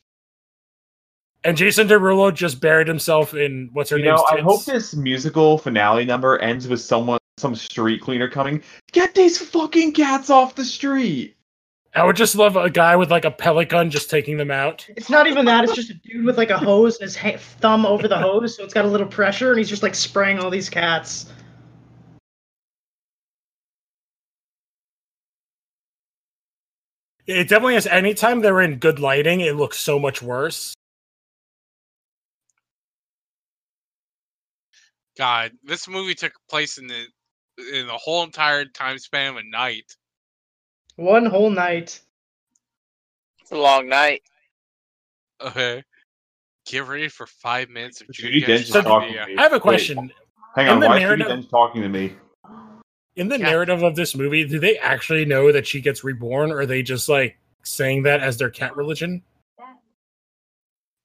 and Jason Derulo just buried himself in what's her You name. know, I hope this musical finale number ends with someone, some street cleaner coming. Get these fucking cats off the street. I would just love a guy with like a pelican just taking them out. It's not even that. It's just a dude with like a hose and his ha- thumb over the hose, so it's got a little pressure, and he's just like spraying all these cats. It definitely has. Anytime they're in good lighting, it looks so much worse. God, this movie took place in the in the whole entire time span of a night. One whole night. It's a long night. Okay, Uh-huh. get ready for five minutes of Judy Judy Dench Dench is So- talking trivia. to me. I have a Wait, question. hang In on, the why is Judy narrative- Dench talking to me? in the Yeah. narrative of this movie, do they actually know that she gets reborn, or are they just like saying that as their cat religion?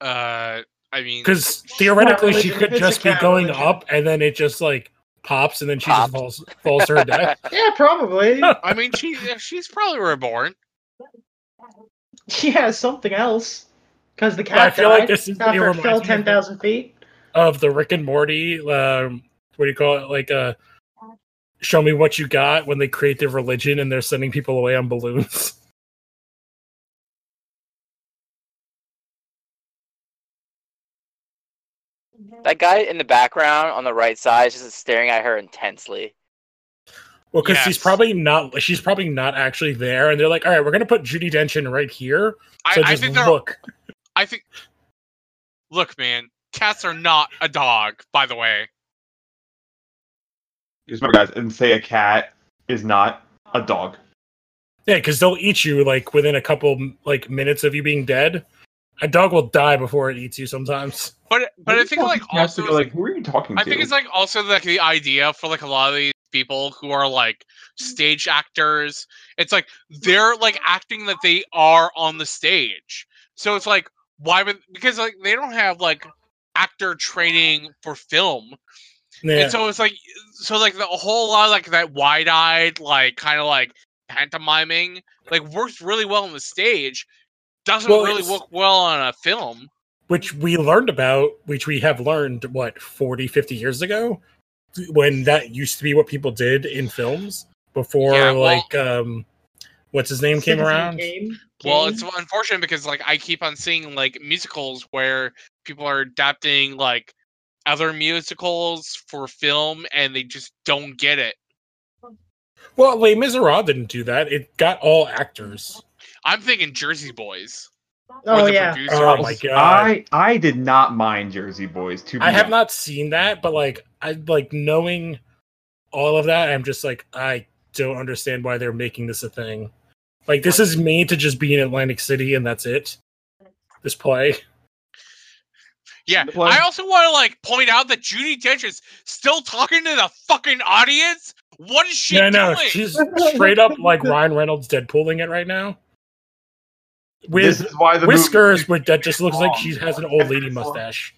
Uh, I mean, Because theoretically, she religion. could It's a just be cat going religion. up, and then it just like pops, and then she Pops. just falls falls to her death. Yeah, probably. I mean, she she's probably reborn. yeah, something else. Because the cat I feel died like this is it after it reminds me fell of- ten thousand feet. of the Rick and Morty. Um, what do you call it? Like uh Show me what you got when they create their religion and they're sending people away on balloons. That guy in the background on the right side is just staring at her intensely. Well, because she's Yes. probably not, she's probably not actually there, and they're like, "All right, we're gonna put Judy Dench in right here." I, So I just think they're. look. I think. Look, man, cats are not a dog. By the way, Just remember, guys, and say a cat is not a dog. Yeah, because they'll eat you like within a couple like minutes of you being dead. A dog will die before it eats you sometimes. but but I Maybe think like cats also would it's be like, like, who are you talking I to? think it's like also like the idea for like a lot of these people who are like stage actors. It's like they're like acting that they are on the stage. So it's like why would because like they don't have like actor training for film. Yeah. And so it's like so like the whole lot of like that wide eyed like kind of like pantomiming like works really well on the stage, doesn't Well, really it's- work well on a film. which we learned about, which we have learned, what, 40, 50 years ago? When that used to be what people did in films before, Yeah, well- like, um, what's his name came Citizen around? Kane? Well, Kane? Mm-hmm. it's unfortunate because like I keep on seeing like musicals where people are adapting like other musicals for film and they just don't get it. Well, Les Miserables didn't do that. It got all actors. I'm thinking Jersey Boys. or Oh the yeah. producers. Oh my god. I I did not mind Jersey Boys. To be I have honest. not seen that, but like I like knowing all of that, I'm just like I don't understand why they're making this a thing. Like this is made to just be in Atlantic City and that's it. This play. Yeah, The play. I also want to like point out that Judy Dench is still talking to the fucking audience. What is she yeah, no, doing? she's straight up like Ryan Reynolds Deadpooling it right now. This With is why the movie- Oh, whiskers, but that just looks like she long. has an old lady mustache.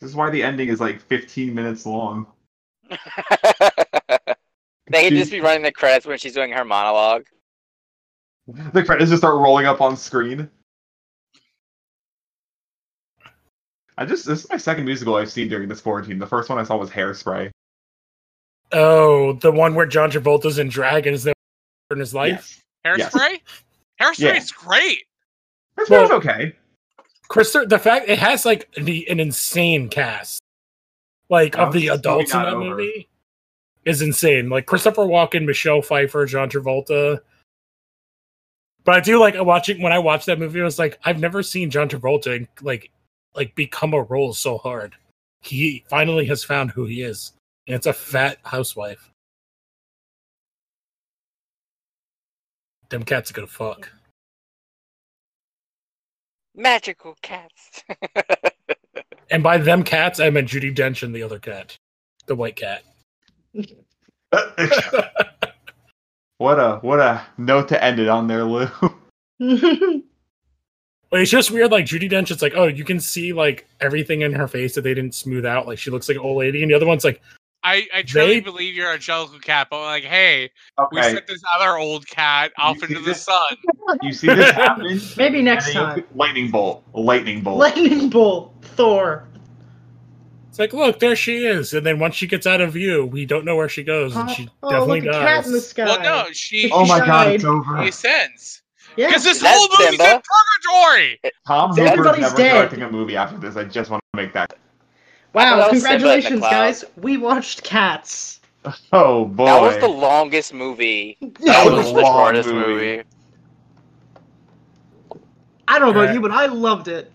This is why the ending is like 15 minutes long. they could just be running the credits when she's doing her monologue. The credits just start rolling up on screen. I just this is my second musical I've seen during this quarantine. The first one I saw was Hairspray. Oh, the one where John Travolta's in drag and is never in his life. Yes. Yes. Hairspray? Hairspray Yeah. is great. Hairspray Well- was okay. Christopher, the fact it has like the an insane cast, like Oh, of the it's just adults in probably that not over. movie, is insane. Like Christopher Walken, Michelle Pfeiffer, John Travolta. But I do like uh, watching when I watched that movie. I was like, I've never seen John Travolta like like become a role so hard. He finally has found who he is, and it's a fat housewife. Them cats are gonna fuck. Magical cats. And by them cats, I meant Judy Dench and the other cat, the white cat. what a what a note to end it on there, Lou. But it's just weird, like Judy Dench. It's like, oh, you can see like everything in her face that they didn't smooth out. Like she looks like an old lady, and the other one's like, I, I truly They- believe you're Angelica Cat, but like, hey, we Okay. sent this other old cat off You into the see this? sun. You see this happen? Maybe next And then you- time. Lightning bolt. Lightning bolt. Lightning bolt. Thor. it's like, look, there she is. And then once she gets out of view, we don't know where she goes, and she oh, definitely look, a cat in the dies. sky. Well, no, she oh my god, it's Died. over. makes sense Yeah. because this That's whole movie's in Simba. purgatory. Tom Dude, Hooper's everybody's never dead. directing a movie after this. I just want to make that. That Wow, was Simba in the congratulations, clouds. guys. We watched Cats. Oh boy. That was the longest movie. That was a the long shortest movie. movie. I don't know Uh, about you, but I loved it.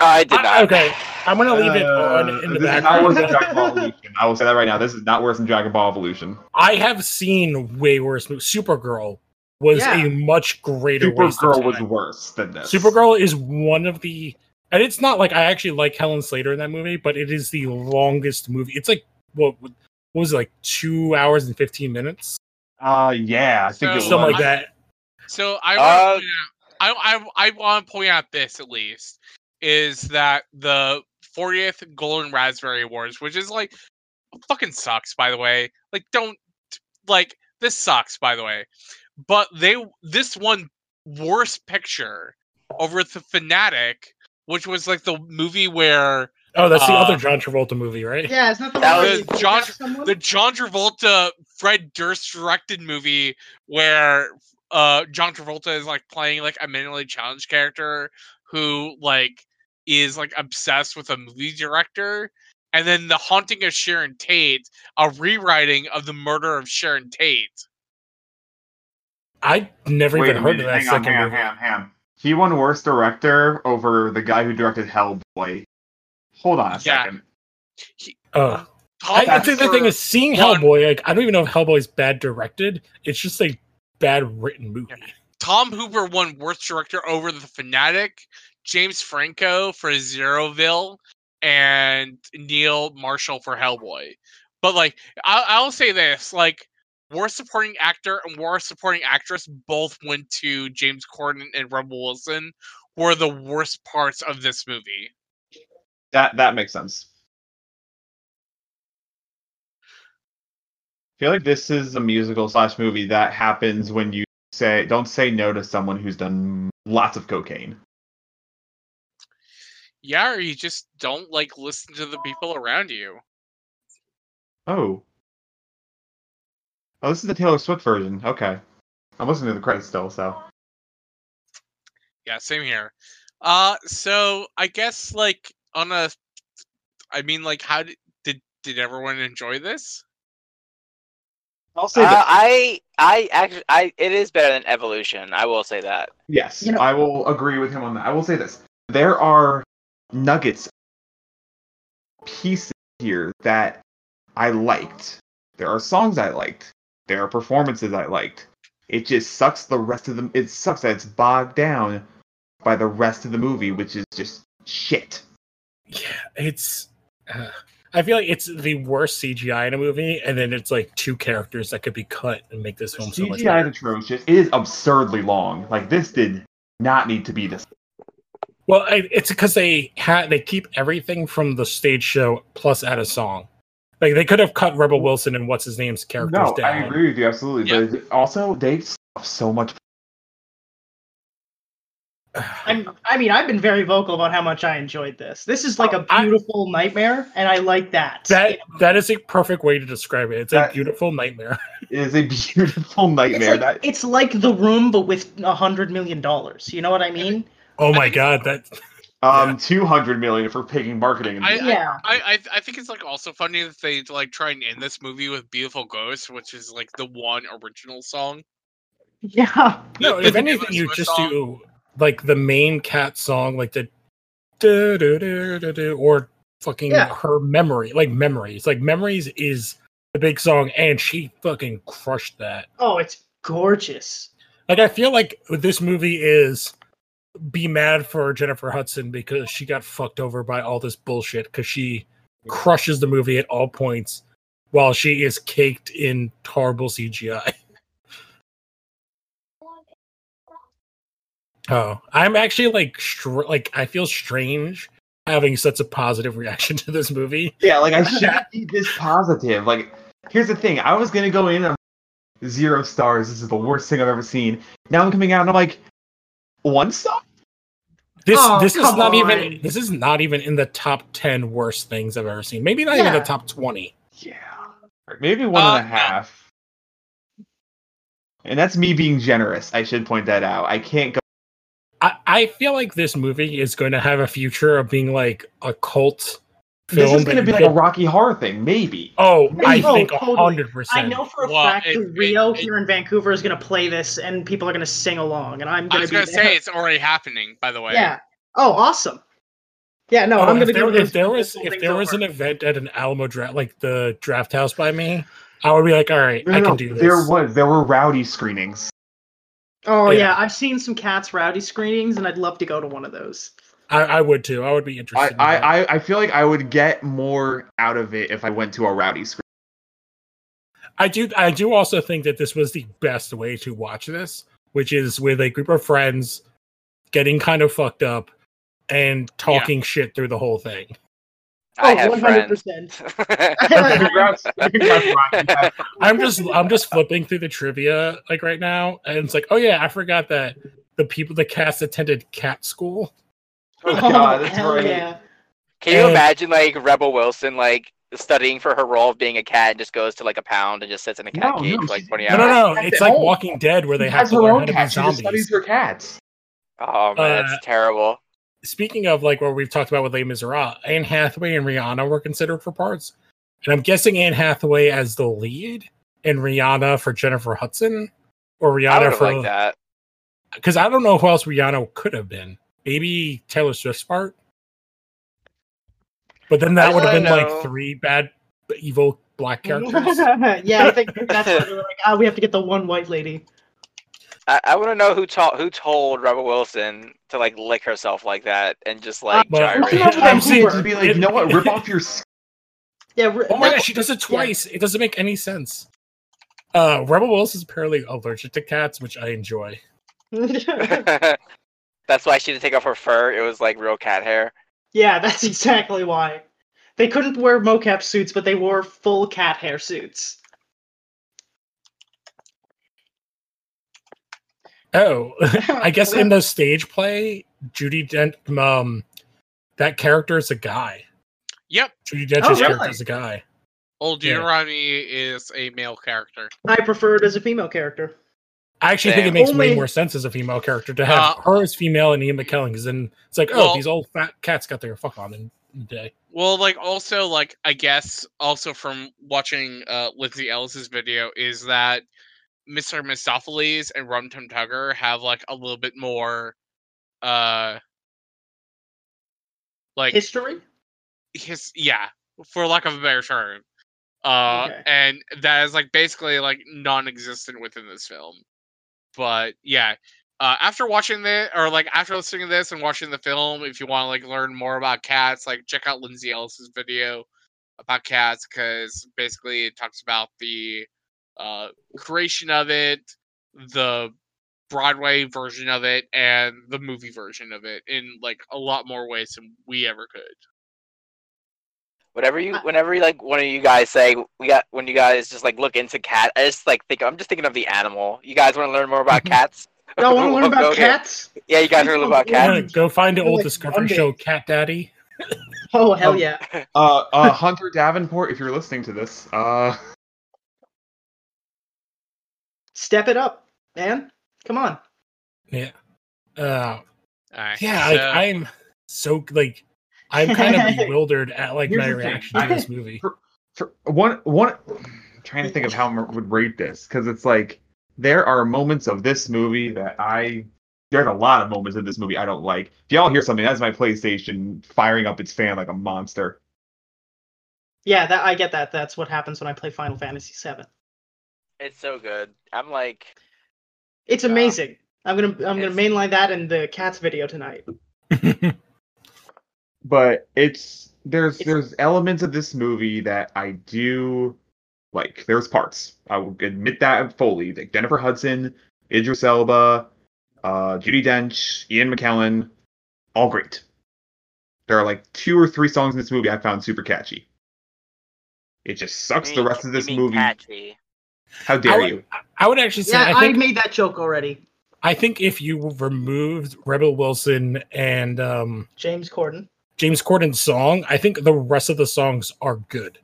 I did I- not. okay. I'm gonna leave it on in the Uh, this is not worse background. than Dragon Ball Evolution. I will say that right now. This is not worse than Dragon Ball Evolution. I have seen way worse. Movies. Supergirl was Yeah. a much greater waste of Supergirl was time. worse than this. Supergirl is one of the, and it's not like I actually like Helen Slater in that movie, but it is the longest movie. It's like what, what was it like two hours and fifteen minutes, Uh, yeah, I think it So- was. something like that. So I Uh, want to point out, I I, I want to point out this at least is that the 40th Golden Raspberry Awards, which is like fucking sucks by the way. Like don't like this sucks by the way. But they this one worst picture over the Fanatic, which was like the movie where Oh, that's the Uh, other John Travolta movie, right? Yeah, it's not the That one was where you John- kidnap someone? the John Travolta Fred Durst directed movie where uh John Travolta is like playing like a mentally challenged character who like is like obsessed with a movie director and then the haunting of Sharon Tate a rewriting of the murder of Sharon Tate I never Wait even a heard minute, of that hang on, second hang on, movie. hang on, hang on. He won worst director over the guy who directed Hellboy. Hold on Yeah. a second. Ugh. Tom Oh, I, I think the Hanks- thing is seeing one- Hellboy. Like, I don't even know if Hellboy's bad directed. It's just a bad written movie. Tom Hooper won worst director over the Fanatic James Franco for Zeroville and Neil Marshall for Hellboy. But like, I- I'll say this: like, worst supporting actor and worst supporting actress both went to James Corden and Rebel Wilson. Were the worst parts of this movie. That that makes sense. feel like this is a musical slash movie that happens when you say don't say no to someone who's done lots of cocaine. Yeah, or you just don't like listen to the people around you. Oh. Oh, this is the Taylor Swift version. Okay. I'm listening to the credits still, so. Yeah, same here. Uh, so I guess like on a, I mean like how did did, did everyone enjoy this? I'll say Uh, that. I I actually I it is better than Evolution. I will say that. Yes, You know- I will agree with him on that. I will say this: there are nuggets, pieces here that I liked. There are songs I liked. There are performances I liked. It just sucks the rest of them. It sucks that it's bogged down by the rest of the movie, which is just shit. Yeah, it's. Uh, I feel like it's the worst CGI in a movie, and then it's like two characters that could be cut and make this film so much. CGI is Better. atrocious. It is absurdly long. Like this did not need to be this. Well, I, it's because they ha- they keep everything from the stage show plus add a song. Like they could have cut Rebel Wilson and what's his name's characters No, down. I agree with you absolutely. But it- also, they stuff so much I'm, I mean, I've been very vocal about how much I enjoyed this. This is like a I- beautiful nightmare, and I like that. That that is a perfect way to describe it. It's That- a beautiful nightmare. is a beautiful it's, nightmare. like, That it's like the room, but with a hundred million dollars. You know what I mean? Oh my god, that um, two hundred million for picking marketing. I- yeah. I, I I think it's like also funny that they like try and end this movie with "Beautiful Ghost," which is like the one original song. yeah. no. The- If the anything, Taylor you Swift just song. do like the main cat song, like the do do do do do, or fucking Yeah. her memory, like memories, like memories is the big song, and she fucking crushed that. Oh, it's gorgeous. Like I feel like this movie is be mad for Jennifer Hudson because she got fucked over by all this bullshit because she crushes the movie at all points while she is caked in horrible CGI. Oh, I'm actually like str- like I feel strange having such a positive reaction to this movie. yeah, like I should be this positive. Like, here's the thing: I was gonna go in and I'm, zero stars. This is the worst thing I've ever seen. Now I'm coming out and I'm like, one star. This Oh, this is come on. not even this is not even in the top 10 worst things I've ever seen. Maybe not even the Yeah. top 20. Yeah, maybe one and a half. Uh, And that's me being generous. I should point that out. I can't go. I, I feel like this movie is going to have a future of being like a cult film. This is that gonna you be like get- a Rocky Horror thing, maybe. oh, I Oh, think a totally. hundred percent. I know for a Well, fact it- the it- Rio it- here in Vancouver is going to play this, and people are going to sing along, and I'm I going to was be gonna there. say it's already happening. By the way, yeah. Oh, awesome. Yeah. No, Oh, I'm if going to there- do if this there when was this whole if thing's there was over. an event at an Alamo draft like the draft house by me, I would be like, all right, No, I no, can no, do this. There was there were rowdy screenings. Oh Yeah. yeah. I've seen some cats rowdy screenings, and I'd love to go to one of those. I, I would too. I would be interested. I, in that. I, I- I feel like I would get more out of it if I went to a rowdy screen. I do I do also think that this was the best way to watch this, which is with a group of friends getting kind of fucked up and talking shit through the whole thing. I oh, have friends. 100%. Congrats. Oh, Congrats, I'm just I'm just flipping through the trivia like right now and it's like, "Oh yeah, I forgot that the people the cast attended cat school." Oh god, that's hell right. Yeah. Can you And- imagine like Rebel Wilson like studying for her role of being a cat and just goes to like a pound and just sits in a cat No, cage no, for like she- twenty No, hours? no, no. That's It's at like home. Walking Dead where they She have has to her learn how to own be cat. She just studies zombies. her cats. Oh man, Uh, that's terrible. Speaking of like what we've talked about with Les Miserables, Anne Hathaway and Rihanna were considered for parts. And I'm guessing Anne Hathaway as the lead and Rihanna for Jennifer Hudson or I Rihanna would have liked for that. because I don't know who else Rihanna could have been. Maybe Taylor Swift's part. But then that I would have been don't know. like three bad, evil black characters. yeah, I think that's what they were like. Ah, we have to get the one white lady. I, I want to know who told who told Rebel Wilson to like lick herself like that and just like well, gyrate. Imagine I'm that saying Hoover. to be like, you know what? Rip off your. s- Yeah. re- Oh my that- gosh, she does it twice. It doesn't make any sense. Uh, Rebel Wilson's apparently allergic to cats, which I enjoy. That's why she didn't take off her fur. It was like real cat hair. yeah, that's exactly why. They couldn't wear mocap suits, but they wore full cat hair suits. Oh, I guess in the stage play, Judy Dent, um, that character is a guy. Yep. Judy Oh, Dench's really? character is a guy. Old Yeah. Deuteronomy is a male character. I prefer it as a female character. I actually think Damn. it makes way Only- more sense as a female character to have Uh, her as female and Ian McKellen because then it's like, oh, Well- these old fat cats got their fuck on in the day. Well, like also like I guess also from watching uh Lindsay Ellis's video is that Mr. Mistopheles and Rum Tum Tugger have like a little bit more uh like his, History? yeah, for lack of a better term. Uh Okay. and that is like basically like non existent within this film. But yeah. Uh, after watching this, or like after listening to this and watching the film, if you want to like learn more about cats, like check out Lindsay Ellis's video about cats because basically it talks about the uh, creation of it, the Broadway version of it, and the movie version of it in like a lot more ways than we ever could. Whatever you, I- whenever you like, one of you guys say we got when you guys just like look into cat. I just like think I'm just thinking of the animal. You guys want to learn more about cats? Y'all want to learn We'll about go here. cats? Yeah, you guys want to learn about Yeah. cats. Yeah, go find the You're old like Discovery Monday. Show Cat Daddy. Oh hell Um, yeah! Uh, uh, Hunter Davenport, if you're listening to this, uh, Step it up, man. Come on. Yeah. Uh, All right, yeah, like, I'm so like I'm kind of bewildered at like Here's my the thing. reaction to this movie. for one one I'm trying to think of how I would rate this because it's like there are moments of this movie that I there's a lot of moments in this movie I don't like. If y'all hear something, that's my PlayStation firing up its fan like a monster. Yeah, that I get that. That's what happens when I play Final Fantasy VII. It's so good. I'm like, It's Yeah. amazing. I'm gonna I'm gonna It's- mainline that in the cats video tonight. But it's there's It's- there's elements of this movie that I do like. There's parts I will admit that fully. Like Jennifer Hudson, Idris Elba, uh, Judy Dench, Ian McKellen, all great. There are like two or three songs in this movie I found super catchy. It just sucks you the mean- rest of you this mean movie. Catchy. How dare would- you? I would actually say Yeah, I I, think made that joke already. I think if you removed Rebel Wilson and um, James Corden. James Corden's song, I think the rest of the songs are good.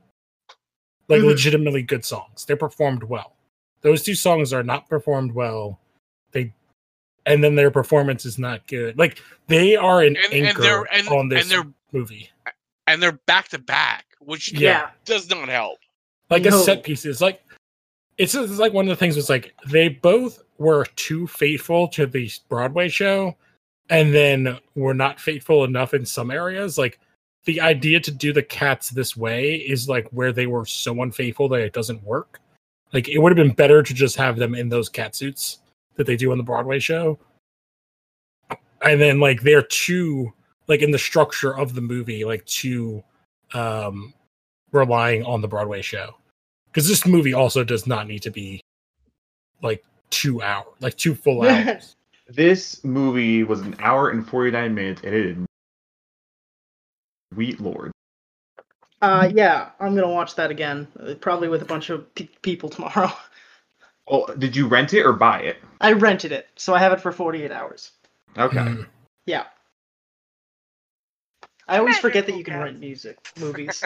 Like Mhm. legitimately good songs. They're performed well. Those two songs are not performed well. They and then their performance is not good. Like they are an and, and anchor they're and, on this and they're movie. and they're back to back, which Yeah. does not help. Like No. a set piece is like it's, just- it's like one of the things was like they both were too faithful to the Broadway show and then were not faithful enough in some areas. Like the idea to do the cats this way is like where they were so unfaithful that it doesn't work. Like it would have been better to just have them in those cat suits that they do on the Broadway show. And then like they're too like in the structure of the movie, like too um relying on the Broadway show. Because this movie also does not need to be like two hour, like two full hours. This movie was an hour and forty nine minutes, and it is Sweet Lord. Uh, yeah, I'm gonna watch that again, uh, probably with a bunch of pe- people tomorrow. Oh, did you rent it or buy it? I rented it, so I have it for 48 hours. Okay. Mm. Yeah. I always forget that Magical you can cats. rent music, movies.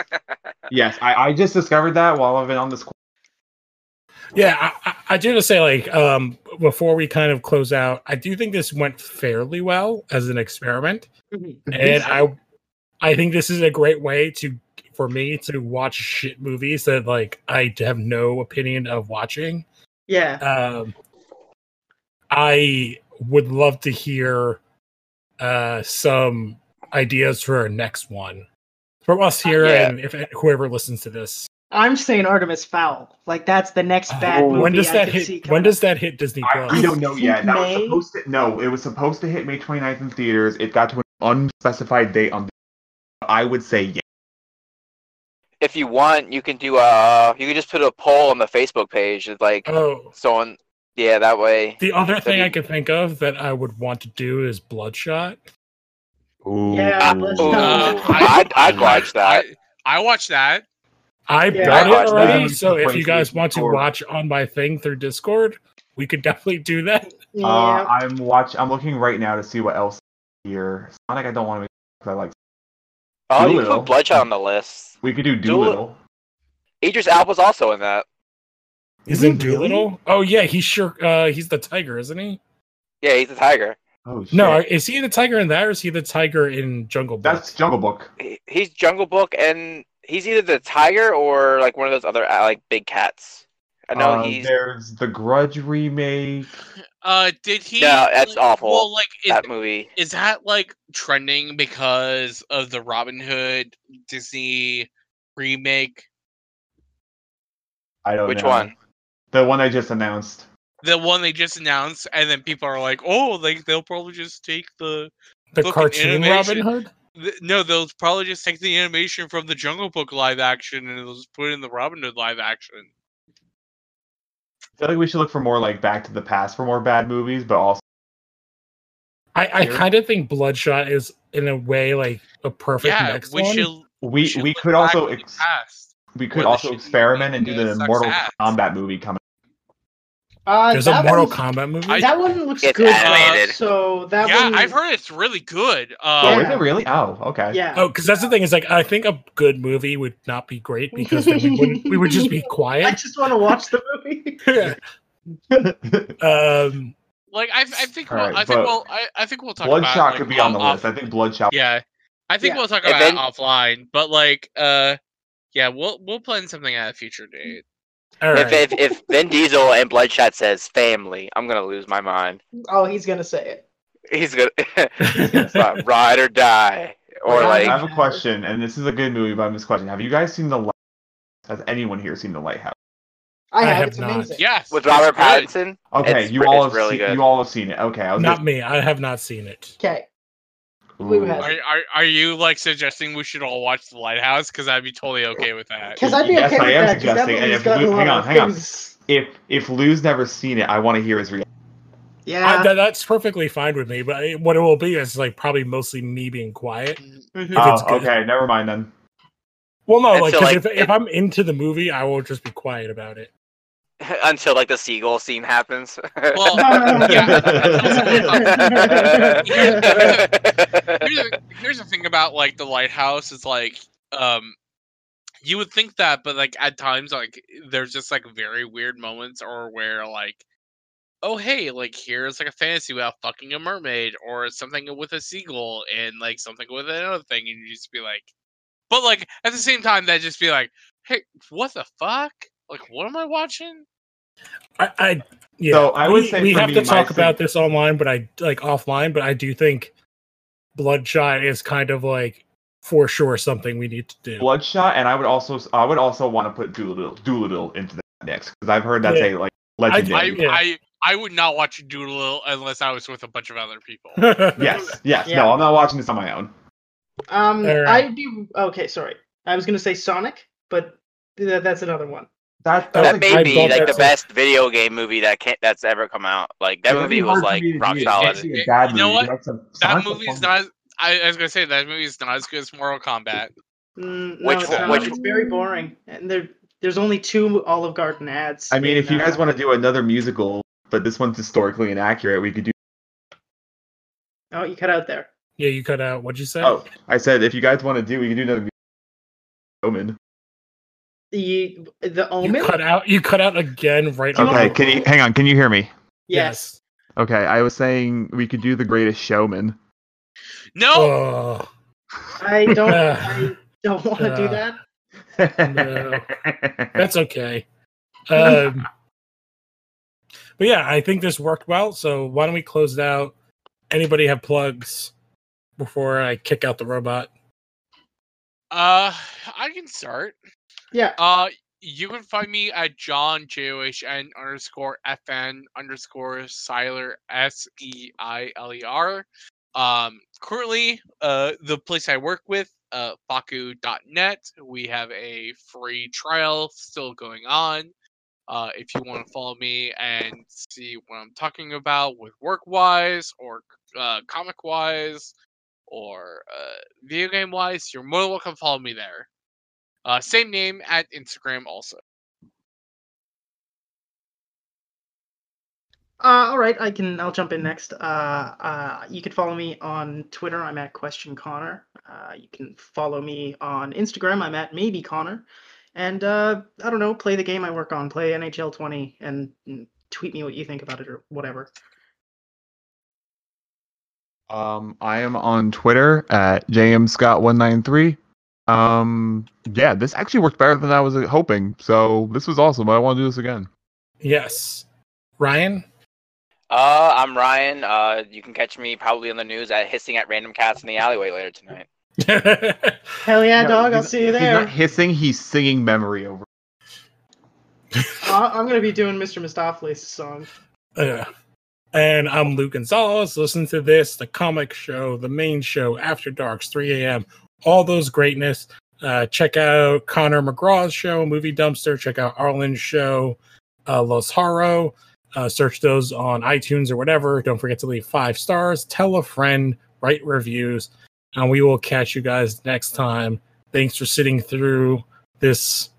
Yes, I, I just discovered that while I've been on this Yeah, I, I, I do to say like um before we kind of close out, I do think this went fairly well as an experiment, and I I think this is a great way to for me to watch shit movies that like I have no opinion of watching. yeah. um, I would love to hear uh, some ideas for our next one from us here Yeah. and if whoever listens to this. I'm saying Artemis Fowl. Like that's the next bad Oh, movie when does I that could see hit? coming When up. does that hit Disney I, we Plus? don't know yet. That was May? supposed to no, it was supposed to hit May 29th in theaters. It got to an unspecified date on. I would say yeah. if you want, you can do a. uh, You can just put a poll on the Facebook page. It's like Oh, so on. Yeah, that way. the other thing I mean- could think of that I would want to do is Bloodshot. Ooh. Yeah, let's Ooh, No. I'd, I'd watch that. I, I watched that. I Yeah. bought I watched it that. already, so if Wait, you guys want to Discord. watch on my thing through Discord, we could definitely do that. Yeah. Uh, I'm watch. I'm looking right now to see what else is here. Sonic, I don't want to because I like. Oh, you Doolittle. put Bloodshot on the list. We could do Doolittle. Doolittle. Idris Alba's also in that. Isn't Is he really? Doolittle? Oh yeah, he's sure. Uh, he's the tiger, isn't he? Yeah, he's a tiger. Oh shit. No, is he the tiger in that, or is he the tiger in Jungle Book? that's Jungle Book. He- He's Jungle Book, and he's either the tiger or like one of those other uh, like big cats. I know Uh, he's There's the Grudge remake. Uh, did he? No, that's like- awful. Well, like, is, that movie. is that like trending because of the Robin Hood Disney remake? I don't Which know. one? The one I just announced. The one they just announced, and then people are like, "Oh, like they'll probably just take the the fucking cartoon Robin animation. Hood. Th- no, they'll probably just take the animation from the Jungle Book live action and they'll just put it in the Robin Hood live action. I feel like we should look for more like Back to the Past for more bad movies, but also I, I Here. kind of think Bloodshot is in a way like a perfect yeah, next we one. should. we should we look could back also to the ex- past. we where could the also shitty experiment and do movie the sucks Mortal ass. Kombat movie coming. Uh, There's a that Mortal one's- Kombat movie. I- That one looks It's good. though, animated. So that yeah, one. I've heard it's really good. Oh, Um, is it really? Oh, okay. Yeah. oh, because that's the thing is like I think a good movie would not be great because then we wouldn't we would just be I quiet. just want to watch the movie. um, like I, I think we'll, Alright, I think but we'll I, I think we'll talk about Bloodshot like, could be on the off- list. I think Bloodshot. Yeah, I think Yeah. we'll talk And about then- it offline. But like, uh, yeah, we'll we'll plan something at a future date. all right. If, if if Vin Diesel and Bloodshot says family, I'm gonna lose my mind. oh, he's gonna say it. He's gonna it's like, ride or die, or Yeah, I like have a question, and this is a good movie, but I'm just question. Have you guys seen the? Lighthouse? Has anyone here seen the Lighthouse? I, I have, have it's not. amazing. Yes, it's with Robert good. Pattinson. Okay, It's you re- all it's have seen, really good. you all have seen it. Okay, I was not me. I have not seen it. Okay. gonna, we would have- Are, are, are you like suggesting we should all watch The Lighthouse? Because I'd be totally okay with that. Because I'd be Yes, okay I with am that. 'cause that suggesting- and movie's if gotten Lou- a lot hang of on, hang on. things. if if Lou's never seen it, I want to hear his reaction. I, Yeah. that, that's perfectly fine with me. But what it will be is like probably mostly me being quiet. Mm-hmm. Mhm. Uh, it's Oh, good. okay, never mind then. Well, no, And like, so, 'cause like, if, it- if I'm into the movie, I will just be quiet about it. Until like the seagull scene happens. Well, here's, the, here's the thing about like The Lighthouse is like, um, you would think that, but like at times, like there's just like very weird moments, or where like, oh hey, like here's like a fantasy about fucking a mermaid, or something with a seagull, and like something with another thing, and you just be like, but like at the same time, that just be like, hey, what the fuck? Like, what am I watching? I, I yeah. So I would we, say we for have me, to my talk sig- about this online, but I like offline. But I do think Bloodshot is kind of like for sure something we need to do. Bloodshot, and I would also I would also want to put Doolittle Doolittle into that next because I've heard that's Yeah. a like I, legendary. Yeah. I I would not watch Doolittle unless I was with a bunch of other people. yes, yes. Yeah. No, I'm not watching this on my own. Um, Alright. I'd be okay. Sorry, I was gonna say Sonic, but th- that's another one. That That that's a like, that good may I be thought like the that's a- best video game movie that can't, that's ever come out. Like that It's movie hard was for like me to rock do. It solid. can't be a It- bad you know what? movie. That's a- that Sonic's a movie is fun not. I, I was gonna say that movie is not as good as Mortal Kombat. Mm, no, Which it's, one- not. which it's one? very boring, and there there's only two Olive Garden ads. I mean, if you in, uh, guys want to do another musical, but this one's historically inaccurate, we could do. oh, you cut out there. yeah, you cut out. What'd you say? Oh, I said if you guys want to do, we can do another. musical. Omen. The the you Omen. cut out. You cut out again. Right. Do you on want Okay, me- the- can you hang on? Can you hear me? yes. Yes. Okay, I was saying we could do the Greatest Showman. No, Oh. I don't. I don't want to do Uh, that. No. That's okay. Um, but yeah, I think this worked well. So why don't we close it out? Anybody have plugs before I kick out the robot? uh, I can start. Yeah. Uh, you can find me at John J O H N underscore F N underscore Seiler S E I L E R. Um, currently, uh, the place I work with, uh, Baku.net, we have a free trial still going on. Uh, if you want to follow me and see what I'm talking about with work wise or uh, comic wise or uh, video game wise, you're more than welcome to follow me there. Uh, same name at Instagram also. Uh, all right, I can. I'll jump in next. Uh, uh, you can follow me on Twitter. I'm at Question Connor. Uh, you can follow me on Instagram. I'm at Maybe Connor. And uh, I don't know. Play the game I work on. Play NHL 20, and mm, tweet me what you think about it or whatever. Um, I am on Twitter at jmscott193. Um, yeah, this actually worked better than I was uh, hoping. So this was awesome. I want to do this again. Yes. Ryan? Uh, I'm Ryan. Uh, you can catch me probably on the news at hissing at random cats in the alleyway later tonight. Hell yeah, No, dog! I'll he's- see you He's there. not hissing. He's singing memory over. Uh, I'm gonna be doing Mr. Mistopheles' song. Uh, and I'm Luke Gonzalez. Listen to this, the comic show, the main show, After Darks, 3 a.m., all those greatness. Uh, check out Connor McGraw's show, Movie Dumpster. Check out Arlen's show, uh, Los Haro. Uh, search those on iTunes or whatever. Don't forget to leave five stars. Tell a friend. Write reviews. And we will catch you guys next time. Thanks for sitting through this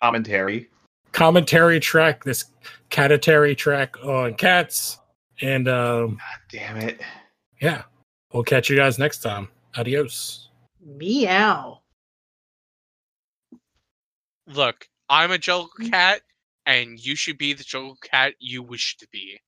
Commentary. commentary track, this catatary track on cats. And um, Damn it. yeah, we'll catch you guys next time. Adios. Meow. Look, I'm a jungle cat, and you should be the jungle cat you wish to be.